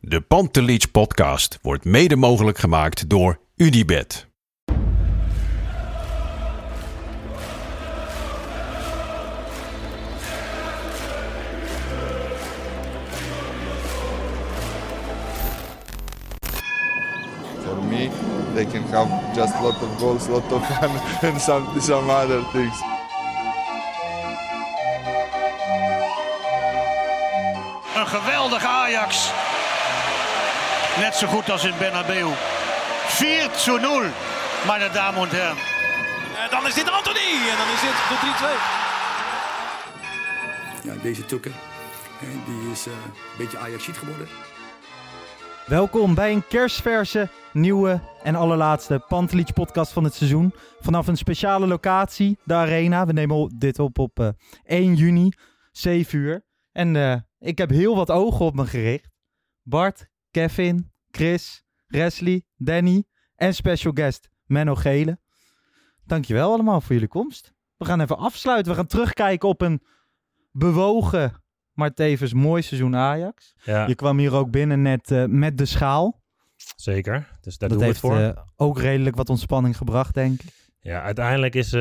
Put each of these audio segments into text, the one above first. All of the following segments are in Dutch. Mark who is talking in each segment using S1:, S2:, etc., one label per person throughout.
S1: De Pantelich podcast wordt mede mogelijk gemaakt door UdiBet.
S2: For me, they can have just lot of goals, lot of fun, and some some other things.
S3: Een geweldig Ajax. Net zo goed als in Bernabeu. 4 zu 0, meine Damen und Herren.
S4: En Eh, dan is dit Anthony. En dan is dit de 3-2.
S5: Ja, deze Tukke, hè, die is eh, een beetje Ajaxiet geworden.
S6: Welkom bij een kerstverse, nieuwe en allerlaatste Pantelich podcast van het seizoen. Vanaf een speciale locatie, de Arena. We nemen op- dit op op eh, 1 juni, 7 uur. En eh, ik heb heel wat ogen op me gericht. Bart, Kevin, Chris, Wesley, Danny en special guest Menno Gele. Dankjewel allemaal voor jullie komst. We gaan even afsluiten. We gaan terugkijken op een bewogen, maar tevens mooi seizoen Ajax.
S7: Ja,
S6: Je kwam hier ook binnen net eh, met de schaal.
S7: zeker. Dus daar
S6: dat
S7: doen
S6: heeft
S7: we het voor.
S6: eh, ook redelijk wat ontspanning gebracht, denk ik.
S7: Ja, uiteindelijk is eh,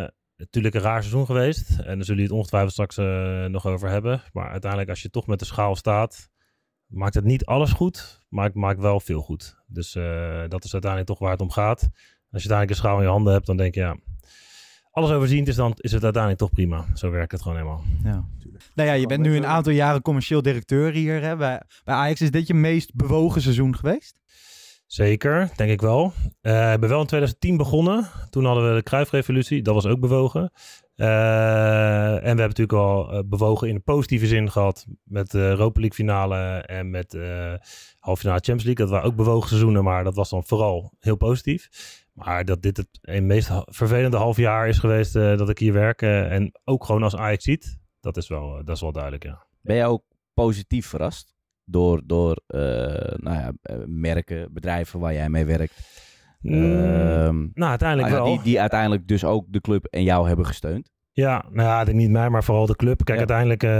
S7: het natuurlijk een raar seizoen geweest. En daar zullen jullie het ongetwijfeld straks eh, nog over hebben. Maar uiteindelijk, als je toch met de schaal staat, maakt het niet alles goed, maar het maakt wel veel goed. Dus eh, dat is uiteindelijk toch waar het om gaat. Als je uiteindelijk een schaal in je handen hebt, dan denk je ja. Alles overziend is, dan is het uiteindelijk toch prima. Zo werkt het gewoon helemaal.
S6: Ja. Nou ja, je bent nu een aantal jaren commercieel directeur hier. Hè? Bij, bij Ajax is dit je meest bewogen seizoen geweest.
S7: Zeker, denk ik wel. Eh ik ben wel in 2010 begonnen. Toen hadden we de Kruifrevolutie, dat was ook bewogen. Eh, en we hebben natuurlijk al eh, bewogen in een positieve zin gehad met de Europa League finale en met eh halve finale Champions League. Dat waren ook bewogen seizoenen, maar dat was dan vooral heel positief. Maar dat dit het een meest ha- vervelende half jaar is geweest eh, dat ik hier werk eh, en ook gewoon als Ajax ziet, dat is wel, eh, dat is wel duidelijk, ja.
S8: Ben jij ook positief verrast door, door eh, nou ja, eh, merken, bedrijven waar jij mee werkt? Ehm,
S7: Mm, nou, uiteindelijk
S8: nou ja,
S7: wel.
S8: die, die uiteindelijk dus ook de club en jou hebben gesteund.
S7: Ja, nou ja, de- niet mij, maar vooral de club. Kijk,
S8: Ja.
S7: uiteindelijk, eh,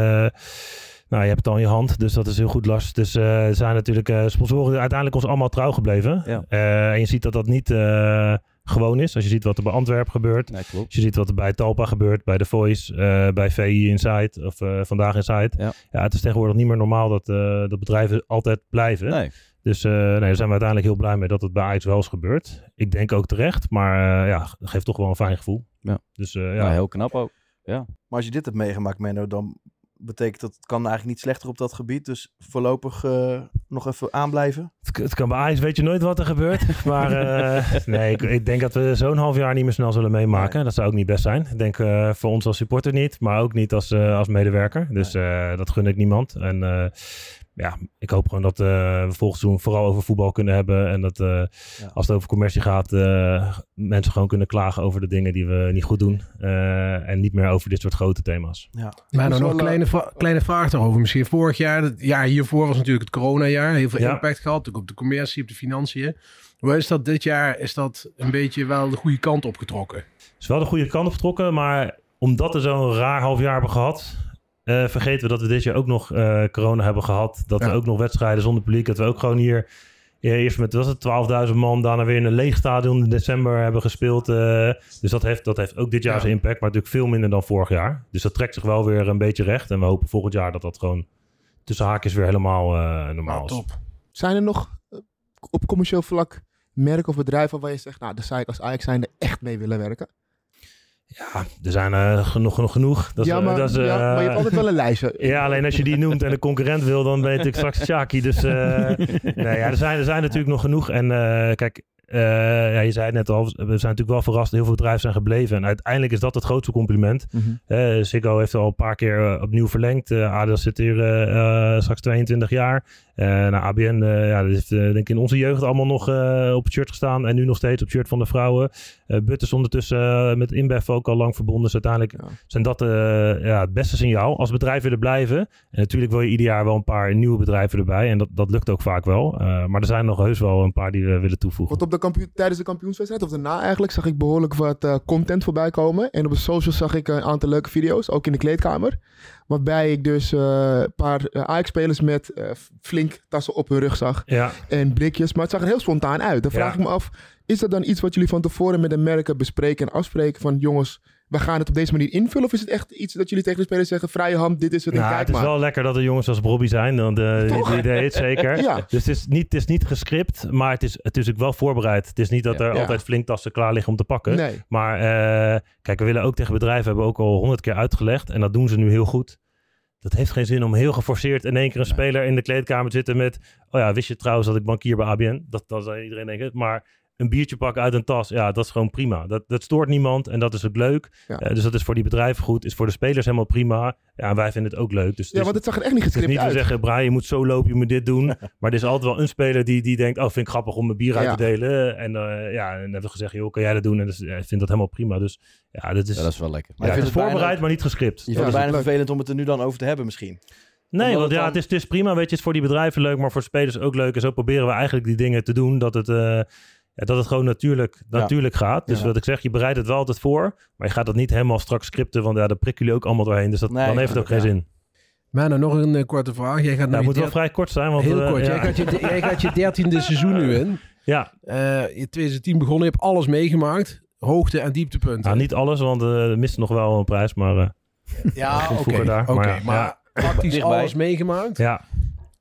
S7: nou, je hebt het al in je hand, dus dat is heel goed last. Dus eh, er zijn natuurlijk eh, sponsoren die uiteindelijk ons allemaal trouw gebleven.
S8: Ja.
S7: Eh, en je ziet dat dat niet eh, gewoon is. Als je ziet wat er bij Antwerpen gebeurt,
S8: Nee, klopt.
S7: als je ziet wat er bij Talpa gebeurt, bij The Voice, eh, bij VI Inside of eh, Vandaag Inside.
S8: Ja.
S7: het is tegenwoordig niet meer normaal dat, eh, dat bedrijven altijd blijven.
S8: Nee.
S7: Dus eh, nee, daar zijn we uiteindelijk heel blij mee dat het bij Ajax wel is gebeurd. Ik denk ook terecht, maar eh, ja, geeft toch wel een fijn gevoel.
S8: Ja.
S7: Dus eh, ja,
S8: Nou, heel knap ook.
S9: Maar als je dit hebt meegemaakt, Menno, dan betekent dat het kan eigenlijk niet slechter op dat gebied. Dus voorlopig eh, nog even aanblijven.
S7: Het, het kan bij Ajax, weet je nooit wat er gebeurt. Maar eh, nee, ik, ik denk dat we zo'n half jaar niet meer snel zullen meemaken. Dat zou ook niet best zijn. Ik denk eh, voor ons als supporter niet, maar ook niet als, eh, als medewerker. Dus eh, dat gun ik niemand. En eh, ja, ik hoop gewoon dat eh, we volgend seizoen vooral over voetbal kunnen hebben. En dat eh, als het over commercie gaat, eh, mensen gewoon kunnen klagen over de dingen die we niet goed doen. Eh, en niet meer over dit soort grote thema's.
S9: Ja.
S10: Maar
S9: Dat
S10: dan
S9: is
S10: nog een
S9: wel,
S10: kleine, vra- kleine vraag daarover. Misschien vorig jaar, het jaar hiervoor was natuurlijk het coronajaar. Heel veel
S7: Ja.
S10: impact gehad, natuurlijk op de commercie, op de financiën. Hoe is dat dit jaar? Is dat een beetje wel de goede kant opgetrokken?
S7: is wel de goede kant op getrokken, maar omdat we zo'n raar half jaar hebben gehad, eh, vergeten we dat we dit jaar ook nog eh, corona hebben gehad. Dat we
S10: Ja.
S7: ook nog wedstrijden zonder publiek, dat we ook gewoon hier eh, eerst met was het 12.000 man, daarna weer in een leeg stadion in december hebben gespeeld. eh. dus dat heeft, dat heeft ook dit jaar
S10: Ja.
S7: zijn impact, maar natuurlijk veel minder dan vorig jaar. Dus dat trekt zich wel weer een beetje recht en we hopen volgend jaar dat dat gewoon tussen haakjes weer helemaal eh, normaal
S10: Nou,
S7: is.
S10: top.
S11: Zijn er nog eh, op commercieel vlak merken of bedrijven waar je zegt, nou, daar zou ik als Ajax zijnde echt mee willen werken?
S7: Ja, er zijn eh, genoeg, genoeg, genoeg. Dat is,
S11: ja,
S7: eh,
S11: maar,
S7: dat is, eh,
S11: ja, maar je hebt altijd wel een lijstje.
S7: Ja, alleen als je die noemt en de concurrent wil, dan ben je natuurlijk straks Shaki. Dus eh, nee, ja, er, zijn, er zijn natuurlijk nog genoeg. En eh, kijk, eh, ja, je zei het net al, we zijn natuurlijk wel verrast. Heel veel bedrijven zijn gebleven. En uiteindelijk is dat het grootste compliment.
S11: Mhm.
S7: Eh Ziggo heeft al een paar keer eh, opnieuw verlengd. Eh Adidas zit hier eh, eh, straks 22 jaar. Eh nou, ABN, eh, ja, dat heeft eh, denk ik in onze jeugd allemaal nog eh, op het shirt gestaan. En nu nog steeds op het shirt van de vrouwen. Eh But is ondertussen eh, met InBev ook al lang verbonden. Dus uiteindelijk zijn dat eh, ja, het beste signaal. Als bedrijven er blijven. En natuurlijk wil je ieder jaar wel een paar nieuwe bedrijven erbij. En dat, dat lukt ook vaak wel. Eh, maar er zijn nog heus wel een paar die we willen toevoegen.
S11: Want op de kampioen, tijdens de kampioenswedstrijd, of daarna eigenlijk, zag ik behoorlijk wat eh, content voorbij komen. En op de socials zag ik een aantal leuke video's, ook in de kleedkamer. Waarbij ik dus eh, een paar eh, Ajax-spelers met eh, flink tassen op hun rug zag.
S7: Ja.
S11: En blikjes, maar het zag er heel spontaan uit. Dan
S7: Ja.
S11: vraag ik me af, is dat dan iets wat jullie van tevoren met de merken bespreken en afspreken van jongens... We gaan het op deze manier invullen. Of is het echt iets dat jullie tegen de spelers zeggen: vrije hand, dit is het. en
S7: Nou,
S11: kijk
S7: het is
S11: maar.
S7: wel lekker dat er jongens als Bobby zijn. Dan de,
S11: Toch?
S7: die deed het zeker.
S11: Ja.
S7: Dus het is, niet, het is niet gescript, maar het is, het is ook wel voorbereid. Het is niet dat er
S11: Ja.
S7: altijd flinktassen klaar liggen om te pakken.
S11: Nee.
S7: Maar eh, kijk, we willen ook tegen bedrijven, hebben we ook al honderd keer uitgelegd. En dat doen ze nu heel goed. Dat heeft geen zin om heel geforceerd in één keer een speler in de kleedkamer te zitten met... Oh ja, wist je trouwens dat ik bankier bij ABN? Dat, dat zal iedereen denken. Maar een biertje pakken uit een tas, ja, dat is gewoon prima. Dat, dat stoort niemand en dat is ook leuk.
S11: Ja.
S7: Eh, dus dat is voor die bedrijven goed. Is voor de spelers helemaal prima. Ja, en wij vinden het ook leuk. Dus
S11: Ja, want het zag er echt niet
S7: het is
S11: gescript
S7: niet
S11: uit.
S7: te zeggen, Brian, je moet zo lopen, je moet dit doen. maar er is altijd wel een speler die, die denkt, oh, vind ik grappig om mijn bier uit
S11: Ja.
S7: te delen. En eh, ja, en dan hebben we gezegd, joh, kan jij dat doen? En dus, ja, ik vind dat helemaal prima. Dus ja, dat is...
S8: Ja, dat is wel lekker.
S7: Ja, het is voorbereid, maar niet gescript.
S9: Je vindt het bijna vervelend om het er nu dan over te hebben misschien.
S7: Nee,
S9: Omdat
S7: want
S9: het
S7: ja,
S9: dan-
S7: het is, het is prima. Weet je, het is voor die bedrijven leuk, maar voor de spelers ook leuk. En zo proberen we eigenlijk die dingen te doen dat het, eh, ja, dat het gewoon natuurlijk,
S9: Ja.
S7: natuurlijk gaat. Dus
S9: Ja.
S7: wat ik zeg, je bereidt het wel altijd voor. Maar je gaat dat niet helemaal straks scripten, want ja, daar prikken jullie ook allemaal doorheen. Dus dat,
S10: Nee,
S7: dan heeft het ook geen
S10: ja.
S7: zin.
S10: Maar nou nog een eh, korte vraag. Jij
S7: Nou,
S10: gaat naar
S7: het
S10: je
S7: moet wel
S10: dert-
S7: vrij kort zijn, want...
S10: Heel
S7: eh,
S10: kort.
S7: ja.
S10: Jij, gaat je, jij gaat je dertiende seizoen nu in.
S7: Ja.
S10: in 2010 begonnen. Je hebt alles meegemaakt. Hoogte en dieptepunten.
S7: Nou, niet alles, want eh we misten nog wel een prijs, maar... eh, dat
S10: Ja,
S7: stond
S10: Ah, oké.
S7: vroeger daar,
S10: oké,
S7: maar ja,
S10: maar
S7: ja.
S10: praktisch
S7: Dichtbij.
S10: alles meegemaakt.
S7: Ja.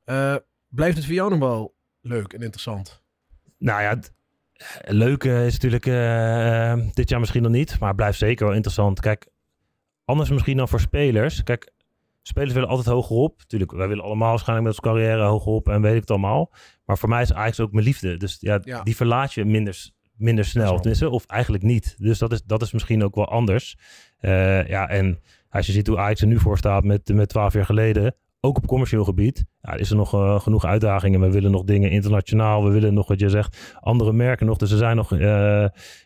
S10: Eh, blijft het voor jou nog wel leuk en interessant?
S7: Nou ja, d- leuk eh, is natuurlijk eh, eh, dit jaar misschien nog niet, maar het blijft zeker wel interessant. Kijk, anders misschien dan voor spelers. Kijk, spelers willen altijd hoger op. Tuurlijk, wij willen allemaal waarschijnlijk met onze carrière hoger op en weet ik het allemaal. Maar voor mij is Ajax ook mijn liefde. Dus ja,
S10: Ja.
S7: die verlaat je minder, s- minder snel. Tenminste, of eigenlijk niet. Dus dat is, dat is misschien ook wel anders. Eh, ja, en als je ziet hoe Ajax er nu voor staat met, met 12 jaar geleden, ook op commercieel gebied, ja, is er nog eh, genoeg uitdagingen. We willen nog dingen internationaal. We willen nog, wat je zegt, andere merken nog. Dus er zijn nog, eh,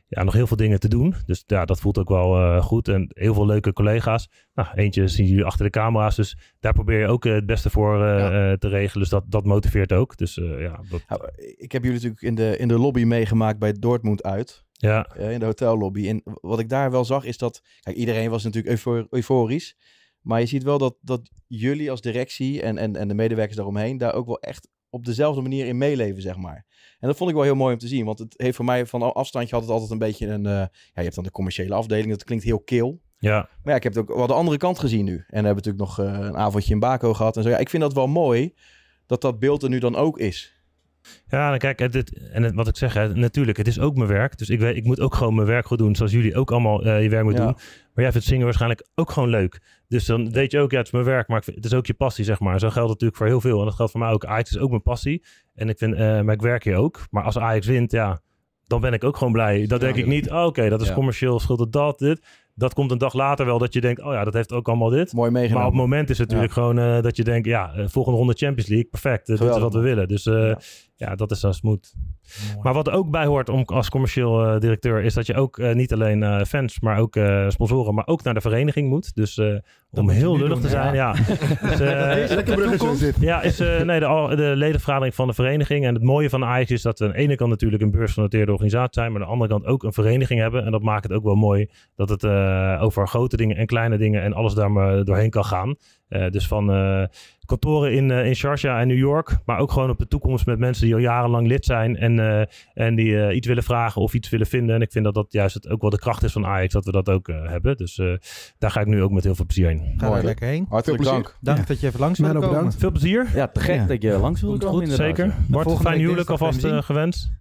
S7: ja, nog heel veel dingen te doen. Dus ja, dat voelt ook wel eh, goed. En heel veel leuke collega's. Nou, eentje zien jullie achter de camera's. Dus daar probeer je ook eh, het beste voor eh, eh, te regelen. Dus dat, dat motiveert ook. Dus eh, ja, dat,
S9: Nou, ik heb jullie natuurlijk in de, in de lobby meegemaakt bij Dortmund uit.
S7: Ja.
S9: Eh, in de hotellobby. En wat ik daar wel zag is dat... Kijk, iedereen was natuurlijk eufor- euforisch. Maar je ziet wel dat, dat jullie als directie en, en, en de medewerkers daaromheen... daar ook wel echt op dezelfde manier in meeleven, zeg maar. En dat vond ik wel heel mooi om te zien. Want het heeft voor mij van afstandje had het altijd een beetje een... eh, ja, je hebt dan de commerciële afdeling. Dat klinkt heel kil.
S7: ja.
S9: Maar ja, ik heb het ook wel de andere kant gezien nu. En we hebben natuurlijk nog eh, een avondje in Baco gehad. En zo. Ja, ik vind dat wel mooi dat dat beeld er nu dan ook is.
S7: Ja, nou kijk, het, het- en het- wat ik zeg, hè, natuurlijk, het is ook mijn werk. Dus ik, weet, ik moet ook gewoon mijn werk goed doen, zoals jullie ook allemaal eh, je werk moeten
S9: Ja.
S7: doen. Maar jij vindt zingen waarschijnlijk ook gewoon leuk. Dus dan weet je ook, ja, het is mijn werk, maar ik vind- het is ook je passie, zeg maar. Zo geldt het natuurlijk voor heel veel. En dat geldt voor mij ook. Ajax is ook mijn passie. En ik vind, eh, maar ik werk hier ook. Maar als Ajax wint, ja, dan ben ik ook gewoon blij. Dan denk ik niet, oh, oké, dat is
S9: Ja.
S7: commercieel, schuld het dat, dit. Dat komt een dag later wel dat je denkt, oh ja, dat heeft ook allemaal dit.
S9: Mooi meegenomen.
S7: Maar op het moment is het natuurlijk gewoon eh, dat je denkt, ja, eh, volgende ronde Champions League, perfect. eh, dit is
S9: Geweldig.
S7: wat we willen. Dus eh, ja. dat is dan smooth. Maar wat er ook bij hoort om, als commercieel eh, directeur, is dat je ook eh, niet alleen eh, fans, maar ook eh, sponsoren, maar ook naar de vereniging moet. Dus eh, om heel
S6: nu
S7: lullig
S6: doen,
S7: te
S6: ja.
S7: zijn, ja. Dus, eh,
S6: Dat deze Lekker bruggetje toekomt. zit.
S7: Ja, is eh, nee, de, al- de ledenvergadering van de vereniging. En het mooie van Ajax is dat we aan de ene kant natuurlijk een beursgenoteerde organisatie zijn, maar aan de andere kant ook een vereniging hebben. En dat maakt het ook wel mooi dat het eh, over grote dingen en kleine dingen en alles daar maar doorheen kan gaan. Eh, dus van eh, kantoren in, eh, in Sharjah en New York, maar ook gewoon op de toekomst met mensen die al jarenlang lid zijn en, eh, en die eh, iets willen vragen of iets willen vinden. En ik vind dat dat juist het, ook wel de kracht is van Ajax, dat we dat ook eh, hebben. Dus eh, daar ga ik nu ook met heel veel plezier heen.
S6: Ga daar lekker heen.
S9: Hartelijk
S6: Veel
S9: dank.
S6: plezier. Dank dat je even langs wilde
S7: Menno,
S6: komen.
S7: bedankt. Veel plezier.
S8: Ja, te gek
S7: Ja.
S8: dat je langs wilde
S7: Komt
S8: komen
S7: goed,
S8: inderdaad.
S7: zeker.
S8: ja.
S7: Bart,
S8: Volgende
S7: fijn
S8: week
S7: huwelijk
S8: dinsdag
S7: alvast
S8: gaan we
S7: eh,
S8: hem
S7: gewenst.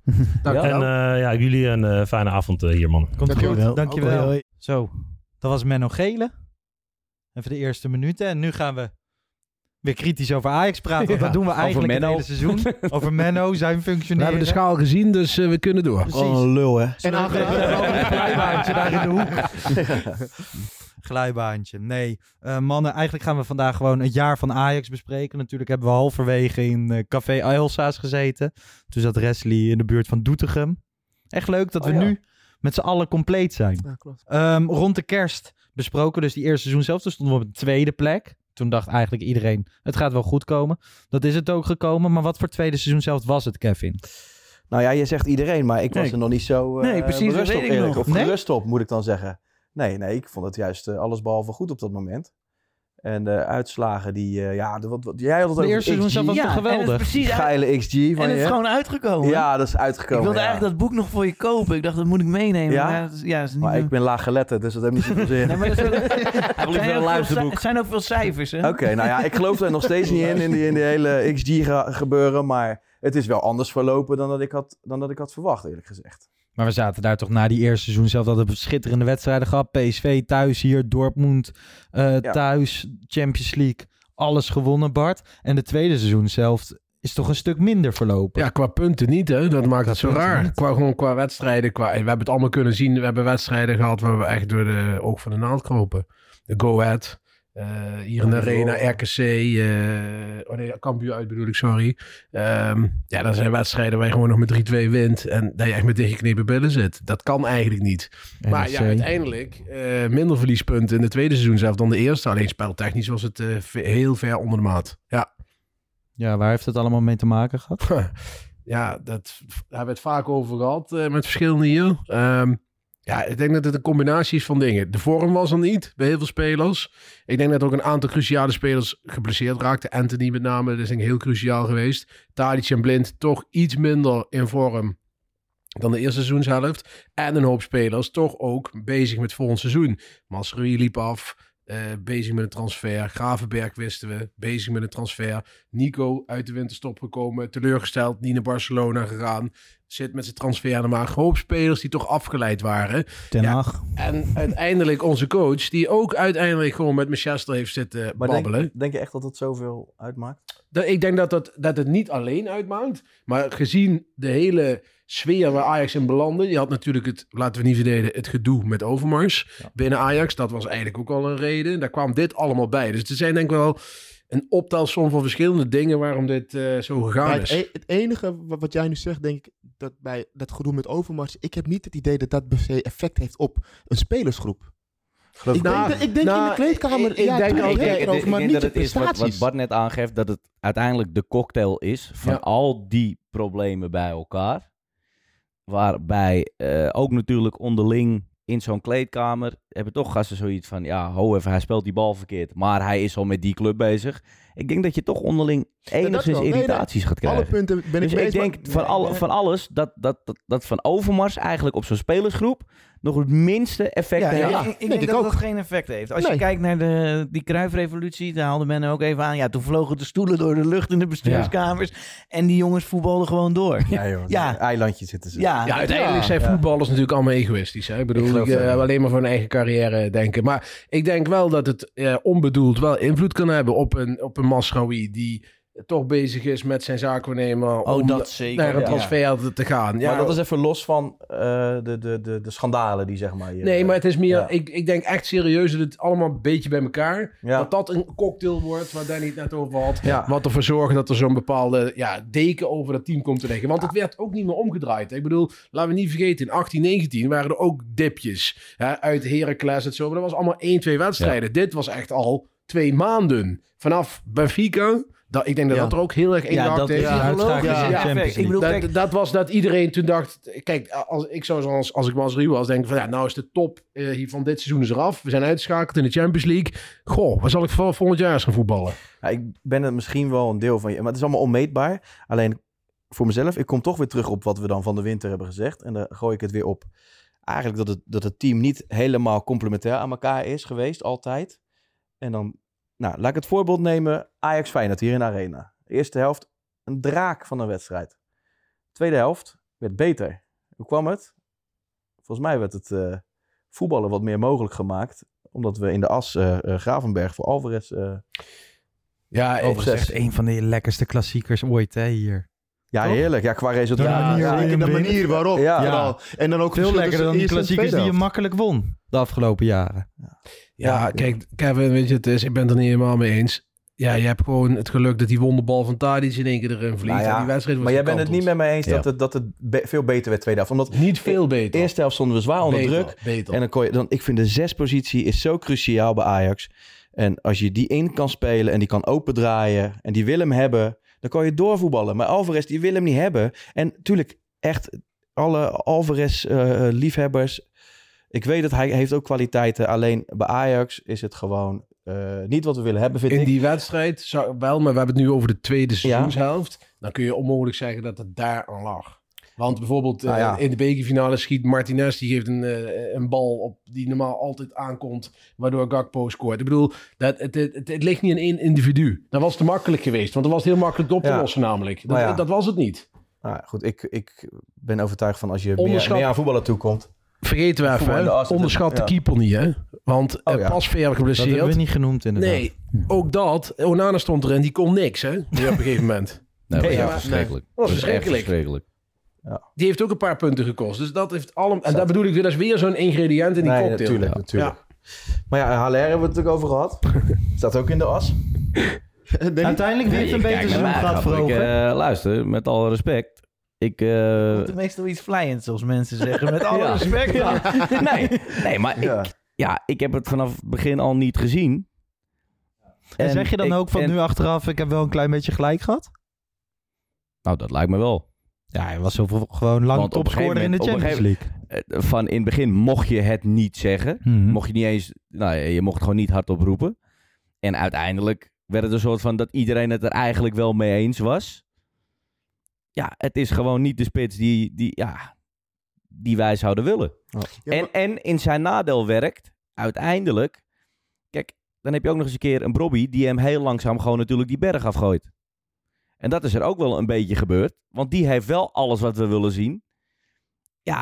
S8: Dank je
S7: en
S8: wel.
S7: eh, ja, jullie een eh, fijne avond eh, hier, man.
S6: Komt
S12: Dankjewel.
S6: goed, dankjewel.
S12: Hoi, hoi.
S6: Zo, dat was Menno Gele. Even de eerste minuten. En nu gaan we weer kritisch over Ajax praten. Want
S12: Ja,
S6: dat doen we
S12: over
S6: eigenlijk het
S12: Menno.
S6: hele seizoen. Over Menno, zijn
S10: We
S6: functioneren.
S10: hebben de schaal gezien, dus eh, we kunnen door.
S6: Precies. Oh, een
S9: lul, hè?
S6: En aangeraakt. Een vrijbaantje daar in de hoek. glijbaantje. Nee, eh, mannen, eigenlijk gaan we vandaag gewoon het jaar van Ajax bespreken. Natuurlijk hebben we halverwege in eh, Café Elsa's gezeten. Toen zat Wesley in de buurt van Doetinchem. Echt leuk dat
S11: Oh,
S6: we
S11: ja.
S6: nu met z'n allen compleet zijn.
S11: Ja, klopt.
S6: Ehm, rond de kerst besproken we dus die eerste seizoen zelf. Toen stonden we op de tweede plek. Toen dacht eigenlijk iedereen, het gaat wel goed komen. Dat is het ook gekomen. Maar wat voor tweede seizoen zelf was het, Kevin?
S9: Nou ja, je zegt iedereen, maar ik was
S6: Nee.
S9: er nog niet zo eh
S6: Nee, precies, dat
S9: berust
S6: weet
S9: op,
S6: ik
S9: eerlijk.
S6: nog.
S9: Of
S6: Nee?
S9: gerust op, moet ik dan zeggen. Nee, nee, ik vond het juist eh, allesbehalve goed op dat moment. En de uitslagen die, eh, ja, de- wat, wat, jij had het
S12: De
S9: over
S12: eerste seizoen
S9: XG.
S12: zelf was toch Ja, en het is geweldig? precies
S9: Die
S12: uit-
S9: geile XG van
S12: en het
S9: je.
S12: is gewoon uitgekomen.
S9: Ja, dat is
S12: Ik
S9: uitgekomen.
S12: wilde
S9: ja.
S12: eigenlijk dat boek nog voor je kopen. Ik dacht, dat moet ik meenemen.
S9: Ja?
S12: Maar, dat is- ja, dat is niet
S9: Maar
S12: meer-
S9: ik ben laag geletterd, dus dat heeft niet zoveel zin.
S12: Nee, maar dat is wel-
S9: wil
S12: Zijn
S9: wel
S12: ook
S9: een
S12: veel
S9: luisterboek.
S12: ci- Het zijn ook veel cijfers, hè?
S9: Oké, nou ja, ik geloof er nog steeds niet in, in die, in die hele XG-gebeuren. Maar het is wel anders verlopen dan dat, ik had, dan dat ik had verwacht, eerlijk gezegd.
S6: Maar we zaten daar toch na die eerste seizoen zelf dat we schitterende wedstrijden gehad. PSV thuis hier, Dortmund eh,
S9: Ja.
S6: thuis, Champions League. Alles gewonnen, Bart. En de tweede seizoen zelf is toch een stuk minder verlopen.
S10: Ja, qua punten niet, hè. Dat maakt het zo
S6: punten
S10: raar.
S6: niet.
S10: Qua, gewoon qua wedstrijden. Qua, we hebben het allemaal kunnen zien. We hebben wedstrijden gehad waar we echt door de oog van de naald kropen. De Go Ahead. eh, hier in de Arena, RKC. eh, oh nee, Cambuur uit bedoel ik, sorry. Ehm, ja, dat zijn wedstrijden waar je gewoon nog met 3-2 wint. En dat je echt met dichtgeknepen billen zit. Dat kan eigenlijk niet. Maar ja, e-
S6: NEC.
S10: uiteindelijk eh, minder verliespunten in het tweede seizoen zelf dan de eerste. Alleen speltechnisch was het eh, ve- heel ver onder de maat. Ja.
S6: Ja, waar heeft het allemaal mee te maken gehad?
S10: Ja, dat, daar hebben we het vaak over gehad eh, met verschillende hier. Ehm, ja, ik denk dat het een combinatie is van dingen. De vorm was er niet bij heel veel spelers. Ik denk dat ook een aantal cruciale spelers geblesseerd raakten. Anthony met name, dat is denk ik heel cruciaal geweest. Tadic en Blind toch iets minder in vorm dan de eerste seizoenshelft. En een hoop spelers toch ook bezig met volgend seizoen. Masrui liep af, eh, bezig met een transfer. Gravenberg wisten we, bezig met een transfer. Nico uit de winterstop gekomen, teleurgesteld, niet naar Barcelona gegaan. Zit met zijn transfer, maar een hoop spelers die toch afgeleid waren.
S6: Ten
S10: Ja,
S6: Hag.
S10: en uiteindelijk onze coach, die ook uiteindelijk gewoon met Manchester heeft zitten
S9: Maar
S10: babbelen.
S9: denk, denk je echt dat dat zoveel uitmaakt?
S10: Dat- ik denk dat, dat, dat het niet alleen uitmaakt. Maar gezien de hele sfeer waar Ajax in belandde. Je had natuurlijk het, laten we niet verdelen, het gedoe met Overmars binnen Ajax. Dat was eigenlijk ook al een reden. Daar kwam dit allemaal bij. Dus er zijn denk ik wel een optelsom van verschillende dingen waarom dit eh, zo
S11: Maar
S10: gegaan
S11: het,
S10: is.
S11: e- het enige wa- wat jij nu zegt, denk ik, dat bij dat gedoe met Overmars, ik heb niet het idee dat dat per se effect heeft op een spelersgroep.
S9: Geloof
S11: ik
S9: ik
S11: denk,
S9: niet.
S11: dat- ik denk in
S9: Nou,
S11: de kleedkamer,
S9: ik- ik
S11: ja,
S9: denk
S11: tuurlijk,
S9: ook-
S11: je hebt
S9: ik-
S11: erover,
S9: ik
S11: maar
S9: denk
S11: niet
S9: dat
S11: de
S9: het is wat-
S11: prestaties.
S9: wat
S8: Wat Bart net aangeeft, dat het uiteindelijk de cocktail is van
S11: Ja.
S8: al die problemen bij elkaar. Waarbij eh, ook natuurlijk onderling in zo'n kleedkamer hebben toch gasten zoiets van... Ja, ho even, hij speelt die bal verkeerd, maar hij is al met die club bezig. Ik denk dat je toch onderling
S11: dat
S8: enigszins
S11: wel. Nee, nee,
S8: irritaties gaat
S11: alle
S8: krijgen.
S11: punten ben ik
S8: dus
S11: mee
S8: ik
S11: eens,
S8: denk
S11: maar-
S8: van,
S11: nee,
S8: alle-
S11: nee.
S8: van alles dat, dat, dat, dat van Overmars eigenlijk op zo'n spelersgroep... nog het minste effect
S12: Ja,
S8: heeft.
S12: ik- ik, denk, dat dat geen effect heeft. Als je
S8: Nee.
S12: kijkt naar de, die Kruifrevolutie, daar haalde men ook even aan. Ja, toen vlogen de stoelen door de lucht in de bestuurskamers. En die jongens voetbalden gewoon door.
S9: Ja, joh.
S12: Ja.
S9: Eilandje zitten ze.
S12: Ja,
S10: Ja, uiteindelijk zijn voetballers natuurlijk allemaal egoïstisch. Hè? Ik bedoel,
S9: Ik
S10: ik
S9: geloof dat
S10: eh,
S9: wel.
S10: alleen maar voor hun eigen carrière denken. Maar ik denk wel dat het eh, onbedoeld wel invloed kan hebben op een, op een Masraoui die toch bezig is met zijn zaakwaarnemer om
S12: dat zeker,
S10: naar een
S12: ja.
S10: transfer te gaan. Ja,
S9: maar dat is even los van eh, de, de, de, de schandalen die zeg maar hier...
S10: Nee, maar het is meer,
S9: eh, Ja.
S10: ik, ik denk echt serieus dat het allemaal een beetje bij elkaar,
S9: Ja.
S10: dat dat een cocktail wordt waar Danny het net over had.
S9: Ja.
S10: Wat ervoor zorgt dat er zo'n bepaalde ja, deken over dat team komt te liggen. Want het werd ook niet meer omgedraaid. Ik bedoel, laten we niet vergeten, in 18, 19 waren er ook dipjes hè, uit Heracles en zo. Maar dat was allemaal 1, 2 wedstrijden. Dit was echt al twee maanden. Vanaf Benfica, dat, ik denk dat
S12: Ja.
S10: dat er ook heel erg in
S12: Ja,
S10: gehakt
S12: dat
S10: heeft.
S12: is Ja, een uitschakeling
S10: Ja,
S12: in de
S10: ja.
S12: Champions League. Ik bedoel,
S10: Dat-
S12: kijk,
S10: dat was dat iedereen toen dacht... Kijk, als, ik zou zoals, als ik was Ruw was, denken van... Ja, nou is de top eh, hier van dit seizoen is eraf. We zijn uitgeschakeld in de Champions League. Goh, waar zal ik voor volgend jaar eens gaan voetballen?
S9: Ja, ik ben het misschien wel een deel van je, maar het is allemaal onmeetbaar. Alleen voor mezelf, ik kom toch weer terug op wat we dan van de winter hebben gezegd. En daar gooi ik het weer op. Eigenlijk dat het, dat het team niet helemaal complementair aan elkaar is geweest, altijd. En dan, nou, laat ik het voorbeeld nemen. Ajax Feyenoord hier in de Arena. De eerste helft, een draak van een wedstrijd. Tweede helft werd beter. Hoe kwam het? Volgens mij werd het eh, voetballen wat meer mogelijk gemaakt. Omdat we in de as eh, eh, Gravenberg voor Alvarez eh,
S10: Ja,
S6: overigens echt een van de lekkerste klassiekers ooit hè, hier.
S9: Ja,
S6: Toch?
S9: heerlijk. Ja, qua resultaat.
S6: Door de manier
S9: Ja,
S6: waarin
S9: zeker
S6: je
S9: de
S6: hem
S9: manier
S6: wint.
S9: waarop,
S6: Ja.
S9: vooral.
S6: En dan ook veel lekkerder dan die klassiekers die je makkelijk won. de afgelopen jaren.
S10: Ja, kijk, Kevin, weet je, het is, ik ben het er niet helemaal mee eens. Ja, je hebt gewoon het geluk dat die wonderbal van Tadic in één keer erin vliegt.
S9: Nou ja,
S10: en die wedstrijd was
S9: maar jij bent het
S10: gekanteld.
S9: niet met mij eens dat
S10: Ja.
S9: het, dat het be- veel beter werd tweede helft. Omdat
S10: niet veel beter.
S9: Eerste helft stonden we zwaar onder
S10: Beter,
S9: druk.
S10: beter.
S9: En dan kon je, dan, ik vind de zespositie is zo cruciaal bij Ajax. En als je die in kan spelen en die kan opendraaien en die wil hem hebben, dan kan je doorvoetballen. Maar Alvarez, die wil hem niet hebben. En natuurlijk, echt alle Alvarez-liefhebbers, ik weet dat hij heeft ook kwaliteiten. Alleen bij Ajax is het gewoon eh, niet wat we willen hebben, vind
S10: in
S9: ik.
S10: die wedstrijd zou, wel, maar we hebben het nu over de tweede seizoenshelft. Dan kun je onmogelijk zeggen dat het daar aan lag. Want bijvoorbeeld
S9: Nou
S10: eh,
S9: ja.
S10: in de bekerfinale schiet Martinez, die geeft een, eh, een bal op die normaal altijd aankomt, waardoor Gakpo scoort. Ik bedoel, dat, het, het, het, het ligt niet in één individu. Dat was te makkelijk geweest, want dat was heel makkelijk op te
S9: Ja.
S10: lossen namelijk. Dat,
S9: Maar ja.
S10: dat was het niet.
S9: Nou, goed, ik, ik ben overtuigd van als je meer,
S10: Onderschat-
S9: meer aan voetballen toekomt.
S10: Vergeten we even,
S9: Voetbal in de
S10: hè?
S9: as-
S10: onderschat de
S9: ja.
S10: keeper niet, hè? Want
S9: Oh,
S10: eh,
S9: ja.
S10: Pasveer
S9: Dat
S10: geblesseerd.
S9: hebben we niet
S6: genoemd inderdaad.
S10: Nee, ook dat. Onana stond erin, die kon niks, hè? Die op een gegeven moment.
S8: Nee, dat is
S10: maar-
S8: echt verschrikkelijk.
S10: Dat
S8: Dat
S10: was
S8: is echt
S10: verschrikkelijk.
S8: verschrikkelijk.
S10: Die heeft ook een paar punten gekost. Dus dat heeft allemaal... En daar bedoel ik weer, dat is weer zo'n ingrediënt in die
S9: Nee,
S10: cocktail.
S9: natuurlijk,
S10: Ja.
S9: natuurlijk. Maar ja, Haller hebben we het natuurlijk over gehad. Staat ook in de as.
S6: Uiteindelijk weer een beter seizoen gaat voor
S8: Ik,
S6: ogen.
S8: eh, luister, met alle respect. Ik, eh,
S12: Het is meestal iets vlijends, zoals mensen zeggen. Met alle
S8: Ja.
S12: respect.
S8: Ja. Nee, nee, maar ik, ja, ik heb het vanaf het begin al niet gezien.
S6: En, zeg je dan
S8: ik-
S6: ook van
S8: en-
S6: nu achteraf, ik heb wel een klein beetje gelijk gehad?
S8: Nou, dat lijkt me wel.
S6: Ja, hij was zoveel, gewoon lang
S8: Want op een
S6: topscorer
S8: gegeven
S6: in de
S8: moment- op een
S6: Champions
S8: gegeven-
S6: League.
S8: eh, Van in het begin mocht je het niet zeggen.
S6: Mhm.
S8: Mocht je niet eens. Nou, ja, je mocht gewoon niet hardop roepen. En uiteindelijk werd het een soort van dat iedereen het er eigenlijk wel mee eens was. Ja, het is gewoon niet de spits die, die, ja, die wij zouden willen. en, en in zijn nadeel werkt uiteindelijk. Kijk, dan heb je ook nog eens een keer een Brobby die hem heel langzaam gewoon natuurlijk die berg afgooit. En dat is er ook wel een beetje gebeurd. Want die heeft wel alles wat we willen zien. Ja,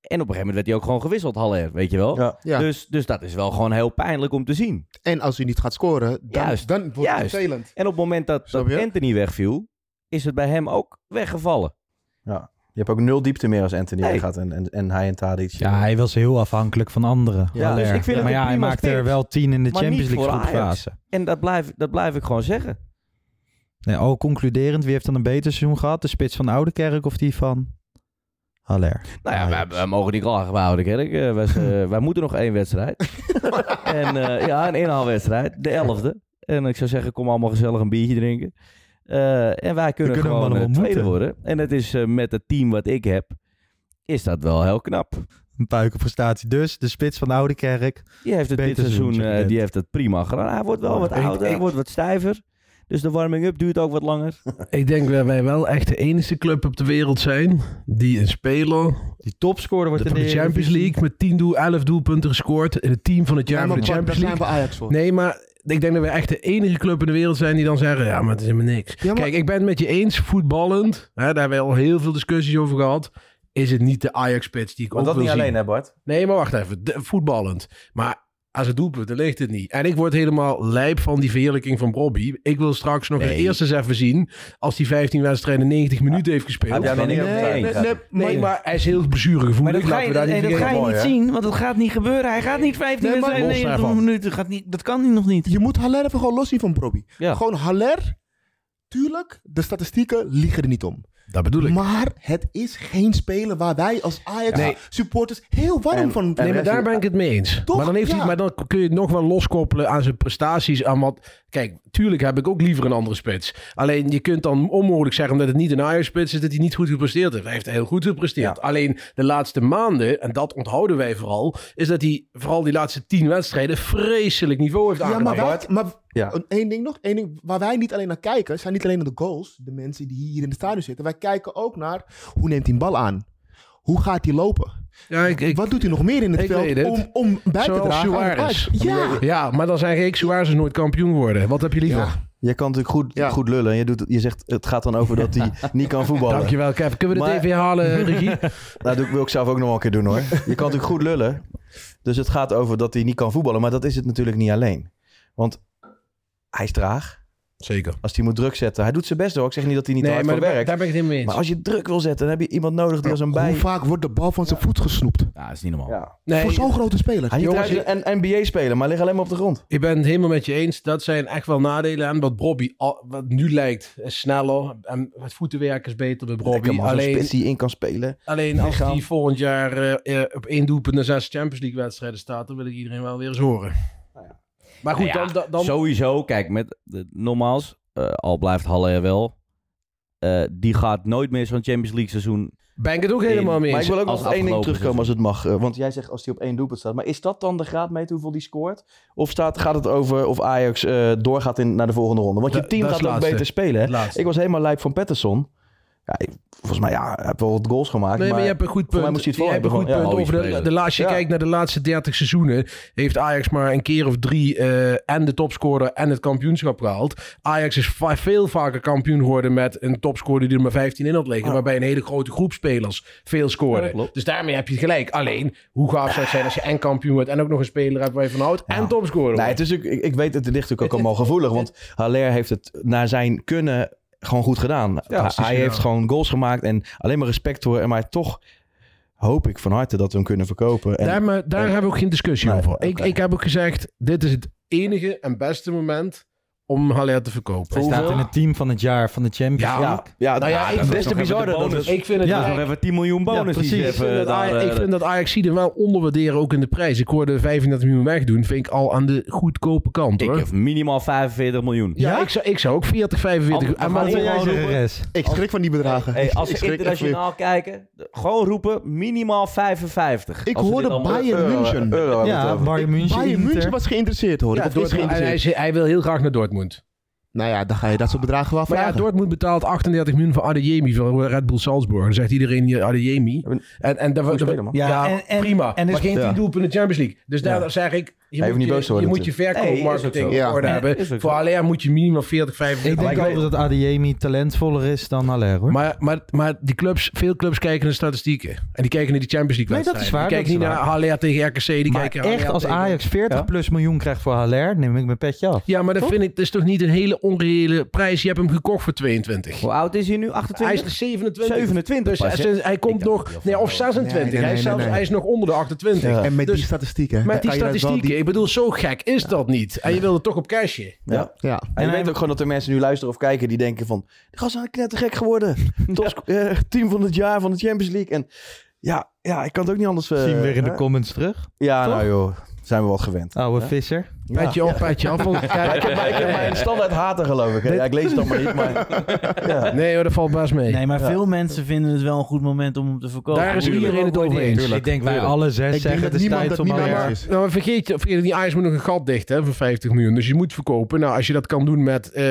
S8: en op een gegeven moment werd hij ook gewoon gewisseld, Haller, weet je wel.
S11: Ja.
S8: Dus, dus dat is wel gewoon heel pijnlijk om te zien.
S11: En als hij niet gaat scoren, dan,
S8: Juist.
S11: dan wordt het
S8: Juist.
S11: vervelend.
S8: En op het moment dat,
S11: Snap
S8: dat
S11: je?
S8: Anthony wegviel, is het bij hem ook weggevallen.
S9: Ja. Je hebt ook nul diepte meer als Anthony
S8: Nee.
S9: gaat en, en, en hij en Tadic.
S6: Ja, hij was heel afhankelijk van anderen.
S8: Ja,
S6: Haller.
S8: dus ik vind het
S6: maar
S8: een
S6: ja, hij
S8: prima
S6: maakte er
S8: spits,
S6: wel tien in de
S8: maar
S6: Champions
S8: niet
S6: League
S8: voor Ajax.
S6: groepfase.
S8: En dat blijf, dat blijf ik gewoon zeggen.
S6: Nee, al concluderend, wie heeft dan een beter seizoen gehad? De spits van Oudekerk of die van Haller?
S8: Nou ja, wij, wij mogen niet klagen bij Oude Kerk. Eh, wij, eh, wij moeten nog één wedstrijd. en, eh, ja, een inhaalwedstrijd. De elfde. En ik zou zeggen, kom allemaal gezellig een biertje drinken. Eh, en wij kunnen,
S6: kunnen hem
S8: gewoon
S6: allemaal
S8: eh, tweede
S6: ontmoeten.
S8: worden. En het is eh, met het team wat ik heb, is dat wel heel knap.
S6: Een puikenprestatie. Dus de spits van Oudekerk.
S8: Die heeft het
S6: Beter
S8: dit seizoen
S6: seizoen,
S8: eh,
S6: Jack.
S8: die heeft het prima gedaan. Hij wordt wel wat
S10: Ik-
S8: ouder, hij
S10: ik-
S8: wordt wat stijver. Dus de warming-up duurt ook wat langer.
S10: Ik denk dat wij wel echt de enige club op de wereld zijn die een speler
S6: die topscorer wordt
S10: de,
S6: in de
S10: Champions
S6: Eredivisie.
S10: League met 10 doel, 11 doelpunten gescoord in het team van het jaar
S11: Ja, maar
S10: voor de
S11: Bart,
S10: Champions
S11: daar
S10: League.
S11: zijn we Ajax voor.
S10: Nee, maar ik denk dat wij echt de enige club in de wereld zijn die dan zeggen, ja, maar het is helemaal niks. Kijk, ik ben het met je eens, voetballend, hè, daar hebben we al heel veel discussies over gehad, is het niet de Ajax-pits die ik
S9: Maar
S10: ook
S9: dat
S10: wil
S9: niet
S10: zien.
S9: alleen, hè Bart?
S10: Nee, maar wacht even. De- voetballend. Maar als het doelpunt, dan ligt het niet. En ik word helemaal lijp van die verheerlijking van Bobby. Ik wil straks nog
S8: Nee.
S10: het eerst eens even zien... als die 15 wedstrijden 90 minuten heeft gespeeld.
S8: Ah, daar ben ik
S10: nee,
S8: het niet
S10: nee,
S8: eens.
S10: nee, nee, maar hij is heel blessuregevoelig.
S12: Maar dat ga je,
S10: Laten we daar
S12: nee,
S10: niet
S12: dat ga je
S10: vergeten.
S12: niet zien, want dat gaat niet gebeuren. Hij gaat niet 15
S11: Nee, maar-
S12: wedstrijden
S11: Los
S12: 90
S11: daarvan.
S12: minuten. Gaat niet, dat kan hij nog niet.
S11: Je moet Haller even gewoon los zien van Probi.
S8: Ja.
S11: Gewoon Haller. Tuurlijk, de statistieken liegen er niet om.
S10: Dat bedoel ik.
S11: Maar het is geen speler waar wij als
S10: Nee.
S11: Ajax-supporters heel warm van
S10: Nee, maar daar ben ik het mee eens.
S11: Toch?
S10: Maar, dan heeft hij,
S11: Ja.
S10: maar dan kun je het nog wel loskoppelen aan zijn prestaties. Aan wat, kijk, tuurlijk heb ik ook liever een andere spits. Alleen je kunt dan onmogelijk zeggen, omdat het niet een Ajax-spits is, dat hij niet goed gepresteerd heeft. Hij heeft heel goed gepresteerd. Alleen de laatste maanden, en dat onthouden wij vooral, is dat hij vooral die laatste tien wedstrijden vreselijk niveau heeft
S11: Ja,
S10: aangenomen.
S11: maar, wij, maar
S9: Ja.
S11: een- één ding nog. één ding, waar wij niet alleen naar kijken, zijn niet alleen naar de goals. De mensen die hier in het stadion zitten. Wij kijken ook naar hoe neemt hij een bal aan? Hoe gaat hij lopen?
S10: Ja, ik, ik-
S11: Wat doet hij nog meer in het
S10: ik weet
S11: veld om,
S10: het.
S11: om bij te
S10: Zoals
S11: dragen? aan het Ajax?
S10: Suarez.
S11: Ja.
S10: Ja, maar dan zeg ik, Suarez is nooit kampioen geworden. Wat heb je liever?
S9: Ja. Je kan natuurlijk goed, goed lullen. En je, doet, je zegt, het gaat dan over dat hij niet kan voetballen.
S10: Dankjewel, Kev. Kunnen we dit
S9: Maar-
S10: even halen, eh, regie?
S9: Nou, dat wil ik zelf ook nog wel een keer doen hoor. Je kan natuurlijk goed lullen. Dus het gaat over dat hij niet kan voetballen. Maar dat is het natuurlijk niet alleen. Want hij is traag.
S10: Zeker.
S9: Als hij moet druk zetten. Hij doet zijn best hoor. Ik zeg niet dat hij niet
S10: Nee,
S9: te hard
S10: maar
S9: voor
S10: daar ben-
S9: werkt.
S10: daar ben ik het helemaal mee eens.
S9: Maar als je druk wil zetten, dan heb je iemand nodig die als een bij...
S11: Hoe vaak wordt de bal van zijn voet gesnoept?
S8: Ja, is niet normaal.
S11: Voor zo'n grote speler.
S9: Hij
S10: Jongens,
S9: is een NBA-speler, maar ligt alleen maar op de grond.
S10: Ik ben het helemaal met je eens. Dat zijn echt wel nadelen aan wat Bobby al- wat nu lijkt. Is sneller. En het voetenwerk is beter bij
S9: Lekker,
S10: Bobby.
S9: man, zo'n
S10: Alleen,
S9: spits die in kan spelen.
S10: alleen als
S9: Lichaam.
S10: hij volgend jaar eh, eh, op één doelpunt naar zes Champions League wedstrijden staat, dan wil ik iedereen wel weer eens horen. Maar goed,
S8: Nou ja,
S10: dan, dan, dan-
S8: Sowieso, kijk, met de, nogmaals, eh, al blijft Halle er wel. eh, die gaat nooit meer zo'n Champions League seizoen.
S10: Ben ik het ook helemaal mee
S8: in
S9: Maar
S8: als
S9: ik wil ook nog op één ding
S8: afgelopen
S9: terugkomen als
S8: seizoen.
S9: het mag. eh, Want jij zegt als hij op één doelpunt staat. Maar is dat dan de graadmeter hoeveel die scoort? Of staat, gaat het over of Ajax eh, doorgaat in, naar de volgende ronde? Want je
S10: Da-
S9: team
S10: dat is
S9: gaat ook
S10: laatste.
S9: beter spelen. hè?
S10: Laatste.
S9: Ik was helemaal lijp van Patterson. Ja, ik- volgens mij, ja, hij heeft wel wat goals gemaakt.
S10: Nee, maar, je hebt een goed
S9: voor mij
S10: punt.
S9: moest hij het
S10: Je
S9: vol
S10: hebt een
S9: hebben
S10: goed
S9: gewoon.
S10: punt
S9: Ja,
S10: over de,
S9: speler.
S10: de laatste, je
S9: Ja.
S10: kijkt naar de laatste 30 seizoenen, heeft Ajax maar een keer of drie eh, en de topscorer en het kampioenschap gehaald. Ajax is va- veel vaker kampioen geworden met een topscorer die er maar 15 in had
S9: Ah.
S10: liggen, waarbij een hele grote groep spelers veel scoorde. dus daarmee heb je gelijk. Alleen, hoe gaaf zou het zijn als je en kampioen wordt en ook nog een speler hebt waar je van houdt en topscorer
S9: Nee,
S10: wordt.
S9: het is ook, ik, ik weet, het ligt natuurlijk ook allemaal gevoelig. Want Haller heeft het naar zijn kunnen gewoon goed gedaan. hij
S10: precies, ja.
S9: heeft gewoon goals gemaakt en alleen maar respect voor hem. Maar toch hoop ik van harte dat we hem kunnen verkopen. En
S10: daar maar, daar hebben we ook geen discussie over. Ik,
S9: oké.
S10: ik heb ook gezegd, dit is het enige en beste moment om Haller te verkopen.
S6: Hij staat in het team van het jaar van de Champions
S10: Ja,
S6: League.
S9: ja,
S10: nou ja, ik vind
S9: des te bizarder dat we-
S10: Ik vind het
S6: Ja.
S10: echt-
S8: Nog even 10 miljoen bonus die ze
S10: Ik
S8: hebben
S10: vind dat
S8: daar,
S10: Aj-
S8: eh,
S10: ik vind dat Ajax er wel onderwaarderen ook in de prijs. Ik hoorde 35 miljoen wegdoen. Vind ik al aan de goedkope kant
S8: Ik
S10: hoor.
S8: heb minimaal 45 miljoen.
S10: ja, Ik, zou, ik zou ook 40, 45.
S8: Ander-
S10: en maar
S8: Ander-
S10: ik-
S8: Ander-
S10: gewoon-
S8: Ander-
S6: Res.
S11: Ik schrik van die bedragen.
S8: Hey,
S11: Ik-
S8: als
S11: ik
S8: ze
S11: schrik echt
S8: internationaal kijken, de- gewoon roepen minimaal 55.
S11: Ik
S8: Als we
S11: hoorde
S8: dit allemaal-
S11: Bayern
S8: Euro-
S11: München.
S9: Eh,
S8: euro hebben we het
S6: Ja,
S8: over.
S6: Bayern
S11: weer-
S6: München.
S11: Bayern München
S6: Inter.
S11: was geïnteresseerd hoor.
S10: Ja,
S11: of is
S10: Dortmund, en hij,
S11: geïnteresseerd.
S10: is- hij wil heel graag naar Dortmund.
S11: Nou ja, dan ga je dat soort bedragen wel
S10: Maar ja,
S11: vragen.
S10: Dortmund betaalt 38 miljoen voor Adeyemi van Red Bull Salzburg. Dan zegt iedereen hier Adeyemi. En, en daarvoor-
S9: Goeie speler, man.
S10: ja,
S12: Ja, en- en-
S10: prima.
S12: en is-
S10: maar geen
S9: Ja.
S10: 10 doelpunten in de Champions League. Dus daar zeg ik, je
S9: hoeft
S10: moet
S9: niet
S10: je,
S9: boos te worden
S10: je, moet je
S8: natuurlijk. Nee, is ook
S10: verkoopmarketing
S8: zo.
S10: op orde
S8: Ja. Is
S10: hebben.
S8: ook
S10: Voor
S8: zo.
S10: Alea moet je minimaal 40, 45
S6: Ik denk over dat Adeyemi talentvoller is dan Haller, hoor.
S10: Maar, maar, maar die clubs, veel clubs kijken naar statistieken. En die kijken naar die Champions League
S6: Nee, dat
S10: wedstrijden.
S6: is waar,
S10: Die
S6: dat
S10: kijken
S6: is
S10: niet
S6: waar.
S10: naar HLR tegen RKC. Die
S6: Maar
S10: kijken naar
S6: echt,
S10: HLR
S6: als
S10: tegen-
S6: Ajax 40 plus miljoen krijgt voor Haller, neem ik mijn petje af.
S10: Ja, maar dat vind ik dat is toch niet een hele onreële prijs. Je hebt hem gekocht voor 22.
S8: Hoe oud is hij nu? 28?
S10: Hij is 27.
S8: 27
S10: Dus
S8: pas,
S10: hij,
S8: hè?
S10: is- hij komt nog... Nee, of 26.
S11: Nee, nee,
S10: hij, is
S11: nee,
S10: zelfs,
S11: nee.
S10: hij is nog onder de 28.
S9: Ja.
S11: En met
S10: Dus
S11: die statistieken. dan
S10: Met die
S11: kan je dat wel
S10: statistieken.
S11: die-
S10: Ik bedoel, zo gek is dat niet. En je wil het toch op cashje.
S9: Ja.
S11: Ja.
S9: En je
S6: En hij-
S9: weet ook gewoon dat er mensen nu luisteren of kijken die denken van... De gasten zijn knettergek geworden. Top, eh, team van het jaar van de Champions League. En ja, ja ik kan het ook niet anders... eh,
S6: Zien we weer in de
S9: hè?
S6: comments terug.
S9: Ja,
S6: toch? Oh.
S9: nou joh. Zijn we wat gewend.
S6: Oude visser.
S9: Ja.
S10: Petje op, petje af. want-
S9: Ja, ik, heb,
S10: Kijk,
S9: mijn- ik heb mijn standaard hater geloof ik. hè. Ja, ik lees het dan maar niet, maar... Ja.
S10: Nee hoor, dat valt best mee.
S12: Nee, maar
S9: Ja.
S12: veel mensen vinden het wel een goed moment om hem te verkopen.
S10: Daar is
S12: Hoe je
S10: iedereen
S12: ook
S10: het over
S12: waardeert.
S10: eens.
S6: Ik denk wij
S9: Tuurlijk.
S6: alle zes
S11: Ik denk
S6: zeggen
S11: dat
S6: het is
S11: niemand
S6: tijd
S11: dat
S6: om
S11: niet
S6: Haller.
S11: meer
S10: Maar,
S11: is.
S10: nou, maar vergeet, je- vergeet je niet, Ajax moet nog een gat dichten hè, voor 50 miljoen. Dus je moet verkopen. Nou, als je dat kan doen met eh,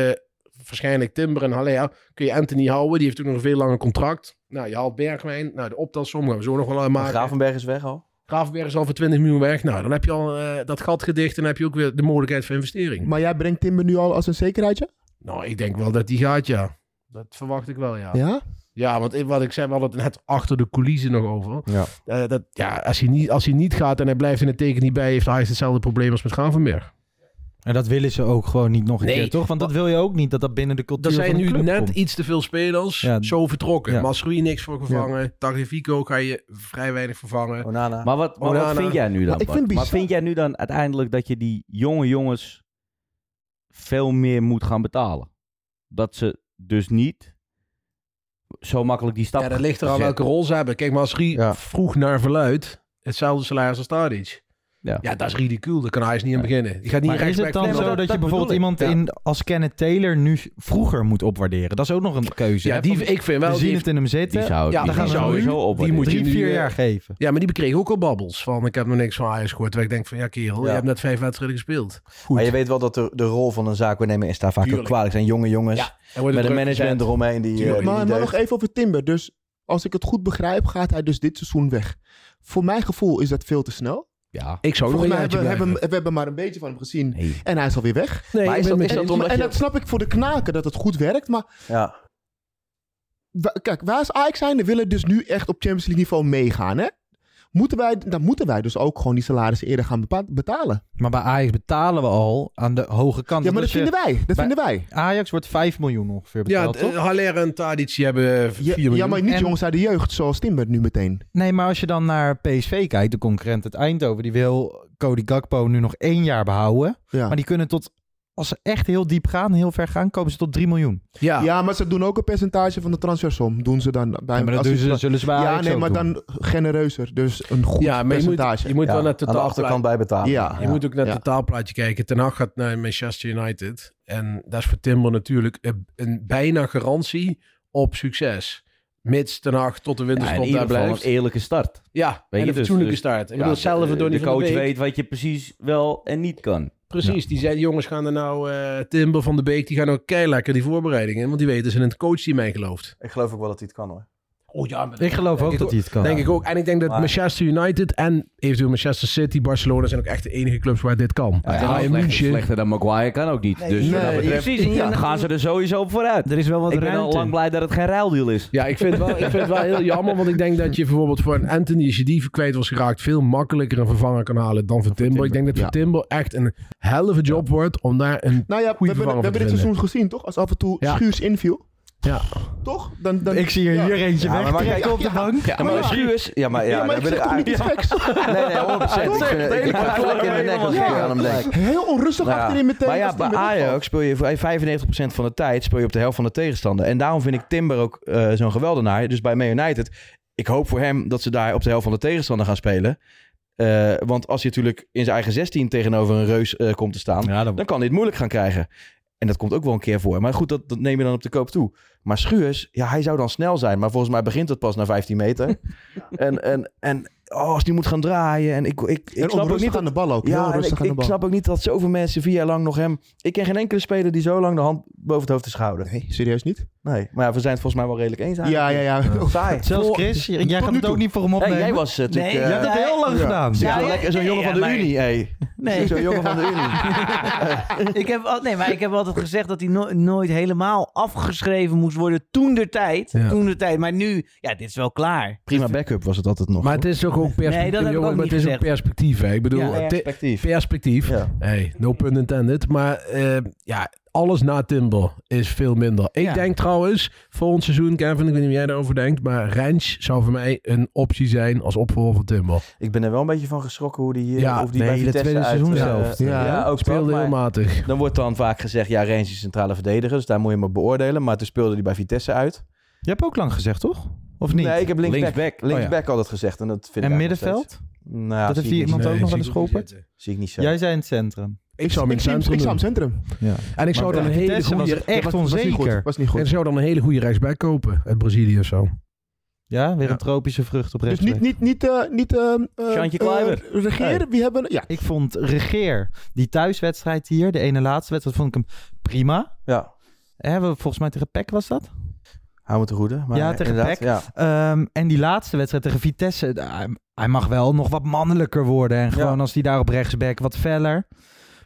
S10: waarschijnlijk Timber en Haller, kun je Anthony houden. Die heeft ook nog een veel langer contract. Nou, je haalt Bergwijn. Nou, de optelsom gaan we zo nog wel aan maken.
S9: Gravenberg is weg al.
S10: Gravenberg is al voor 20 miljoen weg. Nou, dan heb je al eh, dat gat gedicht en dan heb je ook weer de mogelijkheid voor investering.
S11: Maar jij brengt Timber nu al als een zekerheidje?
S10: Nou, ik denk wel dat die gaat, ja. Dat verwacht ik wel, ja. Ja,
S11: Ja?
S10: want ik- wat ik zei, we hadden het net achter de coulissen nog over.
S9: Ja.
S10: Eh, dat, ja, als, hij niet, als hij niet gaat en hij blijft in het teken niet bij, heeft Ajax hetzelfde probleem als met Gravenberg.
S6: En dat willen ze ook gewoon niet nog een
S10: Nee.
S6: keer, toch? Want dat wil je ook niet, dat dat binnen de
S10: Er
S6: cultuur van
S10: zijn
S6: de
S10: nu
S6: club
S10: net
S6: komt.
S10: iets te veel spelers
S6: Ja.
S10: zo vertrokken.
S6: Ja.
S10: Masrui niks voor gevangen. Tagliafico kan je vrij weinig vervangen.
S9: Onana.
S8: Maar wat, maar wat
S10: Onana.
S8: vind jij nu dan?
S11: Maar ik
S8: Bart?
S11: vind het
S8: maar
S11: bizar.
S8: vind jij nu dan uiteindelijk dat je die jonge jongens veel meer moet gaan betalen? Dat ze dus niet zo makkelijk die stap
S10: Ja, dat ligt er aan
S8: zetten.
S10: welke rol ze hebben. Kijk, Masrui
S9: Ja.
S10: vroeg naar verluid hetzelfde salaris als Tadic.
S8: Ja.
S10: Ja. dat is ridicuul. Daar kan Ajax niet aan
S8: Ja.
S10: beginnen. Die gaat niet
S6: Maar is het
S10: respect
S6: dan
S8: Nee,
S6: zo
S8: maar
S6: dat,
S8: dat-
S6: je
S8: dat
S6: bijvoorbeeld
S8: bedoel
S6: iemand in, als Kenneth Taylor nu vroeger moet opwaarderen? Dat is ook nog een keuze.
S10: Ja,
S6: hè?
S10: die,
S6: Van,
S10: ik vind wel...
S6: we
S10: die
S6: zien het in hem zitten.
S8: Die zou ik
S10: Ja,
S8: die
S10: dan gaan
S8: zou
S10: we nu-
S8: sowieso op.
S10: die moet je
S6: drie,
S10: nu,
S6: vier
S10: eh,
S6: jaar geven.
S10: Ja, maar die bekreeg ook al babbels van ik heb nog niks van Ajax gehoord. Terwijl ik denk van ja kerel,
S9: Ja.
S10: je hebt net vijf wedstrijden gespeeld.
S9: Maar je weet wel dat de, de rol van een zaakwaarnemer is daar vaak ook
S10: Tuurlijk.
S9: kwalijk. zijn jonge jongens
S10: En wordt het
S9: met een
S10: druk gezet.
S9: management eromheen die, eh,
S10: Tuurlijk.
S9: die
S11: Maar,
S9: niet
S11: maar
S9: deugt.
S11: nog even over Timber. Dus als ik het goed begrijp, gaat hij dus dit seizoen weg. Voor mijn gevoel is dat veel te snel.
S8: Ja.
S10: Ik zou
S11: Volgens
S10: nog Oh, een
S11: mij
S10: jaartje
S11: hebben, hebben,
S10: blijven.
S11: we hebben maar een beetje van hem gezien.
S8: Nee.
S11: En hij is alweer weg.
S10: Nee,
S9: Maar
S10: ik
S9: is
S10: ben
S9: dat-
S10: met
S9: is
S10: je
S9: dat
S11: en,
S9: omdat
S11: en
S9: je-
S11: dat snap ik voor de knaken, dat het goed werkt. Maar
S9: Ja.
S11: wa- kijk, wij als Ajax zijn, willen dus nu echt op Champions League niveau meegaan. Hè? Moeten wij, dan moeten wij dus ook gewoon die salarissen eerder gaan bepa- betalen.
S6: Maar bij Ajax betalen we al aan de hoge kant.
S11: Ja, maar
S6: Dus
S11: dat
S6: je-
S11: vinden wij, dat
S6: bij
S11: vinden wij.
S6: Ajax wordt 5 miljoen ongeveer
S10: Ja,
S6: betaald,
S10: d-
S6: toch?
S10: Haller en Tadic die hebben 4
S11: Ja,
S10: miljoen.
S11: ja, maar niet
S6: En-
S11: jongens uit de jeugd, zoals Timber nu meteen.
S6: Nee, maar als je dan naar PSV kijkt, de concurrent het Eindhoven, die wil Cody Gakpo nu nog één jaar behouden.
S11: Ja.
S6: Maar die kunnen tot, als ze echt heel diep gaan, heel ver gaan, komen ze tot 3 miljoen.
S10: Ja.
S11: maar ze doen ook een percentage van de transfersom. Doen ze dan bij
S6: Ja, maar dat
S11: als
S6: doen
S11: je-
S6: ze- dus zullen ze bij
S11: Ja,
S6: Ajax
S11: nee,
S6: ook
S11: maar
S6: doen.
S11: dan genereuzer. Dus een goed
S10: Ja, maar je moet,
S11: percentage.
S10: je moet wel naar totaal
S11: Ja,
S10: je moet ook naar het totaalplaatje kijken. Ten Hag gaat naar Manchester United. En dat is voor Timber natuurlijk een, een bijna garantie op succes. Mits Ten Hag tot de
S8: Ja, in
S10: winterstop
S8: ieder
S10: daar
S8: geval
S10: blijft.
S8: een eerlijke start.
S10: Ja, en een
S8: dus-
S10: fatsoenlijke
S8: dus-
S10: start. Ik
S8: ja,
S10: bedoel, hetzelfde
S8: de-
S10: voor Donny
S8: De
S10: van de
S8: coach
S10: Beek.
S8: weet wat je precies wel en niet kan.
S10: Precies, die zei, die jongens gaan er nou, eh, Timber van de Beek, die gaan ook lekker die voorbereidingen. Want die weten, ze zijn in het coachteam mij gelooft.
S9: Ik geloof ook wel dat hij het kan hoor.
S10: Oh ja, maar
S6: Ik geloof ook
S10: ik
S6: dat hij het kan.
S10: Denk ik ook. En ik denk dat
S6: Maar-
S10: Manchester United en eventueel Manchester City, Barcelona zijn ook echt de enige clubs waar dit kan.
S8: Ja,
S10: en in
S8: slechter,
S10: München.
S8: slechter dan Maguire kan ook niet.
S10: Nee,
S8: dus wat
S10: nee,
S8: dat betreft
S10: precies. En
S8: ja,
S10: je-
S8: gaan ze er sowieso op vooruit.
S6: Er is wel wat
S8: Ik ben al
S10: ruimte.
S8: lang blij dat het geen ruildeal is.
S10: Ja, ik vind, het wel, ik vind het wel heel jammer. Want ik denk dat je bijvoorbeeld voor een Anthony, als je die kwijt was geraakt, veel makkelijker een vervanger kan halen dan voor Timber. Ik denk dat voor Timber echt een helve job wordt om daar een
S11: Nou ja, we
S10: goede
S11: hebben, we
S10: vervanger
S11: hebben
S10: voor
S11: dit
S10: te
S11: seizoen
S10: vinden.
S11: gezien, toch? Als af en toe
S10: Ja.
S11: Schuurs inviel.
S10: Ja.
S11: Toch? Dan, dan,
S6: Ik zie er hier eentje
S11: weg.
S6: wegtrekken op de bank.
S9: Ja, maar Schuurs... Ja, maar ja,
S11: Ja, maar
S9: daar
S11: ik
S9: ben
S11: zeg toch niet iets
S9: eigenlijk-
S11: geks?
S9: Nee, nee, 100%. Ik
S11: Toch?
S9: vind- ik vind het gelijk in de nek als ik aan hem denk.
S11: Heel onrustig
S9: Nou ja,
S11: achterin meteen.
S9: Maar ja,
S11: als die
S9: bij
S11: met opvalt.
S9: Ajax speel je voor 95% van de tijd speel je op de helft van de tegenstander. En daarom vind ik Timber ook eh, zo'n geweldenaar. Dus bij Man United, ik hoop voor hem dat ze daar op de helft van de tegenstander gaan spelen. Eh, want als hij natuurlijk in zijn eigen 16 tegenover een reus eh, komt te staan, dan... kan hij het moeilijk gaan krijgen. En dat komt ook wel een keer voor. Maar goed, dat, dat neem je dan op de koop toe. Maar Schuurs, ja, hij zou dan snel zijn. Maar volgens mij begint dat pas na 15 meter. en en, en oh, als die moet gaan draaien. En ik, ik, ik
S11: En
S9: snap ook
S11: onrustig
S9: niet
S11: aan de bal ook. Heel
S9: Ja, en
S11: onrustig
S9: ik,
S11: aan de
S9: ik
S11: bal.
S9: snap ook niet dat zoveel mensen vier jaar lang nog hem... Ik ken geen enkele speler die zo lang de hand boven het hoofd is gehouden.
S11: Nee, serieus niet?
S9: Nee, maar ja, we zijn het volgens mij wel redelijk eens.
S11: Ja, ja,
S9: eigenlijk.
S11: ja.
S9: Saai.
S6: Zelfs
S9: Voor-
S6: Chris, jij
S9: Tot
S6: gaat
S9: nu
S6: het
S9: toe.
S6: ook niet voor hem opnemen.
S9: Nee, jij was het.
S6: Nee, jij hebt het heel lang gedaan.
S9: Ja,
S13: Ja,
S9: lekker zo'n jongen
S13: ja,
S9: van de
S13: maar-
S9: Unie, hé.
S13: Nee.
S9: Zo'n jongen van de Unie.
S13: ik heb, al- nee, maar ik heb altijd gezegd dat hij no- nooit helemaal afgeschreven moest worden toen der tijd.
S9: Ja.
S13: Toen der tijd. Maar nu, ja, dit is wel klaar.
S9: Prima backup was het altijd nog.
S10: Maar het is toch ook perspectief.
S13: Nee, dat heb ik
S10: jongen,
S13: ook
S10: maar
S13: niet
S10: het is ook
S13: gezegd.
S10: perspectief. Hè? Ik bedoel,
S13: Ja,
S10: het-
S9: perspectief.
S10: perspectief. Hey, no pun intended. Maar eh, ja, alles na Timber is veel minder. Ik denk trouwens, volgend seizoen, Kevin, ik weet niet hoe jij daarover denkt, maar Rens zou voor mij een optie zijn als opvolger van Timber.
S9: Ik ben er wel een beetje van geschrokken hoe die, eh,
S10: Ja,
S9: of die
S10: nee,
S9: bij
S10: dat
S9: Vitesse
S10: tweede
S9: uit,
S10: seizoen
S9: eh,
S10: zelf.
S9: eh,
S10: Ja,
S9: ook
S10: speelde
S9: speelt,
S10: heel
S9: maar
S10: matig.
S9: Dan wordt dan vaak gezegd, ja, Rens is centrale verdediger, dus daar moet je maar beoordelen. Maar toen speelde hij bij Vitesse uit.
S6: Je hebt ook lang gezegd, toch? Of niet?
S9: Nee, ik heb linksback
S6: Linksback.
S9: linksback
S6: Oh ja.
S9: altijd gezegd. En, dat vind
S6: En
S9: ik eigenlijk
S6: middenveld?
S9: nog steeds. Nou, ja,
S6: dat
S9: zie
S6: heeft hier
S9: ik niet.
S6: iemand ook nog wel eens
S10: zie ik niet
S6: geholpen.
S9: Zie ik niet zo.
S6: Jij zei in het centrum.
S10: Ik zou hem in
S11: Ik zie hem-
S10: het
S11: ik zou
S10: centrum
S11: hem centrum.
S6: Ja.
S10: En ik zou
S6: Maar
S10: dan een
S6: tegen
S10: hele
S6: Vitesse was
S10: goede...
S6: het echt
S10: was- was niet
S6: onzeker.
S10: goed.
S11: Was niet
S10: En ik zou dan een hele goede rechtsback kopen uit Brazilië of zo.
S6: Ja, weer een tropische vrucht op
S11: Dus
S6: rechts.
S11: niet, niet, niet, eh niet eh eh,
S6: Sjantje
S11: eh,
S6: Kluivert.
S11: regeren, wie hebben... Ja,
S6: Ik vond Regeer, die thuiswedstrijd hier, de ene laatste wedstrijd, vond ik hem prima.
S9: Ja.
S6: Hè, we- volgens mij tegen PEC was dat?
S9: Hou me te goede. Maar
S6: ja, tegen
S9: inderdaad,
S6: PEC. Ehm, en die laatste wedstrijd tegen Vitesse, eh, hij, hij mag wel nog wat mannelijker worden. En gewoon als hij daar op rechtsback wat feller.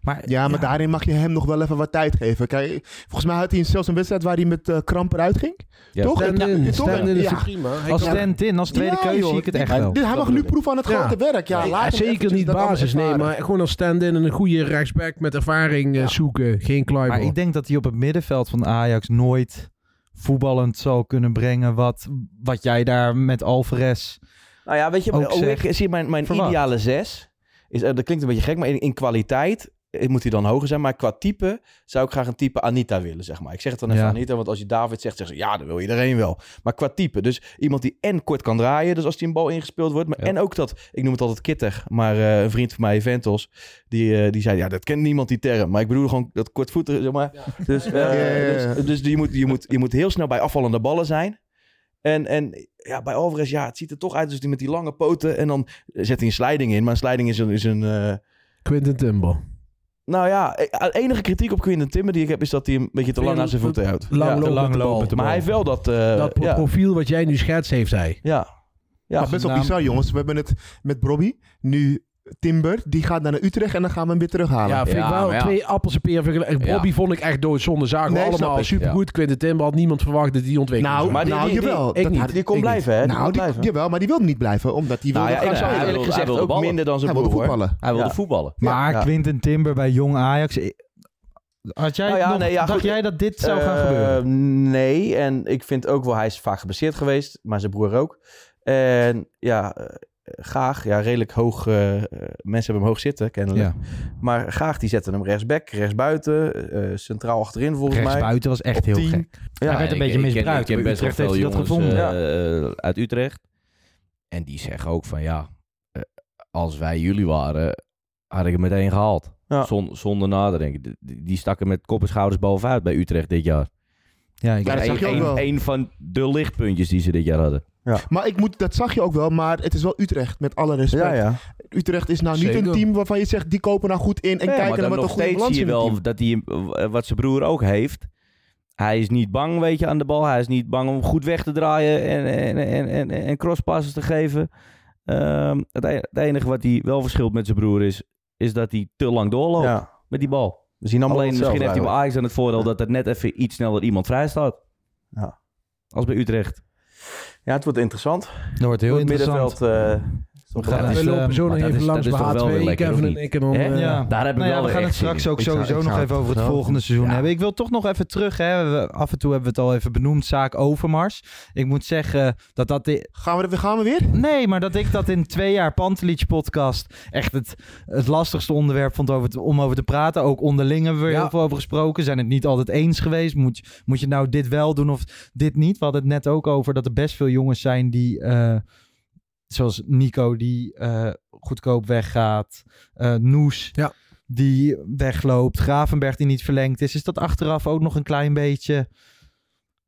S6: Maar,
S11: Ja, maar daarin mag je hem nog wel even wat tijd geven. Kijk, volgens mij had hij zelfs een wedstrijd waar hij met eh kramp eruit ging.
S9: Ja.
S11: Toch?
S10: Stand-in.
S11: Ja, toch?
S10: Stand-in is
S11: Ja.
S10: toch prima? Hij
S6: Als
S10: kan-
S6: stand-in, als tweede
S11: Ja,
S6: keuze
S11: joh,
S6: zie ik het
S11: die-
S6: echt wel.
S11: Dit, hij mag nu proeven aan het grote werk. Ja,
S10: Nee,
S11: laat hem
S10: zeker
S11: eventjes
S10: niet
S11: dat allemaal
S10: basis, nee,
S11: ervaren.
S10: maar gewoon als stand-in en een goede rechtsback met ervaring eh, zoeken. Geen
S6: Maar
S10: Kluiber.
S6: ik denk dat hij op het middenveld van Ajax nooit voetballend zal kunnen brengen wat, wat jij daar met Alvarez...
S9: Nou ja, weet je,
S6: Ook
S9: maar hoe
S6: zeg,
S9: ik zie mijn, mijn
S6: verwacht.
S9: ideale zes. Is, eh, dat klinkt een beetje gek, maar in, in kwaliteit eh, moet hij dan hoger zijn. Maar qua type zou ik graag een type Anita willen, zeg maar. Ik zeg het dan even
S6: Ja.
S9: Anita, want als je David zegt, zeggen ze ja, dat wil iedereen wel. Maar qua type, dus iemand die en kort kan draaien, dus als die een bal ingespeeld wordt. Maar en ook dat, ik noem het altijd kittig, maar eh, een vriend van mij, Ventos, die, eh, die zei, ja, dat kent niemand die term. Maar ik bedoel gewoon dat kortvoetig, zeg maar. Dus, eh,
S11: Ja, ja, ja.
S9: dus, dus je, moet, je, moet, je moet heel snel bij afvallende ballen zijn. En, en ja, bij Alvarez, ja, het ziet er toch uit alsof hij met die lange poten... en dan zet hij een sliding in, maar een sliding is een... Is een eh,
S10: Quinten Timber.
S9: nou ja, eh, enige kritiek op Quinten Timber die ik heb... is dat hij een beetje te lang aan zijn voeten houdt.
S10: Lang lopen
S9: ja, te
S10: met de bal.
S9: lopen. Maar hij heeft wel dat... eh,
S10: dat pro-
S9: ja,
S10: profiel wat jij nu schetst, heeft hij.
S9: ja. Ja.
S11: Maar best wel
S9: Nou,
S11: bizar, jongens. We hebben het met Bobby. Nu eh, Timber, die gaat naar Utrecht en dan gaan we hem weer terughalen.
S10: Ja, vind ik wel twee appels en peren. vind ik- echt, Bobby
S11: Ja.
S10: vond ik echt doodzonde. Zagen we
S11: Nee, snap
S10: allemaal
S11: ik,
S10: supergoed. Quinten Timber had niemand verwacht dat die ontwikkeld
S11: Nou,
S10: zou
S11: maar
S10: worden.
S11: nou jawel.
S10: ik
S11: dat
S10: niet.
S11: had-
S10: Die kon
S11: ik niet.
S10: blijven, hè? Die
S11: Nou,
S10: kon
S11: die,
S10: blijven.
S11: jawel, maar die wilde niet blijven, omdat die
S9: Nou
S11: wilde
S9: ja, ik-
S11: gaan
S9: hij
S11: spelen.
S9: wilde- hij wilde ballen. Hij wilde voetballen. Hij wilde voetballen.
S6: Maar
S9: Ja.
S6: Quinten Timber bij Jong Ajax... eh, Had jij
S9: Nou ja,
S6: nog-
S9: nee, ja,
S6: dacht
S9: goed.
S6: jij dat dit zou gaan
S9: Eh,
S6: gebeuren?
S9: Nee, en ik vind ook wel, hij is vaak geblesseerd geweest, maar zijn broer ook. En ja, eh, Gaag, ja, redelijk hoog, eh, eh, mensen hebben hem hoog zitten, kennelijk. Maar Gaag, die zette hem rechtsback, rechtsbuiten, eh centraal achterin volgens mij.
S6: Rechtsbuiten was echt
S9: Op
S6: heel
S9: tien.
S6: gek. Hij werd een
S8: ik-
S6: beetje
S8: ik ken-
S6: misbruikt.
S8: Ik ken
S6: Bij
S8: best wel
S6: Utrecht
S8: veel
S6: heeft hij dat
S8: jongens eh, eh, uit Utrecht. En die zeggen ook van ja, eh, als wij jullie waren, had ik hem meteen gehaald. Zon- zonder nadenken. D- Die, die stakken met kop en schouders bovenuit bij Utrecht dit jaar.
S6: Ja,
S11: Ja, dat zag je ook wel.
S8: Een van de lichtpuntjes die ze dit jaar hadden.
S11: Maar ik moet, dat zag je ook wel, maar het is wel Utrecht, met alle respect.
S8: Ja, ja.
S11: Utrecht is nou niet
S8: Zeker.
S11: een team waarvan je zegt, die kopen nou goed in en
S8: Ja,
S11: kijken naar
S8: maar dan
S11: wat een
S8: nog
S11: goede
S8: steeds
S11: balans
S8: zie je
S11: in het team.
S8: wel dat hij, eh, wat zijn broer ook heeft. Hij is niet bang, weet je, aan de bal. Hij is niet bang om goed weg te draaien en, en, en, en, en crosspasses te geven. Ehm, het, e- het enige wat hij wel verschilt met zijn broer is, is dat hij te lang doorloopt met die bal.
S9: We zien allemaal
S8: Alleen misschien
S9: hetzelfde
S8: heeft hij bij
S9: eigenlijk.
S8: Ajax aan het voordeel dat er net even iets sneller iemand vrij staat.
S9: Ja.
S8: Als bij Utrecht.
S9: Ja, het wordt interessant.
S6: Dat wordt heel
S9: Op het
S6: interessant.
S9: middenveld, eh,
S6: We
S9: soms
S6: gaan
S9: wel-
S6: het, eh,
S10: lopen zo nog
S8: Maar dat
S10: even
S8: is-
S10: langs
S8: dat is
S10: bij
S8: toch wel
S10: H2.
S8: weer
S10: Ik
S8: lekker,
S10: heb
S8: of
S10: een-
S8: niet?
S10: ik heb een,
S8: Hè?
S10: eh,
S6: Ja.
S8: Daar heb ik
S6: Nou ja,
S8: wel
S6: we gaan
S8: echt
S6: het straks
S8: zin in.
S6: ook
S8: Ik zou-
S6: sowieso
S8: ik
S6: nog
S8: zou
S6: even
S8: het
S6: over het
S8: wel-
S6: volgende seizoen hebben. Ik wil toch nog even terug. Hè. We- Af en toe hebben we het al even benoemd, zaak Overmars. Ik moet zeggen dat dat...
S11: Gaan we, gaan we weer?
S6: Nee, maar dat ik dat in twee jaar Pantelich podcast echt het, het lastigste onderwerp vond over te- om over te praten. Ook onderling hebben we er heel veel over gesproken. Zijn het niet altijd eens geweest. Moet, je- moet je nou dit wel doen of dit niet? We hadden het net ook over dat er best veel jongens zijn die... eh, zoals Nico die eh, goedkoop weggaat. eh Noes die wegloopt. Gravenberg die niet verlengd is. Is dat achteraf ook nog een klein beetje...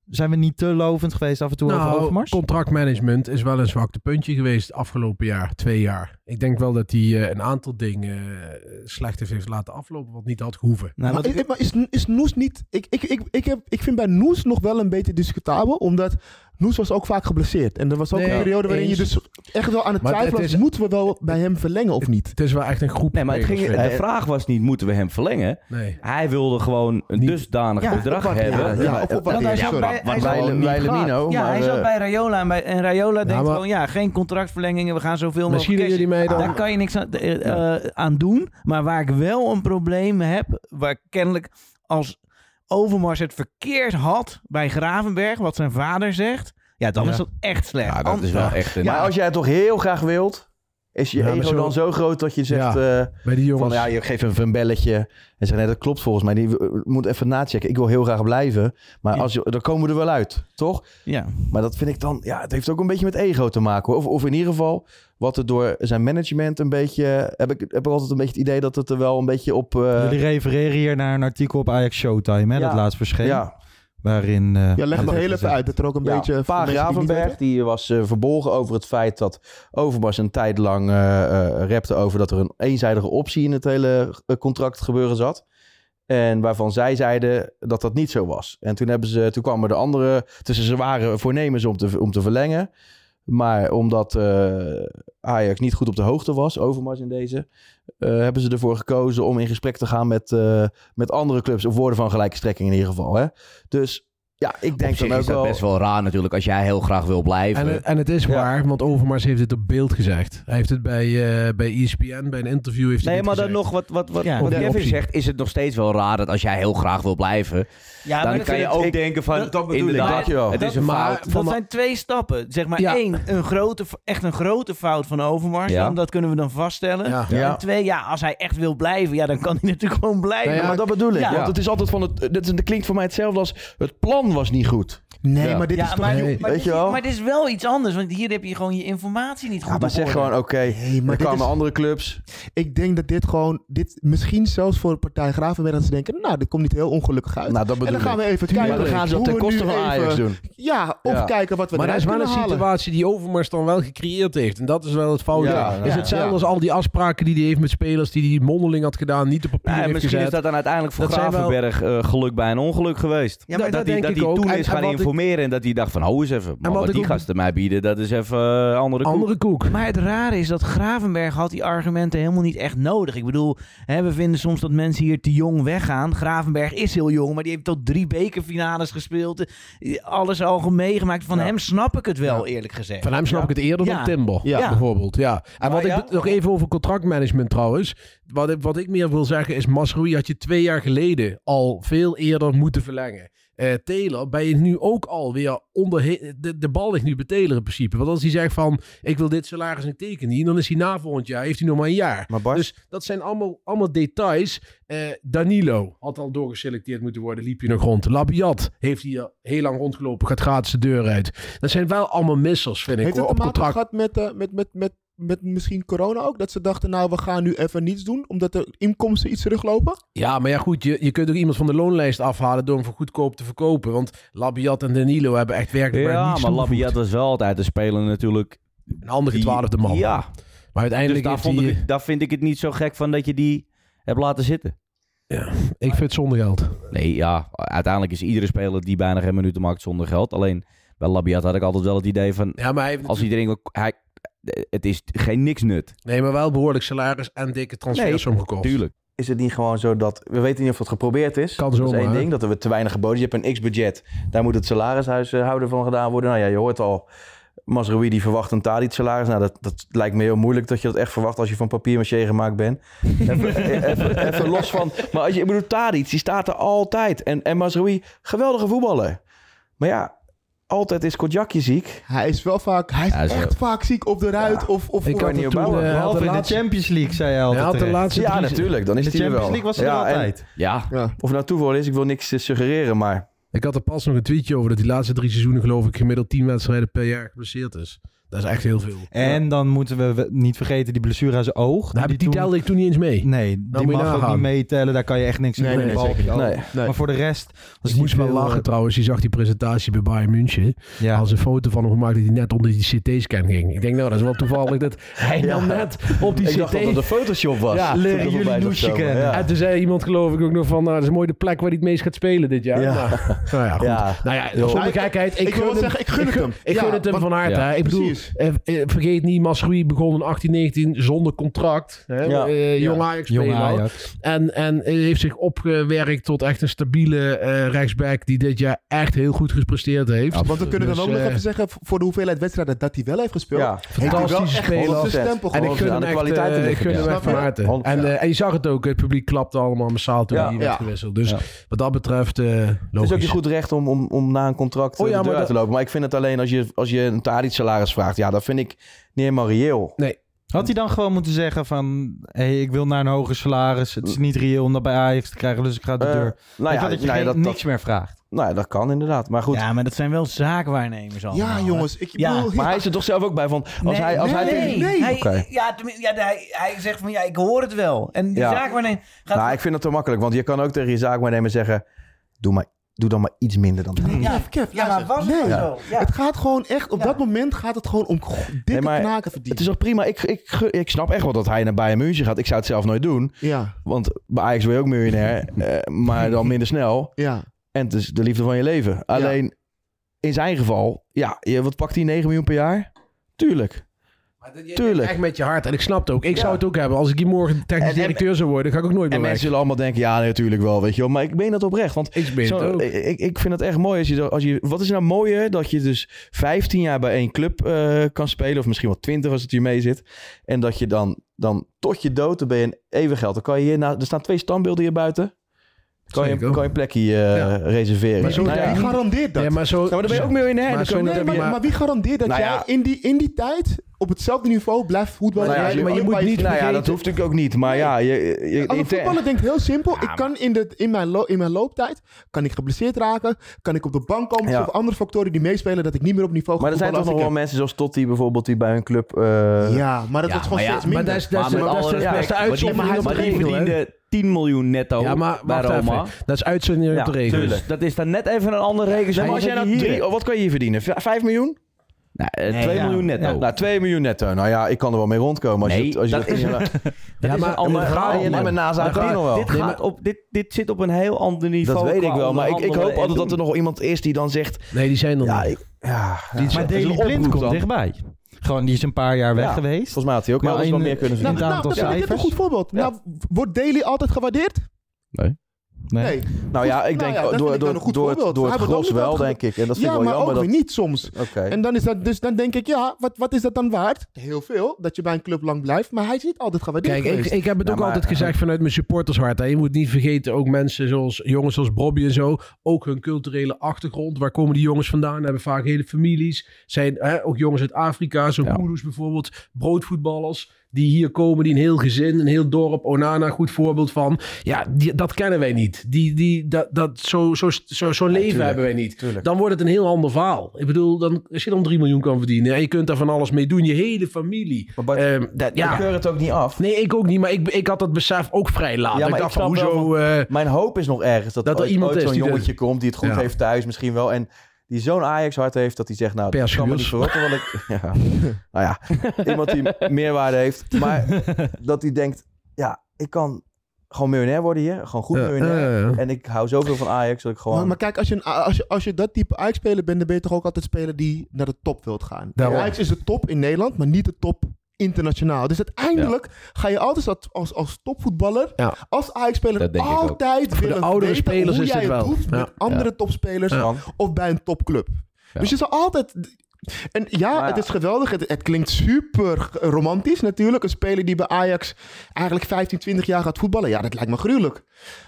S6: Zijn we niet te lovend geweest af en toe over Overmars?
S10: nou, contractmanagement is wel een zwakte puntje geweest afgelopen jaar, twee jaar. Ik denk wel dat hij eh, een aantal dingen eh, slecht heeft- heeft laten aflopen, wat niet had gehoeven.
S8: Nou.
S11: maar, is- maar is, is Noes niet... Ik, ik, ik, ik, heb, ik vind bij Noes nog wel een beetje discutabel, omdat Noes was ook vaak geblesseerd. En er was ook
S10: Nee,
S11: een periode waarin je
S10: eens.
S11: dus echt wel aan het
S10: Maar het-
S11: twijfelen
S10: het
S11: was, moeten we wel bij hem verlengen of niet?
S10: Het is wel echt een groep.
S8: Nee, maar het ging, eh, de vraag was niet, moeten we hem verlengen?
S10: Nee.
S8: Hij wilde gewoon een dusdanig
S12: Ja,
S8: bedrag
S12: opwaarderen.
S8: hebben.
S12: Ja, ja, opwaarderen,
S8: wat-
S12: sorry.
S8: wat-
S12: Hij
S8: wat
S12: zat-
S8: gewoon niet gaat.
S12: ja, hij zat bij Rayola en, bij, en Rayola denkt
S10: maar-
S12: gewoon, ja, geen contractverlengingen, we gaan zoveel mogelijk
S10: Misschien
S12: cashen.
S10: jullie mij dan-
S12: Daar kan je niks aan, eh, eh, aan doen, maar waar ik wel een probleem heb, waar kennelijk als Overmars het verkeerd had bij Gravenberg, wat zijn vader zegt, ja, dan
S9: Ja.
S12: is dat echt slecht.
S9: Ja,
S12: Anders-
S9: Maar als jij het toch heel graag wilt, is je
S10: Ja, maar
S9: ego
S10: zo-
S9: dan zo groot dat je zegt...
S10: Ja,
S9: eh,
S10: bij die jongens.
S9: Van, ja, je geeft even een belletje en zegt, nee, dat klopt volgens mij. Die eh, moet even nachecken. Ik wil heel graag blijven. Maar als je, dan komen we er wel uit, toch?
S12: Ja.
S9: Maar dat vind ik dan... Ja, het heeft ook een beetje met ego te maken. Hoor. Of, of in ieder geval, wat er door zijn management een beetje... Heb ik, heb ik altijd een beetje het idee dat het er wel een beetje op... eh,
S6: Jullie refereren hier naar een artikel op Ajax Showtime, hè,
S9: Ja.
S6: dat laatst verscheen.
S9: Ja.
S6: Waarin... eh,
S9: Ja, leg
S6: werd
S9: het heel even
S6: gezegd-
S11: uit dat er ook een beetje...
S9: Pa
S11: mensen die het niet
S9: Gravenberg die was eh, verbolgen over het feit dat Overmars een tijd lang eh, eh, repte over dat er een eenzijdige optie in het hele eh, contract gebeuren zat. En waarvan zij zeiden dat dat niet zo was. En toen, hebben ze, toen kwamen de andere. Tussen ze waren voornemens om te, om te verlengen. Maar omdat eh, Ajax niet goed op de hoogte was, Overmars in deze, eh, hebben ze ervoor gekozen om in gesprek te gaan met, eh, met andere clubs. Of woorden van gelijke strekking in ieder geval. Hè? Dus ja, ik denk
S8: Op zich
S9: dan ook
S8: is dat
S9: wel.
S8: best wel raar natuurlijk als jij heel graag wil blijven.
S12: eh,
S10: En, en het is waar, want Overmars heeft het op beeld gezegd. Hij heeft het bij, eh, bij ESPN, bij een interview heeft hij
S8: nee,
S10: dit
S8: maar dan
S10: gezegd.
S8: nog wat, wat, wat,
S10: Ja,
S8: wat
S10: de
S8: Kevin
S10: optie.
S8: zegt, is het nog steeds wel raar dat als jij heel graag wil blijven,
S12: Ja, maar
S8: dan
S12: dat
S8: kan je
S12: vind ik-
S8: ook
S12: ik-
S8: denken van,
S12: dat- dat bedoel ik.
S8: inderdaad,
S12: Dankjewel.
S8: het is een
S12: Maar
S8: fout.
S12: Dat zijn twee stappen. Zeg maar
S8: Ja.
S12: één, een grote, echt een grote fout van Overmars.
S8: Ja.
S12: Dan, dat kunnen we dan vaststellen.
S9: Ja. Ja.
S12: En twee, ja, als hij echt wil blijven, ja, dan kan hij natuurlijk gewoon blijven.
S9: Nee, maar dat bedoel ik.
S12: Ja.
S9: Want het is altijd van het. Dat, is, dat klinkt voor mij hetzelfde als. Het plan was niet goed.
S11: Nee,
S12: Ja. Ja, maar- maar
S9: weet
S12: dit
S9: je
S12: is-
S9: wel?
S12: Maar dit is wel iets anders, want hier heb je gewoon je informatie niet goed
S9: Ja, maar
S12: op
S9: zeg
S12: orde.
S9: gewoon: oké.
S11: maar
S9: er
S11: dit
S9: kwamen
S11: is-
S9: andere clubs.
S11: Ik denk dat dit gewoon, dit, misschien zelfs voor partij Gravenberg, dat ze denken, nou, dit komt niet heel ongelukkig uit.
S9: Nou, dat
S11: en
S9: bedoel
S11: dan gaan
S9: ik.
S11: we even
S9: Tuurlijk.
S11: kijken.
S9: Maar dan gaan ze
S11: hoe
S9: dat ten
S11: we nu
S9: koste van Ajax
S11: even-
S9: doen.
S11: Ja, of
S9: Ja.
S11: kijken wat we
S10: Maar dat
S11: eruit
S10: is wel een
S11: kunnen halen.
S10: situatie die Overmars dan wel gecreëerd heeft. En dat is wel het fout.
S8: Ja,
S10: is
S8: ja.
S10: hetzelfde
S8: Ja.
S10: als al die afspraken die hij heeft met spelers die hij mondeling had gedaan, niet op papier
S8: Nou,
S10: heeft
S8: misschien
S10: gezet.
S8: is dat dan uiteindelijk voor
S10: Dat zijn wel-
S8: Gravenberg eh, geluk bij een ongeluk geweest.
S10: Ja, maar dat
S8: hij,
S10: denk
S8: dat
S10: ik
S8: hij
S10: ook.
S8: toen
S10: En-
S8: is
S10: en
S8: gaan
S10: wat ik-
S8: informeren en dat hij dacht van, hou eens even, maar wat die gasten mij bieden, dat is even eh, andere koek.
S12: Maar het rare is dat Gravenberg had die argumenten helemaal niet echt nodig. Ik bedoel, hè, we vinden soms dat mensen hier te jong weggaan. Gravenberg is heel jong, maar die heeft tot drie bekerfinales gespeeld. Eh, Alles al meegemaakt. Van
S10: Ja.
S12: hem snap ik het wel, eerlijk gezegd.
S10: Van hem snap
S12: Ja.
S10: ik het eerder
S12: Ja.
S10: dan Timber, bijvoorbeeld. Ja. En
S8: Nou
S10: wat
S12: ja.
S10: ik nog even over contractmanagement trouwens. Wat ik, wat ik meer wil zeggen is, Masroei had je twee jaar geleden al veel eerder moeten verlengen. Eh Taylor ben je nu ook alweer onder... De, de bal ligt nu bij Taylor in principe. Want als hij zegt van, ik wil dit salaris en ik teken niet, dan is hij na volgend jaar, heeft hij nog maar een jaar. Dus dat zijn allemaal, allemaal details. Eh, Danilo had al doorgeselecteerd moeten worden, liep je nog rond. Labiat heeft hier heel lang rondgelopen, gaat gratis de deur uit. Dat zijn wel allemaal missers, vind ik,
S11: Heeft
S10: hoor,
S11: het te
S10: op
S11: maken
S10: contract.
S11: gehad met, eh, met, met, met, met misschien corona ook? Dat ze dachten, nou, we gaan nu even niets doen, omdat de inkomsten iets teruglopen?
S10: Ja, maar ja, goed, je, je kunt ook iemand van de loonlijst afhalen door hem voor goedkoop te verkopen. Want Labiat en Danilo hebben echt werkelijk
S8: Ja,
S10: niets
S8: maar
S10: toegevoegd.
S8: Labiat was wel altijd de speler natuurlijk.
S10: Een andere twaalfde man.
S8: Ja.
S10: Maar uiteindelijk
S8: dus daar,
S10: heeft
S8: vond
S10: hij-
S8: ik, het- daar vind ik het niet zo gek van dat je die hebt laten zitten.
S10: Ik vind het zonder geld.
S8: Nee, ja, uiteindelijk is iedere speler die bijna geen minuten maakt zonder geld. Alleen bij Labiat had ik altijd wel het idee van,
S10: Ja, maar hij heeft
S8: als iedereen... wil- Hij, het is geen niks nut.
S10: Nee, maar wel behoorlijk salaris en dikke transfersom gekost.
S8: Tuurlijk.
S9: Is het niet gewoon zo dat... We weten niet of dat geprobeerd is.
S10: Kan
S9: Dat
S10: zomaar,
S9: is één
S10: hè?
S9: ding, dat er te weinig geboden is. Je hebt een x-budget. Daar moet het salarishuishouden van gedaan worden. Nou ja, je hoort al... Masrowi die verwacht een Tadic salaris. Nou, dat, dat lijkt me heel moeilijk dat je dat echt verwacht als je van papier maché gemaakt bent. even, even, even los van... Maar als je, ik bedoel, Tadic, die staat er altijd. En, en Masrowi, geweldige voetballer. Maar ja, altijd is Kodjakje ziek.
S11: Hij is wel vaak... Hij is
S9: Ja, zo.
S11: echt vaak ziek op de ruit of... of
S9: Ik
S11: of-
S9: kan niet opbouwen.
S11: eh,
S9: Behalve
S11: had de
S9: in de
S11: laatste-
S9: Champions League, zei hij altijd
S11: had de
S9: terecht.
S11: laatste
S9: Ja,
S11: drie-
S9: natuurlijk. Dan is
S11: De
S9: hij er wel.
S11: Champions League was er
S9: ja,
S11: wel
S9: en-
S11: altijd.
S8: Ja.
S9: Of het nou toeval is, ik wil niks eh, suggereren, maar...
S10: Ik had er pas nog een tweetje over dat die laatste drie seizoenen geloof ik gemiddeld 10 wedstrijden per jaar geblesseerd is. Dat is echt heel veel.
S6: En dan moeten we we niet vergeten die blessure aan zijn oog.
S10: die telde ik toen niet eens mee.
S6: Nee,
S10: moet
S6: die
S10: je
S6: mag ook
S10: nagaan.
S6: niet meetellen. Daar kan je echt niks aan
S10: Nee,
S6: doen.
S10: nee,
S6: behalve
S10: zeker
S6: je
S10: niet.
S6: oog.
S10: Nee, nee.
S6: Oh. Maar voor de rest... was
S10: ik moest wel
S6: veel,
S10: lachen
S6: eh,
S10: trouwens. Je zag die presentatie bij Bayern München.
S6: Ja.
S10: Als een foto van hem gemaakt dat hij net onder die CT-scan ging. Ik denk, nou, dat is wel toevallig dat hij dan
S9: Ja.
S10: net op die
S9: Ik
S10: CT...
S9: dacht dat het een Photoshop was.
S10: Ja,
S9: Leren jullie
S10: Photoshop bij
S9: Noesje
S10: of zo,
S9: kennen.
S10: ja. En toen zei iemand, geloof ik, ook nog van... Nou, dat is mooi de plek waar hij het meest gaat spelen dit jaar.
S9: Ja.
S10: Nou, nou ja, goed.
S9: Ja.
S10: Nou ja,
S9: Joh.
S10: zonder gekheid. Ik,
S11: Ik wil
S10: gun
S11: zeggen, ik gun het hem.
S10: Ik gun
S11: Ja,
S10: het hem
S11: want-
S10: van harte.
S11: Ja.
S10: hè. Ik bedoel,
S11: Precies.
S10: eh, eh, vergeet niet, Masroei begon in 1819 zonder contract. Hè?
S11: Ja.
S10: Eh, jong
S11: Ja.
S10: Ajax
S6: Jong
S10: speler.
S6: Ajax.
S10: En, en heeft zich opgewerkt tot echt een stabiele eh rechtsback... die dit jaar echt heel goed gepresteerd heeft.
S11: Want we kunnen
S10: Dus,
S11: dan ook nog
S10: eh,
S11: even zeggen, voor de hoeveelheid wedstrijden dat hij wel heeft gespeeld.
S10: Ja,
S11: heeft hij wel
S10: fantastische
S11: echt wel
S10: speler.
S11: zijn stempel
S10: En ik
S11: gewoon gezet.
S10: gun hem echt, eh, ik gun hem echt van harte.
S11: Snap je?
S10: En, eh, en je zag het ook, het publiek klapte allemaal massaal toen
S9: Ja.
S10: hij werd
S9: Ja.
S10: gewisseld. Dus
S9: Ja.
S10: wat dat betreft, eh,
S9: Het is ook
S10: logisch.
S9: je goed recht om, om, om na een contract
S10: Oh
S9: oh,
S10: ja, maar
S9: uit te
S10: dat-
S9: lopen. Maar ik vind het alleen als je, als je een Tadic salaris vraagt. Ja, dat vind ik niet helemaal reëel.
S10: Nee.
S6: Had hij dan gewoon moeten zeggen van... hey, ik wil naar een hoger salaris. Het is niet reëel om dat bij Ajax te krijgen. Dus ik ga de
S9: Eh,
S6: deur.
S9: nou
S6: Ik
S9: ja,
S6: wil dat je
S9: nou
S6: geen-
S9: ja, dat-
S6: niks meer vraagt.
S9: Nou ja, dat kan inderdaad. Maar goed.
S12: Ja, maar dat zijn wel zaakwaarnemers allemaal. hè?
S9: Maar hij is er toch zelf ook bij van... Als
S12: Nee,
S9: hij, als hij
S12: nee, nee. Hij-
S9: Oké.
S12: ja, tenmin- ja, hij, hij zegt van ja, ik hoor het wel. En die
S9: Ja.
S12: zaakwaarnemer gaat
S9: Nou, ik vind dat te makkelijk. Want je kan ook tegen je zaakwaarnemer zeggen... Doe, maar, doe dan maar iets minder dan dat.
S11: Kev, Kev, ja, maar was
S12: het
S11: nee.
S9: wel zo?
S11: Het gaat gewoon echt, op dat moment gaat het gewoon om go- dikke
S9: Nee, maar
S11: knaken verdienen.
S9: Het is toch prima. Ik, ik, ge- ik snap echt wel dat hij naar Bayern München gaat. Ik zou het zelf nooit doen.
S11: Ja.
S9: Want bij Ajax ben je ook miljonair. eh, maar dan minder snel.
S11: Ja.
S9: En het is de liefde van je leven. Alleen in zijn geval. Ja, je, wat pakt hij? 9 miljoen per jaar? Tuurlijk. Tuurlijk.
S10: Echt met je hart. En ik snap het ook. Ik zou het ook hebben. Als ik hier morgen technisch directeur zou worden, ga ik ook nooit meer
S9: En
S10: weg.
S9: mensen zullen allemaal denken, ja, nee, natuurlijk wel, weet je wel. Maar ik meen dat oprecht. Want
S10: Ik meen het
S9: zo- eh,
S10: ook.
S9: Ik, ik vind het echt mooi. Als je, zo- als je, wat is nou mooier dat je dus 15 jaar bij één club eh, kan spelen. Of misschien wel 20 als het hier mee zit. En dat je dan, dan tot je dood, dan ben je een eeuwig geld. Dan kan je hier, na- er staan twee standbeelden hier buiten. Kan je,
S10: Zeker.
S9: kan je een plekje eh, reserveren.
S11: Maar zo-
S9: Nou ja.
S11: wie garandeert dat?
S10: Ja, maar zo-
S11: Nou,
S9: dan ben je ook miljonair, dan kun je
S11: nee,
S9: dat-
S11: maar,
S9: maar-
S11: maar wie garandeert dat
S9: Nou
S11: jij
S9: ja.
S11: in die, in die tijd op hetzelfde niveau blijft voetballen?
S9: Nou ja,
S11: Jij- waar
S9: Nou ja, dat hoeft natuurlijk ook niet. Maar ja, je, je, je-
S11: Als een
S9: inter-
S11: voetballer denkt heel simpel. ik kan in, de, in, mijn lo- in mijn looptijd kan ik geblesseerd raken. Kan ik op de bank komen.
S9: Ja.
S11: Of andere factoren die meespelen dat ik niet meer op niveau ga
S9: Maar er zijn toch nog wel
S11: voetballen
S9: mensen zoals Totti bijvoorbeeld die bij hun club... eh,
S11: Ja, maar dat wordt gewoon steeds minder.
S8: Maar die verdiende 10 miljoen
S9: Oh,
S8: netto
S10: Ja, maar
S8: bij
S10: wacht
S8: Roma.
S10: even. Dat is uitzending op de regels.
S8: dus dat is dan net even een andere regel.
S9: maar als jij nou drie, oh, wat kan je hier verdienen? V- Vijf miljoen?
S8: Nou,
S9: eh,
S8: Nee,
S9: 2
S8: ja.
S9: miljoen netto.
S8: Ja.
S9: Nou, 2 miljoen netto. Nou ja, ik kan er wel mee rondkomen. Als
S8: nee,
S9: je, als je
S8: dat, is,
S9: Ja,
S8: dat
S9: maar-
S8: is een ander
S9: maar-
S8: verhaal.
S9: nee, maar NASA
S8: Dit
S9: kan
S8: gaat-
S9: nog wel.
S8: Dit,
S9: Nee,
S8: gaat
S9: maar-
S8: op, dit, dit zit op een heel ander niveau.
S9: Dat weet
S8: qua
S9: ik wel, maar ik, ik hoop
S8: onderhandelen
S9: altijd
S8: en
S9: dat er nog iemand is die dan zegt...
S10: Nee, die zijn er
S9: ja, ik- ja, ja.
S6: maar
S9: Dat is een
S6: Daily Blind
S9: oproep
S6: komt
S9: dan.
S6: dichtbij. Gewoon, die is een paar jaar weg
S9: Ja,
S6: geweest.
S9: Volgens mij had hij ook
S6: Maar
S9: wel eens
S6: in-
S9: wat meer kunnen
S6: Nou,
S9: verdienen.
S6: nou,
S11: dat vind ik net een goed voorbeeld. Nou, wordt Daily altijd gewaardeerd?
S9: Nee.
S11: Nee.
S9: Nou ja, ik
S11: Nou
S9: denk
S11: ja, dat vind
S9: door,
S11: ik dan
S9: door,
S11: een goed
S9: door, het-
S11: voorbeeld.
S9: door
S11: Hij
S9: het
S11: wordt ook
S9: gros
S11: niet
S9: wel,
S11: altijd
S9: denk ik. En dat vind
S11: ja,
S9: ik wel
S11: maar
S9: jammer.
S11: ook
S9: dat-
S11: weer niet soms.
S9: Oké.
S11: En dan, is dat, dus dan denk ik, ja, wat, wat is dat dan waard? Heel veel, dat je bij een club lang blijft. Maar hij is niet altijd gewaardeerd
S10: Kijk, ik,
S11: geweest.
S10: ik heb
S9: Nou,
S10: het ook altijd gezegd vanuit mijn supportershart. Hè. Je moet niet vergeten, ook mensen zoals jongens zoals Bobby en zo, ook hun culturele achtergrond. Waar komen die jongens vandaan? Hebben vaak hele families. Zijn hè, ook jongens uit Afrika, zo'n Kudus bijvoorbeeld, broodvoetballers. Die hier komen, die een heel gezin, een heel dorp, Onana, goed voorbeeld van. Ja, die, dat kennen wij niet. Die, die, dat, dat, Zo'n zo, zo, zo'n leven
S9: tuurlijk,
S10: hebben wij niet.
S9: tuurlijk.
S10: Dan wordt het een heel ander verhaal. Ik bedoel, dan, als je dan 3 miljoen kan verdienen en je kunt daar van alles mee doen, je hele familie. Ehm, dat, ja.
S9: Ik keur het ook niet af.
S10: Nee, ik ook niet. Maar ik, ik had dat besef ook vrij laat.
S9: Ja,
S10: ik
S9: maar
S10: dacht
S9: ik
S10: van,
S9: snap wel
S10: hoezo... eh,
S9: Mijn hoop is nog ergens dat,
S10: dat er
S9: ooit-
S10: iemand
S9: ooit
S10: is
S9: zo'n
S10: die
S9: jongetje
S10: dit-
S9: komt die het goed
S10: Ja.
S9: heeft thuis misschien wel. En die zo'n Ajax hart heeft dat hij zegt, nou, dat
S10: Per
S9: kan me niet
S10: Schuurs.
S9: verrotten. Want ik, ja, nou ja, iemand die meerwaarde heeft. Maar dat hij denkt, ja, ik kan gewoon miljonair worden hier. Gewoon goed
S10: Ja,
S9: miljonair.
S10: ja, ja.
S9: En ik hou zoveel van Ajax dat ik gewoon...
S11: Maar, maar kijk, als je, een, als, je, als je dat type Ajax-speler bent, dan ben je toch ook altijd speler die naar de top wilt gaan.
S9: Daarom.
S11: Ajax is de top in Nederland, maar niet de top internationaal. Dus uiteindelijk ga je altijd als, als, als topvoetballer,
S10: Ja.
S11: als Ajax-speler
S9: Dat denk ik ook.
S11: altijd
S10: Voor de
S11: willen
S10: oudere
S11: weten
S10: spelers
S11: hoe
S10: is
S11: jij
S10: dit wel.
S11: het doet met
S10: Ja.
S11: andere
S9: Ja.
S11: topspelers
S9: Ja.
S11: of bij een topclub. Dus je zal altijd... En ja, het is geweldig. Het, het klinkt super romantisch natuurlijk. Een speler die bij Ajax eigenlijk 15, 20 jaar gaat voetballen. Ja, dat lijkt me gruwelijk.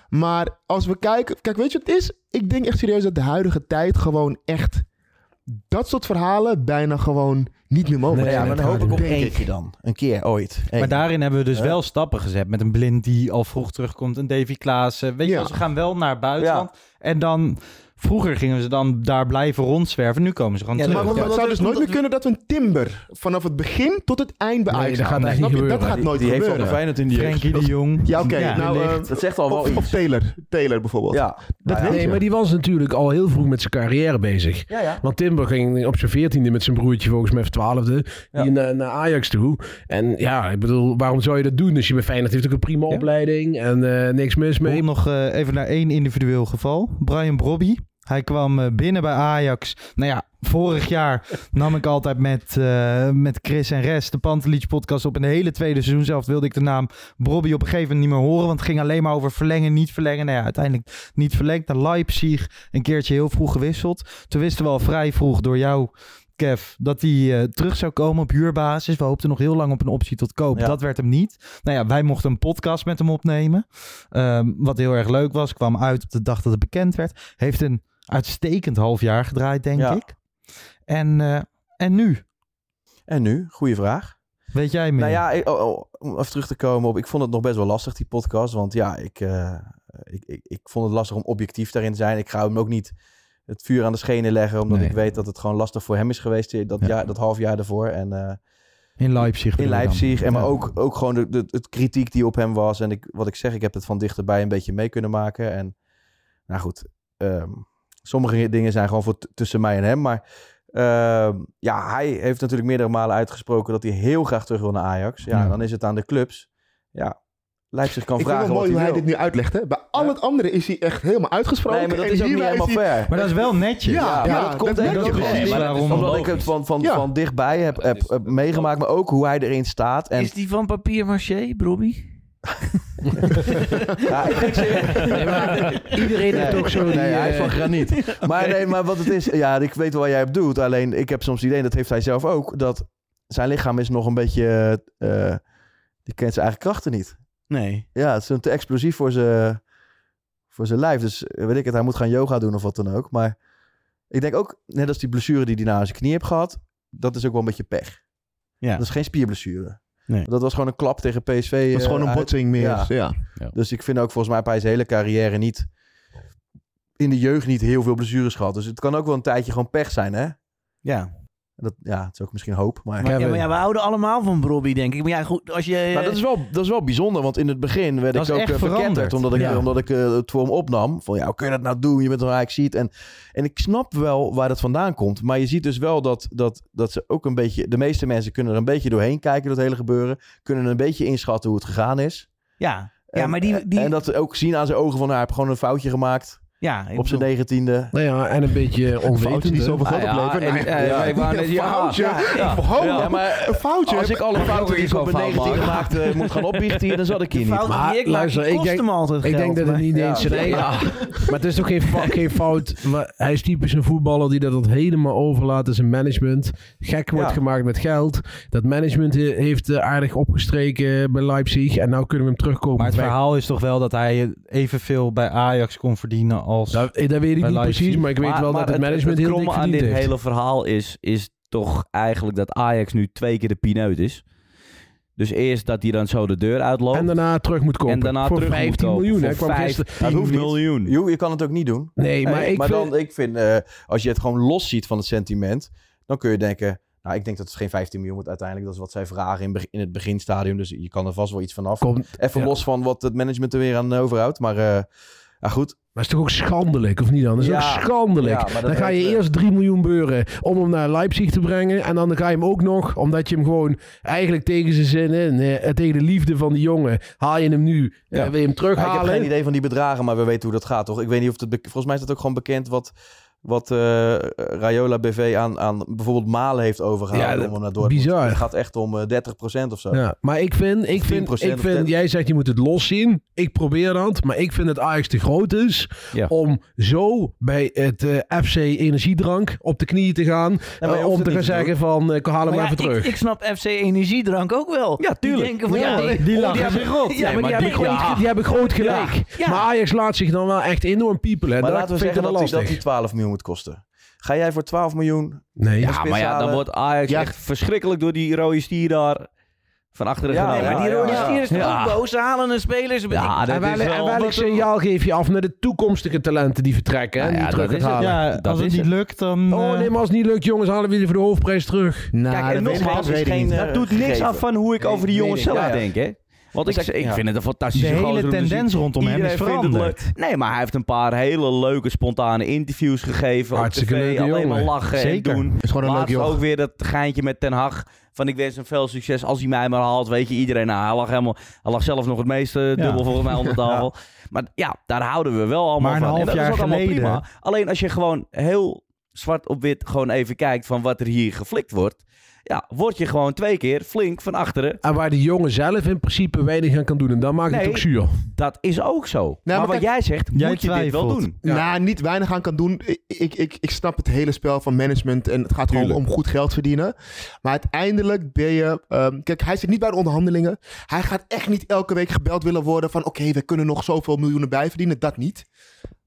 S11: Maar als we kijken... Kijk, weet je wat het is? Ik denk echt serieus dat de huidige tijd gewoon echt... Dat soort verhalen bijna gewoon niet meer mogelijk
S9: Nee,
S11: zijn.
S9: maar dan hoop ik op
S11: Denk
S9: één keer dan. Een keer ooit. Eén.
S6: Maar daarin hebben we dus
S9: Ja.
S6: wel stappen gezet. Met een blind die al vroeg terugkomt. Een Davy Klaassen. Weet je wel, ze gaan wel naar buitenland. En dan... Vroeger gingen ze dan daar blijven rondzwerven. Nu komen ze gewoon
S11: Ja, maar,
S6: terug.
S11: maar
S6: Ja.
S11: het zou dus nooit meer kunnen dat we een Timber vanaf het begin tot het eind bij
S10: Nee,
S11: Ajax
S10: dat gaat
S11: houden.
S10: echt niet
S11: Snap je?
S10: gebeuren.
S11: Dat gaat
S10: Die-
S11: nooit
S9: die heeft
S11: gebeuren.
S9: al de Feyenoord in de jeugd.
S6: Frenkie de Jong.
S11: Ja, oké.
S6: Ja,
S11: nou,
S9: wellicht.
S11: eh,
S9: Dat zegt al wel
S11: of,
S9: iets.
S11: Of Taylor. Taylor bijvoorbeeld.
S9: Ja.
S11: Dat weet
S10: nee,
S11: je.
S10: maar die was natuurlijk al heel vroeg met zijn carrière bezig.
S9: Ja, ja.
S10: Want Timber ging op zijn veertiende met zijn broertje, volgens mij, of twaalfde,
S9: Ja.
S10: die naar, naar Ajax toe. En ja, ik bedoel, waarom zou je dat doen? Dus je bent Feyenoord heeft ook een prima opleiding en eh, niks mis mee.
S6: Om nog eh, even naar één individueel geval. Brian Brobby. Hij kwam eh, binnen bij Ajax. Nou ja, vorig jaar nam ik altijd met, eh, met Chris en Rest de Pantelich podcast op. In de hele tweede seizoen zelf wilde ik de naam Brobby op een gegeven moment niet meer horen. Want het ging alleen maar over verlengen, niet verlengen. Nou ja, uiteindelijk niet verlengd. Naar Leipzig een keertje heel vroeg gewisseld. Toen wisten we al vrij vroeg door jou... Kev, dat hij eh, terug zou komen op huurbasis. We hoopten nog heel lang op een optie tot koop.
S9: Ja.
S6: Dat werd hem niet. Nou ja, wij mochten een podcast met hem opnemen. Ehm, wat heel erg leuk was. Kwam uit op de dag dat het bekend werd. Heeft een uitstekend half jaar gedraaid, denk
S9: Ja.
S6: ik. En, eh, en nu?
S9: En nu? Goeie vraag.
S6: Weet jij meer?
S9: Nou ja, ik- oh, oh, om even terug te komen op... Ik vond het nog best wel lastig, die podcast. Want ja, ik, eh, ik, ik, ik vond het lastig om objectief daarin te zijn. Ik ga hem ook niet het vuur aan de schenen leggen... omdat
S6: Nee.
S9: ik weet dat het gewoon lastig voor hem is geweest... dat, jaar, dat half jaar daarvoor. En... eh,
S6: In Leipzig.
S9: in
S6: bedoel je dan?
S9: Leipzig. En maar
S6: Ja.
S9: ook, ook gewoon de, de- het kritiek die op hem was. En ik, wat ik zeg, ik heb het van dichterbij een beetje mee kunnen maken. En nou goed, ehm, sommige dingen zijn gewoon voor t- tussen mij en hem. Maar ehm, ja, hij heeft natuurlijk meerdere malen uitgesproken dat hij heel graag terug wil naar Ajax. Ja,
S6: Ja.
S9: dan is het aan de clubs. Ja, Leipzig kan
S11: Ik vind
S9: vragen
S11: het wel mooi
S9: wat
S11: hoe
S9: hij
S11: hij
S9: wil.
S11: dit nu uitlegt. Hè? Bij al het andere is hij echt helemaal uitgesproken.
S9: Nee, maar dat
S11: en
S9: is ook niet
S11: hierbij
S9: helemaal
S11: hij-
S9: fair.
S6: Maar dat is wel netjes.
S11: Ja, ja,
S9: maar dat komt denk
S11: merk
S9: ik
S11: je
S9: gewoon.
S11: gewoon.
S9: Nee, maar dat is
S6: Waarom?
S9: Omdat ik het van, van,
S11: Ja.
S9: van dichtbij heb, heb, heb meegemaakt, maar ook hoe hij erin staat. En,
S12: Is die van papier maché, Bobby?
S9: Ja, ik denk serieus-
S10: Iedereen heeft
S9: Nee,
S10: ook zo
S9: nee,
S10: die,
S9: hij is
S10: eh,
S9: van graniet. Maar nee, maar wat het is, ja, ik weet wel wat jij bedoelt. Alleen ik heb soms het idee, dat heeft hij zelf ook, dat zijn lichaam is nog een beetje, eh, die kent zijn eigen krachten niet.
S8: Nee.
S9: Ja, het is een te explosief voor zijn, voor zijn lijf. Dus eh, weet ik het, hij moet gaan yoga doen of wat dan ook. Maar ik denk ook, net als die blessure die hij nou aan zijn knie heeft gehad, dat is ook wel een beetje pech.
S8: Ja.
S9: Dat is geen spierblessure.
S8: Nee.
S9: Dat was gewoon een klap tegen PSV.
S11: Dat is
S9: eh,
S11: gewoon een
S9: uit.
S11: botsing meer.
S9: Ja.
S11: Ja.
S8: Ja.
S9: Dus ik vind ook volgens mij heb hij zijn hele carrière niet in de jeugd niet heel veel blessures gehad. Dus het kan ook wel een tijdje gewoon pech zijn, hè?
S8: Ja.
S9: Dat, ja, het is ook misschien hoop. Maar,
S12: ja, maar ja, we houden allemaal van Robbie, denk ik. Maar ja, goed, als je...
S9: Maar Nou, dat is, wel, dat is wel bijzonder, want in het begin werd
S12: Dat
S9: ik
S12: is
S9: ook
S12: echt
S9: eh, verketterd.
S12: veranderd.
S9: Omdat ik,
S12: Ja.
S9: omdat ik eh, het voor hem opnam. Van ja, hoe kun je dat nou doen? Je bent een ajax ziet. En, en ik snap wel waar dat vandaan komt. Maar je ziet dus wel dat, dat, dat ze ook een beetje... De meeste mensen kunnen er een beetje doorheen kijken, dat hele gebeuren. Kunnen een beetje inschatten hoe het gegaan is.
S12: Ja, ja
S9: En-
S12: maar die... die
S9: En dat ze ook zien aan zijn ogen van... Nou, hij heeft gewoon een foutje gemaakt.
S12: ja, ik
S9: op zijn negentiende.
S10: Nou ja, en een beetje onwetend.
S9: Foutje die zoveel geld
S10: Ah, ja,
S9: opleveren.
S10: en-
S9: Nee,
S10: eh,
S9: ja.
S10: wij waren net
S9: Een
S10: hier-
S9: foutje.
S10: ja, ja.
S12: Oh,
S9: Ho,
S10: Ja,
S9: maar
S11: een
S6: Oh,
S11: foutje.
S9: Als ik alle
S11: Ik
S9: fouten
S11: wil
S9: die ik
S11: hier
S9: op mijn
S11: gewoon
S9: 19
S11: fout
S9: gemaakt eh, moet gaan opbiechten, dan zat ik hier
S10: Die
S9: niet.
S10: fout die Maar, ik maak, luister, die ik kost denk- hem altijd ik geld, denk dat het maar- niet eens zijn eigen- Maar het is toch geen, fa- geen fout. Maar hij is typisch een voetballer die dat het helemaal overlaat aan zijn management. Gek wordt
S9: Ja.
S10: gemaakt met geld. Dat management he- heeft eh, aardig opgestreken bij Leipzig. En nou kunnen we hem terugkomen.
S6: Maar het
S10: Wij-
S6: verhaal is toch wel dat hij evenveel bij Ajax kon verdienen als.
S10: Dat, Nou, eh, dat weet ik niet precies, maar ik weet wel dat het management heel dik
S8: kromme aan dit
S10: verdiend heeft.
S8: hele verhaal is, is toch eigenlijk dat Ajax nu twee keer de pineut is. Dus eerst dat hij dan zo de deur uitloopt.
S10: En daarna terug moet kopen.
S8: En daarna
S10: Voor
S8: terug moet
S10: 15
S8: kopen.
S10: miljoen,
S8: Voor
S10: hè, kwam
S8: 15
S10: gisteren. Dat hoeft niet.
S8: miljoen.
S9: Jo, je kan het ook niet doen.
S10: Nee, maar ik vind-
S9: dan, ik vind eh, als je het gewoon los ziet van het sentiment, dan kun je denken, nou, ik denk dat het geen 15 miljoen wordt uiteindelijk. Dat is wat zij vragen in, be- in het beginstadium, dus je kan er vast wel iets vanaf.
S10: Komt-
S9: Even
S10: ja.
S9: los van wat het management er weer aan overhoudt, maar eh, ja, goed.
S10: Maar het is toch ook schandelijk, of niet dan? Dat is
S9: Ja.
S10: ook schandelijk.
S9: Ja, maar dat
S10: dan ga je
S9: heeft, eh,
S10: eerst 3 miljoen beuren om hem naar Leipzig te brengen. En dan ga je hem ook nog, omdat je hem gewoon eigenlijk tegen zijn zin in, eh, tegen de liefde van die jongen, haal je hem nu, eh, wil je hem
S9: Ja, ik
S10: terughalen.
S9: heb geen idee van die bedragen, maar we weten hoe dat gaat, toch? Ik weet niet of het... be- Volgens mij is dat ook gewoon bekend wat, wat eh Rayola BV aan, aan bijvoorbeeld Malen heeft overgehaald
S10: Ja,
S9: om hem naar Dortmund.
S10: bizar.
S9: Het gaat echt om eh, 30% of zo.
S10: Ja, maar ik vind, ik vind,
S9: 10%
S10: ik vind
S9: of-
S10: jij zegt je moet het los zien. Ik probeer dat, maar ik vind dat Ajax te groot is
S9: Ja.
S10: om zo bij het eh, FC Energiedrank op de knieën te gaan.
S9: maar je
S10: eh,
S9: hoeft
S10: om
S9: het
S10: te
S9: niet
S10: gaan
S9: te
S10: zeggen van, eh, haal
S12: maar
S10: hem maar
S12: ja,
S10: even terug.
S12: Ik, ik snap FC Energiedrank ook wel. Ja,
S9: tuurlijk.
S12: Die denken van,
S9: Ja,
S12: ja,
S9: die-
S12: nee,
S9: die
S12: oh,
S9: lachen
S12: hebben
S9: zich
S12: groot. Ja,
S9: rot. Nee,
S12: maar die
S9: maar
S12: hebben
S9: die-
S12: groot.
S9: ja.
S10: Die hebben groot gelijk.
S12: Ja.
S10: Maar Ajax laat zich dan wel echt enorm piepelen.
S9: Maar
S10: Dat
S9: laten we
S10: vind ik
S9: zeggen
S10: wel
S9: dat die, dat
S10: lastig.
S9: die 12 miljoen moet kosten. Ga jij voor 12 miljoen?
S10: Nee.
S9: een
S8: Ja,
S9: spits
S8: maar ja, dan
S9: halen?
S8: wordt Ajax
S9: Ja.
S8: echt verschrikkelijk door die rode stier daar van achteren
S9: Ja,
S8: genomen.
S9: nee, maar die rode
S8: ja.
S12: Hier is het
S8: Ja.
S12: ook boos. Ze halen een speler. Ze
S8: Ja, dat
S10: en, welk,
S8: is
S10: en
S8: wel...
S10: welk signaal geef je af naar de toekomstige talenten die vertrekken en
S8: Nou ja,
S10: die terug
S8: dat
S10: gaat
S8: is het.
S10: halen?
S8: Ja, Dat als het is niet eh, het.
S6: lukt, dan...
S10: Oh nee, maar als het niet lukt, jongens, halen we die voor de hoofdprijs terug.
S8: Kijk, en nogmaals, is geen, eh, dat doet niks af van hoe ik over die jongen zelf denk, hè? Want ik,
S9: Dus ik-
S8: ik
S9: ja.
S8: vind het een fantastische
S6: De hele
S8: gozer om te zien.
S6: tendens rondom hem is
S8: Iedereen vindt het
S6: veranderd.
S8: leuk. Nee, maar hij heeft een paar hele leuke spontane interviews gegeven.
S10: Hartstikke
S8: op tv,
S10: leuke
S8: alleen
S10: jongen.
S8: maar lachen
S10: Zeker.
S8: en doen.
S10: Is gewoon een leuk
S8: Laatst
S10: joch.
S8: ook weer dat geintje met Ten Hag. Van ik wens hem veel succes als hij mij maar haalt. Weet je, iedereen. Nou, hij lag helemaal. Hij lag zelf nog het meeste dubbel volgens mij onder de tafel. Maar ja, daar houden we wel allemaal
S6: Maar
S8: van.
S6: een half
S8: en dat
S6: jaar
S8: is ook allemaal
S6: geleden-
S8: prima. Alleen als je gewoon heel zwart op wit gewoon even kijkt van wat er hier geflikt wordt. Ja, word je gewoon twee keer flink van achteren.
S10: En waar de jongen zelf in principe weinig aan kan doen. En dan maakt het
S8: Nee.
S10: ook zuur.
S8: Dat is ook zo.
S10: Nou,
S8: maar,
S11: maar
S8: wat
S11: kijk,
S8: jij zegt,
S6: jij
S8: moet je dit wel
S6: twijfelt.
S8: doen.
S11: Nou, niet weinig aan kan doen. Ik, ik, ik, ik snap het hele spel van management en het gaat gewoon om goed geld verdienen. Maar uiteindelijk ben je... ehm, kijk, hij zit niet bij de onderhandelingen. Hij gaat echt niet elke week gebeld willen worden van... oké, we kunnen nog zoveel miljoenen bijverdienen. Dat
S10: Dus
S11: niet.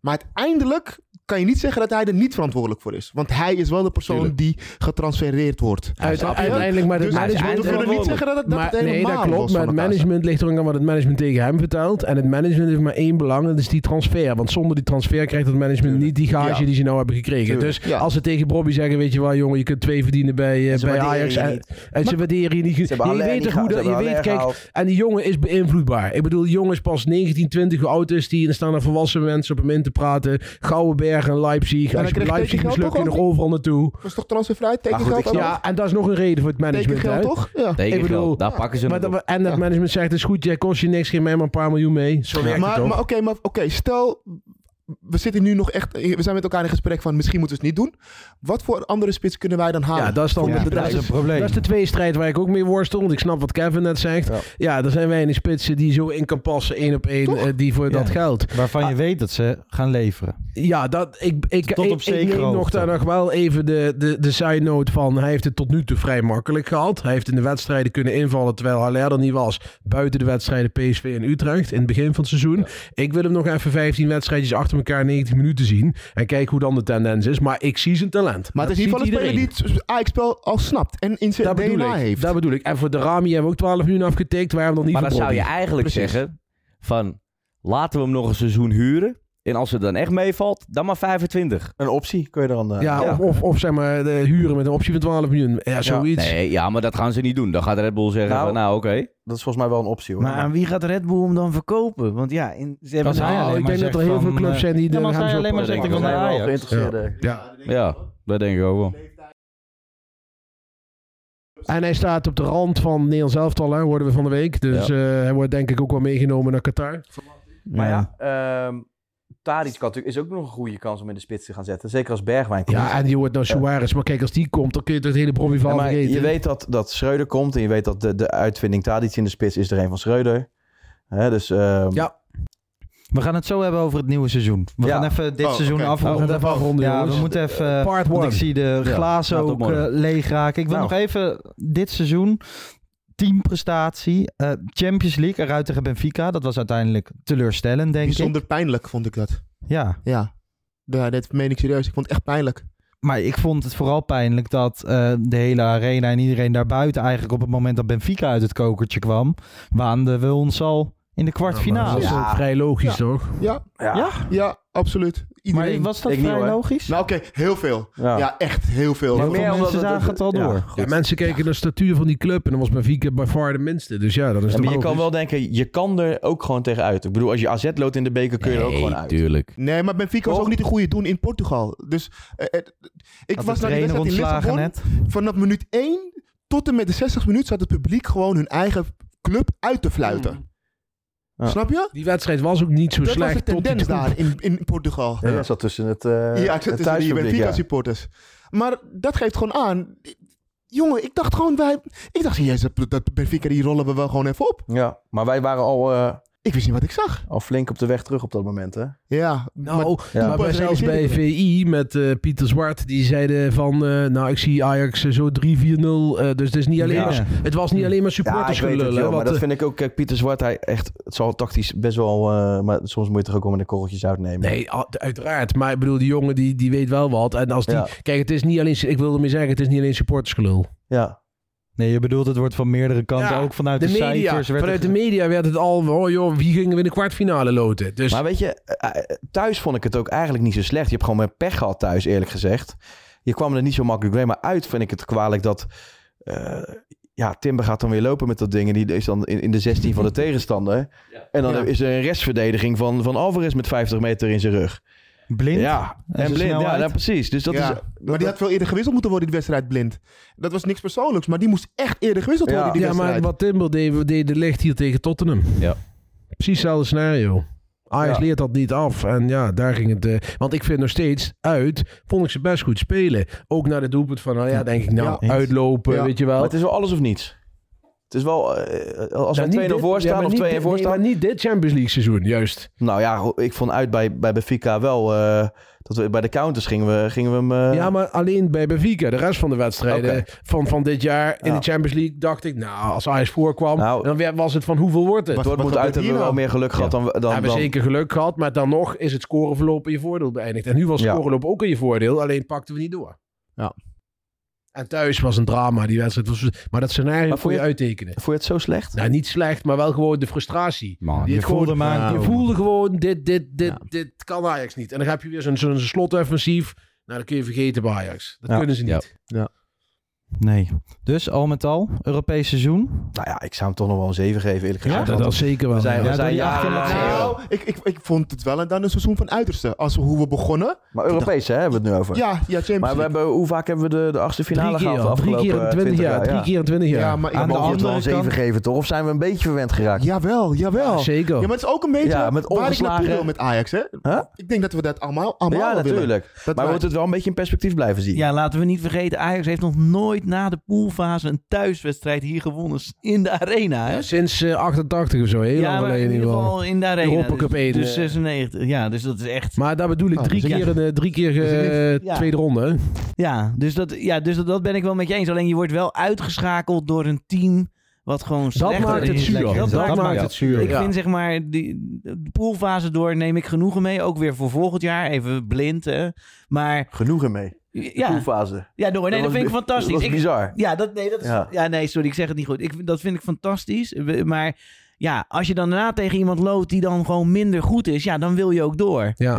S11: Maar uiteindelijk kan je niet zeggen dat hij er niet verantwoordelijk voor is. Want hij is wel de persoon die getransfereerd wordt.
S10: Uit-
S11: Snap je?
S10: uiteindelijk, maar het
S11: dus
S10: management...
S11: we kunnen niet zeggen dat het, dat
S10: maar,
S11: het
S10: Nee,
S11: helemaal
S10: dat klopt.
S11: los
S10: Maar
S11: van
S10: het
S11: elkaar staat.
S10: management ligt er ook aan wat het management tegen hem vertelt. En het management heeft maar één belang, en dat is die transfer. Want zonder die transfer krijgt het management niet die gage
S11: Ja.
S10: die ze nou hebben gekregen.
S11: Tuurlijk,
S10: Dus
S11: ja.
S10: als ze tegen Bobby zeggen, weet je wel, jongen, je kunt twee verdienen bij, eh,
S9: ze
S10: bij
S9: waarderen
S10: Ajax.
S9: je
S10: En,
S9: niet.
S10: en ze waarderen je niet. goed.
S9: hebben
S10: Nee, je
S9: Haller
S10: weet
S9: niet
S10: toch
S9: gehaald,
S10: hoe dat,
S9: ze
S10: je
S9: hebben
S10: weet,
S9: Haller
S10: kijk, en
S9: gehaald.
S10: die jongen is beïnvloedbaar. Ik bedoel, die jongen is pas 19, 20, hoe oud is die? En staan er volwassen mensen op hem in te praten. Gouwenberg en Leipzig.
S11: dan
S10: Als je bij
S11: kreeg
S10: Leipzig
S11: Tekengeld
S10: mislukt, kun je
S11: toch
S10: nog overal naartoe.
S11: Dat is toch transfervrij?
S9: Maar goed,
S11: Tekengeld
S9: ik
S11: ook?
S9: snap-
S10: Ja, en dat is nog een reden voor het management.
S11: Tekengeld,
S10: hè?
S11: toch?
S6: Nou,
S11: Ja.
S10: Ik
S8: Tekengeld,
S10: bedoel,
S8: daar pakken ze
S10: maar
S8: hem
S10: dat,
S8: op.
S10: we- en dat management zegt, is goed, jij kost je niks, geef mij maar een paar miljoen mee. Zo werkt het
S11: maar,
S10: toch?
S11: maar oké, maar oké, stel, we zitten nu nog echt, we zijn met elkaar in gesprek van misschien moeten we het dus niet doen. Wat voor andere spits kunnen wij dan halen?
S10: ja, dat is dan
S11: Voor dit
S10: dat
S11: prijs?
S10: is- Dat is de tweestrijd waar ik ook mee worstel. Want ik snap wat Kevin net zegt. Ja, er zijn weinig spitsen die zo in kan passen, één op één, eh, die voor dat geld.
S6: Waarvan
S11: Ah.
S6: je weet dat ze gaan leveren.
S10: Ja, dat, ik, ik,
S6: Tot op
S10: ik- ik,
S6: zekere
S10: neem nog
S6: hoogte.
S10: daar nog wel even de, de, de side note van. Hij heeft het tot nu toe vrij makkelijk gehad. Hij heeft in de wedstrijden kunnen invallen terwijl Haller er niet was. Buiten de wedstrijden PSV en Utrecht in het begin van het seizoen. Ik wil hem nog even 15 wedstrijdjes achter elkaar 90 minuten zien. En kijken hoe dan de tendens is. Maar ik zie zijn talent.
S11: Maar het is in ieder geval een
S10: iedereen.
S11: speler die het Ajax-spel Ah, al snapt en in zijn
S10: Dat bedoel,
S11: DNA
S10: ik,
S11: heeft.
S10: dat bedoel ik. En voor de Rami hebben we ook 12 miljoen afgetikt. Waarom dan niet
S8: Maar dan
S10: voor
S8: zou je
S10: Brobbey?
S8: eigenlijk
S10: Precies.
S8: zeggen van laten we hem nog een seizoen huren.
S14: En als het dan echt meevalt, dan maar 25.
S9: Een optie kun je dan... eh,
S10: Ja, Of, of, of zeg maar de huren met een optie van 12 miljoen. Ja, zoiets.
S14: Nee, ja, maar dat gaan ze niet doen. Dan gaat Red Bull zeggen
S10: Nou,
S14: van, nou oké.
S9: Dat is volgens mij wel een optie hoor.
S8: Maar aan wie gaat Red Bull hem dan verkopen? Want ja, in, ze hebben
S10: Dat
S6: Ah
S10: zou-
S11: Ah,
S8: nou,
S10: Oh, ik denk dat er heel veel clubs zijn die de- eh,
S8: ja, maar
S10: gaan
S8: zij
S10: ze
S8: alleen maar
S10: oppakken.
S8: zegt, ik wil naar
S10: Ja.
S8: Ajax.
S9: geïnteresseerden.
S10: Ja.
S14: Ja, dat denk ik ook wel.
S10: En hij staat op de rand van Nederlands elftal, hè, hoorden we van de week. Dus
S9: Ja.
S10: eh, hij wordt denk ik ook wel meegenomen naar Qatar.
S9: Maar ja, ehm Tadic kan natuurlijk, is ook nog een goede kans om in de spits te gaan zetten. Zeker als Bergwijn komt.
S10: Ja, en die wordt nou Suarez. Maar kijk, als die komt, dan kun je het hele brobby
S9: Ja,
S10: van
S9: maar
S10: vergeten.
S9: je weet dat, dat Schreuder komt en je weet dat de, de uitvinding Tadic in de spits is er een van Schreuder. Hè, dus, ja.
S6: We gaan het zo hebben over het nieuwe seizoen. We
S9: Ja.
S6: gaan even dit
S9: Oh,
S6: seizoen
S9: oké.
S6: afronden.
S9: We gaan het even afronden,
S6: ja,
S9: jongens.
S6: we moeten even...
S9: Eh, part
S6: want
S9: one.
S6: ik zie de
S9: Ja,
S6: glazen
S9: laat het
S6: ook eh,
S9: morgen.
S6: leeg raken. Ik wil
S9: Nou.
S6: nog even dit seizoen... Teamprestatie, eh, Champions League eruit tegen Benfica. Dat was uiteindelijk teleurstellend, denk
S11: Bijzonder
S6: ik.
S11: pijnlijk vond ik dat.
S6: Ja.
S11: Ja. Ja, dat meen ik serieus. Ik vond het echt pijnlijk.
S6: Maar ik vond het vooral pijnlijk dat eh, de hele arena en iedereen daarbuiten eigenlijk op het moment dat Benfica uit het kokertje kwam, waanden we ons al in de kwartfinale.
S10: Dat is ook vrij logisch, toch?
S11: Ja.
S9: Ja.
S6: Ja?
S11: Ja, absoluut. Iedereen.
S6: Maar was dat Ik niet, vrij hoor. logisch?
S11: Nou oké, heel veel.
S9: Ja.
S11: Ja. echt heel veel.
S6: Maar
S11: Heel
S6: meer
S11: veel
S6: omdat het- Nou, het- ja.
S10: Ja, mensen kijken naar de statuur van die club. En dan was Benfica by far de minste. Dus ja, dat is
S9: Ja,
S10: toch
S9: maar je
S10: logisch.
S9: kan wel denken, je kan er ook gewoon tegen uit. Ik bedoel, als je AZ loopt in de beker, kun je er ook gewoon uit.
S14: tuurlijk.
S11: Nee, maar Benfica was ook niet de goede doen in Portugal. Dus eh, eh, ik
S6: Had
S11: was
S6: de
S11: naar die
S6: trainer
S11: wedstrijd in
S6: ontslagen
S11: Lissabon. Vanaf minuut 1 tot en met de 60 minuut zat het publiek gewoon hun eigen club uit te fluiten.
S9: Ja.
S11: Snap je?
S10: Mm. Die wedstrijd was ook niet zo
S11: dat was
S10: slecht.
S11: de
S10: tot die
S11: tendens
S10: doelpunt.
S11: daar in, in Portugal.
S9: Ja, dat zat tussen het, eh
S11: Ja, het
S9: het
S11: is die
S9: thuispubliek,
S11: Benfica
S9: ja.
S11: supporters. Maar dat geeft gewoon aan. Jongen, ik dacht gewoon wij. Ik dacht, jezus, dat- dat Benfica die rollen we wel gewoon even op.
S9: Ja, maar wij waren al, eh,
S11: Ik wist niet wat ik zag.
S9: al flink op de weg terug op dat moment, hè?
S11: Ja,
S10: Nou,
S11: maar-
S10: maar, bij- zelfs bij VI met eh, Pieter Zwart, die zeiden van, eh, nou ik zie Ajax eh, zo 3-4-0, eh, dus het, is niet alleen
S9: Ja.
S10: maar, het was niet alleen maar
S9: Ja,
S10: supporters
S9: ik weet het, joh, maar
S10: want,
S9: dat
S10: eh,
S9: vind ik ook... Kijk, Pieter Zwart, hij echt... Het zal tactisch best wel... eh, maar soms moet je toch ook wel met de korreltjes uitnemen.
S10: Nee, a- uiteraard. Maar ik bedoel, die jongen die, die weet wel wat. En als die, Kijk, het is niet alleen, ik wilde ermee zeggen, het is niet alleen supportersgelul.
S9: Ja.
S6: Nee, je bedoelt het wordt van meerdere kanten, ook vanuit de,
S10: media,
S6: cijfers. Werd
S10: vanuit
S6: er-
S10: de media werd het al, oh joh, wie gingen we in de kwartfinale loten? Dus
S9: Maar weet je, eh, eh, thuis vond ik het ook eigenlijk niet zo slecht. Je hebt gewoon met pech gehad thuis, eerlijk gezegd. Je kwam er niet zo makkelijk doorheen. Maar uit vind ik het kwalijk dat... eh, ja, Timber gaat dan weer lopen met dat ding. En die is dan in, in de 16 van de tegenstander. En dan
S6: Ja.
S9: is er een restverdediging van, van Alvarez met 50 meter in zijn rug.
S6: Blind?
S9: Ja,
S6: En
S9: en,
S6: zijn
S9: blind. Ja,
S6: snelheid?
S9: nou, precies. Dus dat
S11: Ja,
S9: is...
S11: maar die had veel eerder gewisseld moeten worden, die wedstrijd blind. Dat was niks persoonlijks, maar die moest echt eerder gewisseld worden, die
S10: ja, maar
S11: wedstrijd.
S10: wat Timber deed, deed de licht hier tegen Tottenham.
S9: Ja.
S10: Precies hetzelfde scenario. Ajax
S9: Ja.
S10: leert dat niet af. En ja, daar ging het. eh, want ik vind nog steeds uit. Vond ik ze best goed spelen. Ook naar de doelpunt van. Nou ja, denk ik nou.
S9: Ja.
S10: Uitlopen,
S9: Ja.
S10: weet je wel.
S9: Maar het is wel alles of niets. Het is wel, eh, als
S10: Nou, niet
S9: we 2-0
S10: dit-
S9: voor
S10: ja,
S9: staan
S10: maar
S9: of
S10: niet
S9: 2-1
S10: dit-
S9: voor
S10: nee,
S9: staan.
S10: maar niet dit Champions League seizoen, juist.
S9: Nou ja, ik vond uit bij, bij Benfica wel eh, dat we bij de counters gingen we, gingen we hem... eh,
S10: ja, maar alleen bij Benfica. De rest van de wedstrijden
S9: Oké.
S10: van, van dit jaar in
S9: Ja. Nou.
S10: de Champions League dacht ik. Nou, als Ajax voorkwam. dan weer- was het van hoeveel wordt het?
S9: Dortmund uit hebben
S11: nou?
S9: we wel meer geluk gehad dan... dan,
S10: We hebben
S9: dan-
S10: zeker geluk gehad, maar dan nog is het scoreverloop in je voordeel beëindigd. En nu was het
S9: Ja.
S10: scoreverloop ook in je voordeel, alleen pakten we niet door.
S11: Ja.
S10: En thuis was een drama, die wedstrijd. Was, maar dat scenario
S9: Maar
S10: kon
S9: vond
S10: je
S9: je-
S10: uittekenen.
S9: Vond je het zo slecht?
S10: Nou, niet slecht, maar wel gewoon de frustratie.
S6: Man,
S10: Die
S6: je
S10: het gewoon-
S6: voelde hem
S10: Je
S6: aankomen.
S10: voelde gewoon, dit, dit, dit, dit kan Ajax niet. En dan heb je weer zo'n zo'n slotoffensief. Nou, dat kun je vergeten bij Ajax. Dat
S6: Ja.
S10: kunnen ze
S6: Ja.
S10: niet.
S6: Nee. Dus al met al, Europees seizoen.
S9: Nou ja, ik zou hem toch nog wel een 7 geven, eerlijk
S10: Ja,
S9: gezegd.
S10: dat-
S9: Want
S10: dat zeker wel.
S9: We zijn, we
S10: Ja,
S9: zijn
S10: dat-
S9: jaren-
S11: Nou, ik, ik, ik vond het wel en dan een seizoen van uiterste. Als we hoe we begonnen.
S9: Maar Europees hè, hebben we het nu over.
S11: Ja, ja Champions
S9: maar we
S11: League.
S9: hebben, hoe vaak hebben we de, de achtste finale
S10: Drie keer,
S9: gehad?
S10: drie
S9: de afgelopen
S10: keer in 20 jaar, drie keer in 20 jaar.
S11: Ja, maar ik
S9: Aan de
S11: mogen
S9: andere wel
S11: andere
S9: 7
S11: kant-
S9: geven, toch? Of zijn we een beetje verwend geraakt?
S11: Jawel, jawel.
S10: Ja, zeker.
S11: Ja, maar het is ook een beetje
S9: Ja, met
S11: waar ik naartoe
S9: ongeslagen-
S11: wil met Ajax, hè?
S9: Huh?
S11: Ik denk dat we dat allemaal, allemaal
S9: Ja,
S11: wel willen.
S9: natuurlijk.
S11: Dat
S9: Maar we
S11: wij-
S9: moeten het wel een beetje in perspectief blijven zien.
S8: Ja, laten we niet vergeten, Ajax heeft nog nooit na de poolfase een thuiswedstrijd hier gewonnen in de arena. Hè?
S10: Ja, sinds eh, 88 of zo, heel
S8: Ja,
S10: lang
S8: maar
S10: geleden
S8: in ieder geval in de arena.
S10: Europa Cup
S8: dus,
S10: 1,
S8: dus
S10: eh.
S8: 96. Ja, dus dat is echt...
S10: Maar daar bedoel ik
S8: Ah,
S10: drie
S8: dus ik-
S10: keer, eh, drie keer
S8: Dus ik-
S10: eh,
S8: ja.
S10: tweede ronde. hè?
S8: Ja, dus, dat, ja, dus dat, dat ben ik wel met je eens. Alleen je wordt wel uitgeschakeld door een team wat gewoon slechter
S10: maakt het
S8: is.
S10: zuur. Dat- dat maakt het zuur,
S8: Ik
S10: ja.
S8: vind zeg maar, die, de poolfase door neem ik genoegen mee. Ook weer voor volgend jaar. Even blind, hè. Maar...
S9: Genoegen mee.
S8: Ja.
S9: De poolfase.
S8: Ja, door. Nee, dat,
S9: was
S8: vind ik
S9: bi-
S8: fantastisch.
S9: Dat was
S8: Ik-
S9: bizar.
S8: Ja, dat, nee, dat is, ja.
S9: Ja.
S8: nee, sorry, ik zeg het niet goed. Ik, vind- dat vind ik fantastisch. We- Maar Ja, als je dan daarna tegen iemand loopt die dan gewoon minder goed is, ja, dan wil je ook door.
S10: Ja.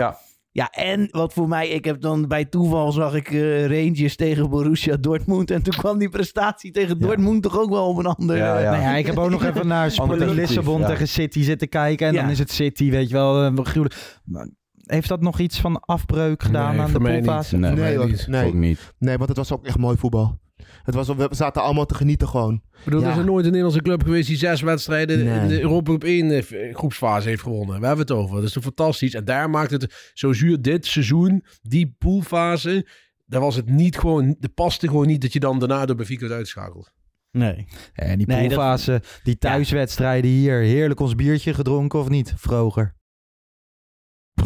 S9: ja.
S8: en wat voor mij, ik heb dan bij toeval zag ik eh, Rangers tegen Borussia Dortmund. En toen kwam die prestatie tegen Dortmund toch ook wel op een ander.
S6: Ja,
S8: eh,
S6: Nou ja, ik heb ook nog even naar Sporting
S8: Ander
S6: Lissabon
S8: perspectief, ja.
S6: tegen City zitten kijken. En
S8: Ja.
S6: dan is het City, weet je wel. eh, gruwelijk. Maar Heeft dat nog iets van afbreuk gedaan aan de poolfase?
S10: Nee,
S11: Nee,
S10: niet.
S11: want- nee.
S15: Ook niet.
S11: Nee, want het was ook echt mooi voetbal. Het was, we zaten allemaal te genieten gewoon.
S10: Ik bedoel,
S11: Ja.
S10: er is nooit een Nederlandse club geweest die zes wedstrijden in
S11: Nee.
S10: de Europa Cup 1 eh, groepsfase heeft gewonnen. We hebben het over. Dat is toch fantastisch. En daar maakt het zo zuur dit seizoen, die poolfase. Daar was het niet gewoon, de paste gewoon niet dat je dan daarna door Benfica werd uitschakeld.
S8: Nee.
S6: En die
S10: Nee, dat-
S6: poolfase, die thuiswedstrijden hier. Heerlijk ons biertje gedronken of niet, Vroger?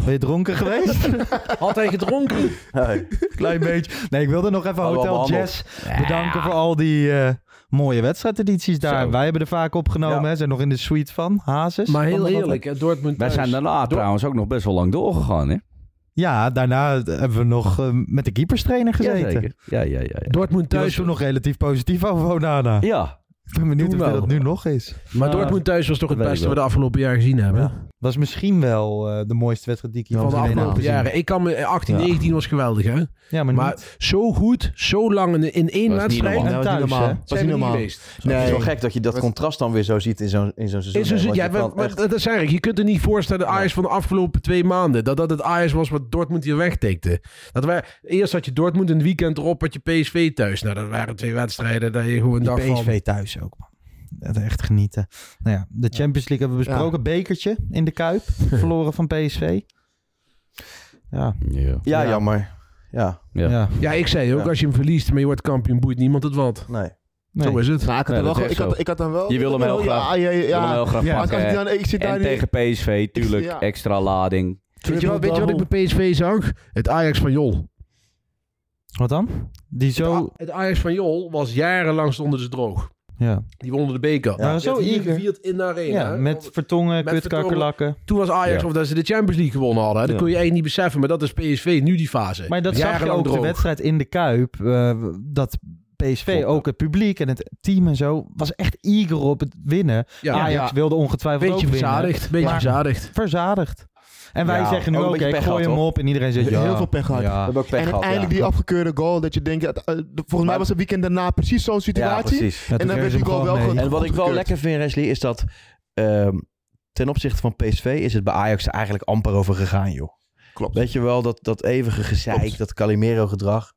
S6: Ben je dronken geweest?
S10: Had hij gedronken?
S6: Klein beetje. Nee, ik wilde nog even
S10: Hadden we al
S6: Hotel Jazz
S10: behandeld.
S6: bedanken voor al die eh, mooie wedstrijdedities daar.
S10: Zo.
S6: Wij hebben er vaak opgenomen.
S15: Ja.
S6: Hè, zijn nog in de suite van Hazes.
S10: Maar heel
S6: Kan dat wat-
S10: eerlijk, hè, Dortmund
S15: Wij
S10: thuis.
S15: zijn daarna
S10: Dor-
S15: trouwens ook nog best wel lang doorgegaan, hè?
S6: Ja, daarna hebben we nog eh, met de keeperstrainer gezeten.
S15: Jazeker. Ja, ja, ja. ja.
S10: Dortmund
S6: Die was
S10: thuis.
S6: toen nog relatief positief over Onana.
S15: Ja.
S6: Ik ben benieuwd
S10: Toen
S6: of hij
S10: wel.
S6: dat nu nog is.
S10: Maar
S6: Ja.
S10: Dortmund thuis was toch het
S6: Weet ik
S10: beste
S6: wel.
S10: we de afgelopen jaar gezien hebben.
S6: Was misschien wel eh, de mooiste wedstrijd die ik hier
S10: Van de
S6: gezien heb.
S10: afgelopen jaren. Ik kan me, eh, 18, 19 was geweldig, hè?
S6: Ja, maar,
S10: zo goed, zo lang in, in één
S15: niet
S10: wedstrijd.
S15: normaal.
S6: Nou,
S11: Dat was niet normaal.
S10: Zijn
S11: Dat was
S10: we
S11: niet
S10: niet
S11: normaal.
S10: geweest.
S9: Nee. Het is
S11: Nee.
S9: wel gek dat je dat contrast dan weer zo ziet in zo'n in zo'n seizoen.
S10: Is dus,
S9: hè, want
S10: ja,
S9: je
S10: maar,
S9: kan
S10: maar
S9: echt-
S10: dat is eigenlijk, je kunt er niet voorstellen, de Ajax van de afgelopen twee maanden, dat dat het Ajax was wat Dortmund hier wegtikte. Dat wij, eerst had je Dortmund een weekend erop, had je PSV thuis. Nou, dat waren twee wedstrijden dat je gewoon dacht
S6: Die
S10: van...
S6: PSV thuis ook, man. Dat Echt genieten. Nou ja, de Champions League hebben we besproken. Bekertje in de Kuip. Verloren van PSV. Ja.
S15: Ja.
S9: ja, jammer. Ja.
S15: Ja.
S6: Ja.
S10: Ja, ik zei ook,
S9: Ja.
S10: als je hem verliest, maar je wordt kampioen, boeit niemand het wat.
S9: Nee.
S6: Nee.
S10: Zo is
S8: Ah,
S10: het.
S11: Nou, ik, had
S15: Nee,
S11: er wel,
S15: dat
S11: ge-
S15: is
S11: ik, had,
S15: zo.
S11: ik had dan wel...
S15: Je wil hem heel
S11: ja,
S15: graag.
S11: Ja, ja,
S15: Ik wil hem heel graag
S6: Ja.
S15: pakken,
S11: Als ik
S15: hè.
S11: dan- ik zit daar
S15: En
S11: niet-
S15: tegen PSV, tuurlijk,
S11: Ja.
S15: extra lading.
S10: Weet je, wat, weet je wat ik bij PSV zag? Het Ajax van Jol.
S6: Wat dan? Die
S11: Oh.
S6: zo...
S10: Ah, Het Ajax van Jol was jarenlang onder de droog.
S6: Ja.
S10: Die wonnen de beker.
S6: Ja,
S10: Die
S6: Nou, zo
S10: werd hier
S6: eager.
S10: gevierd in de arena.
S6: ja
S10: hè?
S6: met vertongen,
S10: Met
S6: kutkakkerlakken.
S10: Toen was Ajax
S15: Ja.
S10: of dat ze de Champions League gewonnen hadden. hè. Dat
S15: Ja.
S10: kun je eigenlijk niet beseffen, maar dat is PSV nu die fase.
S6: Maar dat zag je
S10: Jarenlang
S6: ook de
S10: droog.
S6: wedstrijd in de Kuip. eh, dat PSV,
S15: Klopt, ja.
S6: ook het publiek en het team en zo, was echt eager op het winnen.
S10: Ja.
S6: Ajax
S10: Ja.
S6: wilde ongetwijfeld
S10: Beetje
S6: ook winnen.
S10: verzadigd. Beetje
S6: Maar-
S10: verzadigd.
S6: Verzadigd. En wij
S9: Ja,
S6: zeggen nu
S9: ook
S6: ook,
S9: een beetje
S6: ik
S9: pech
S6: gooi
S9: gehad,
S6: hem
S9: hoor.
S6: op. En iedereen zegt, ja.
S11: Heel veel pech gehad.
S6: Ja.
S9: We hebben ook pech
S11: en
S9: gehad,
S11: uiteindelijk
S9: ja.
S11: die afgekeurde goal, dat je denkt, eh, eh, volgens mij was het weekend daarna precies zo'n
S9: Ja,
S11: situatie.
S9: precies.
S6: Ja, toen
S11: en dan
S6: kregen
S11: werd
S6: ze
S11: die
S6: hem
S11: goal wel
S6: gewoon
S11: goed
S6: mee.
S9: En wat ik wel
S11: goedgekeurd.
S9: lekker vind, Wesley, is dat ehm, ten opzichte van PSV is het bij Ajax er eigenlijk amper over gegaan, joh.
S11: Klopt.
S9: Weet je wel, dat, dat eeuwige gezeik,
S11: Klopt.
S9: dat Calimero-gedrag.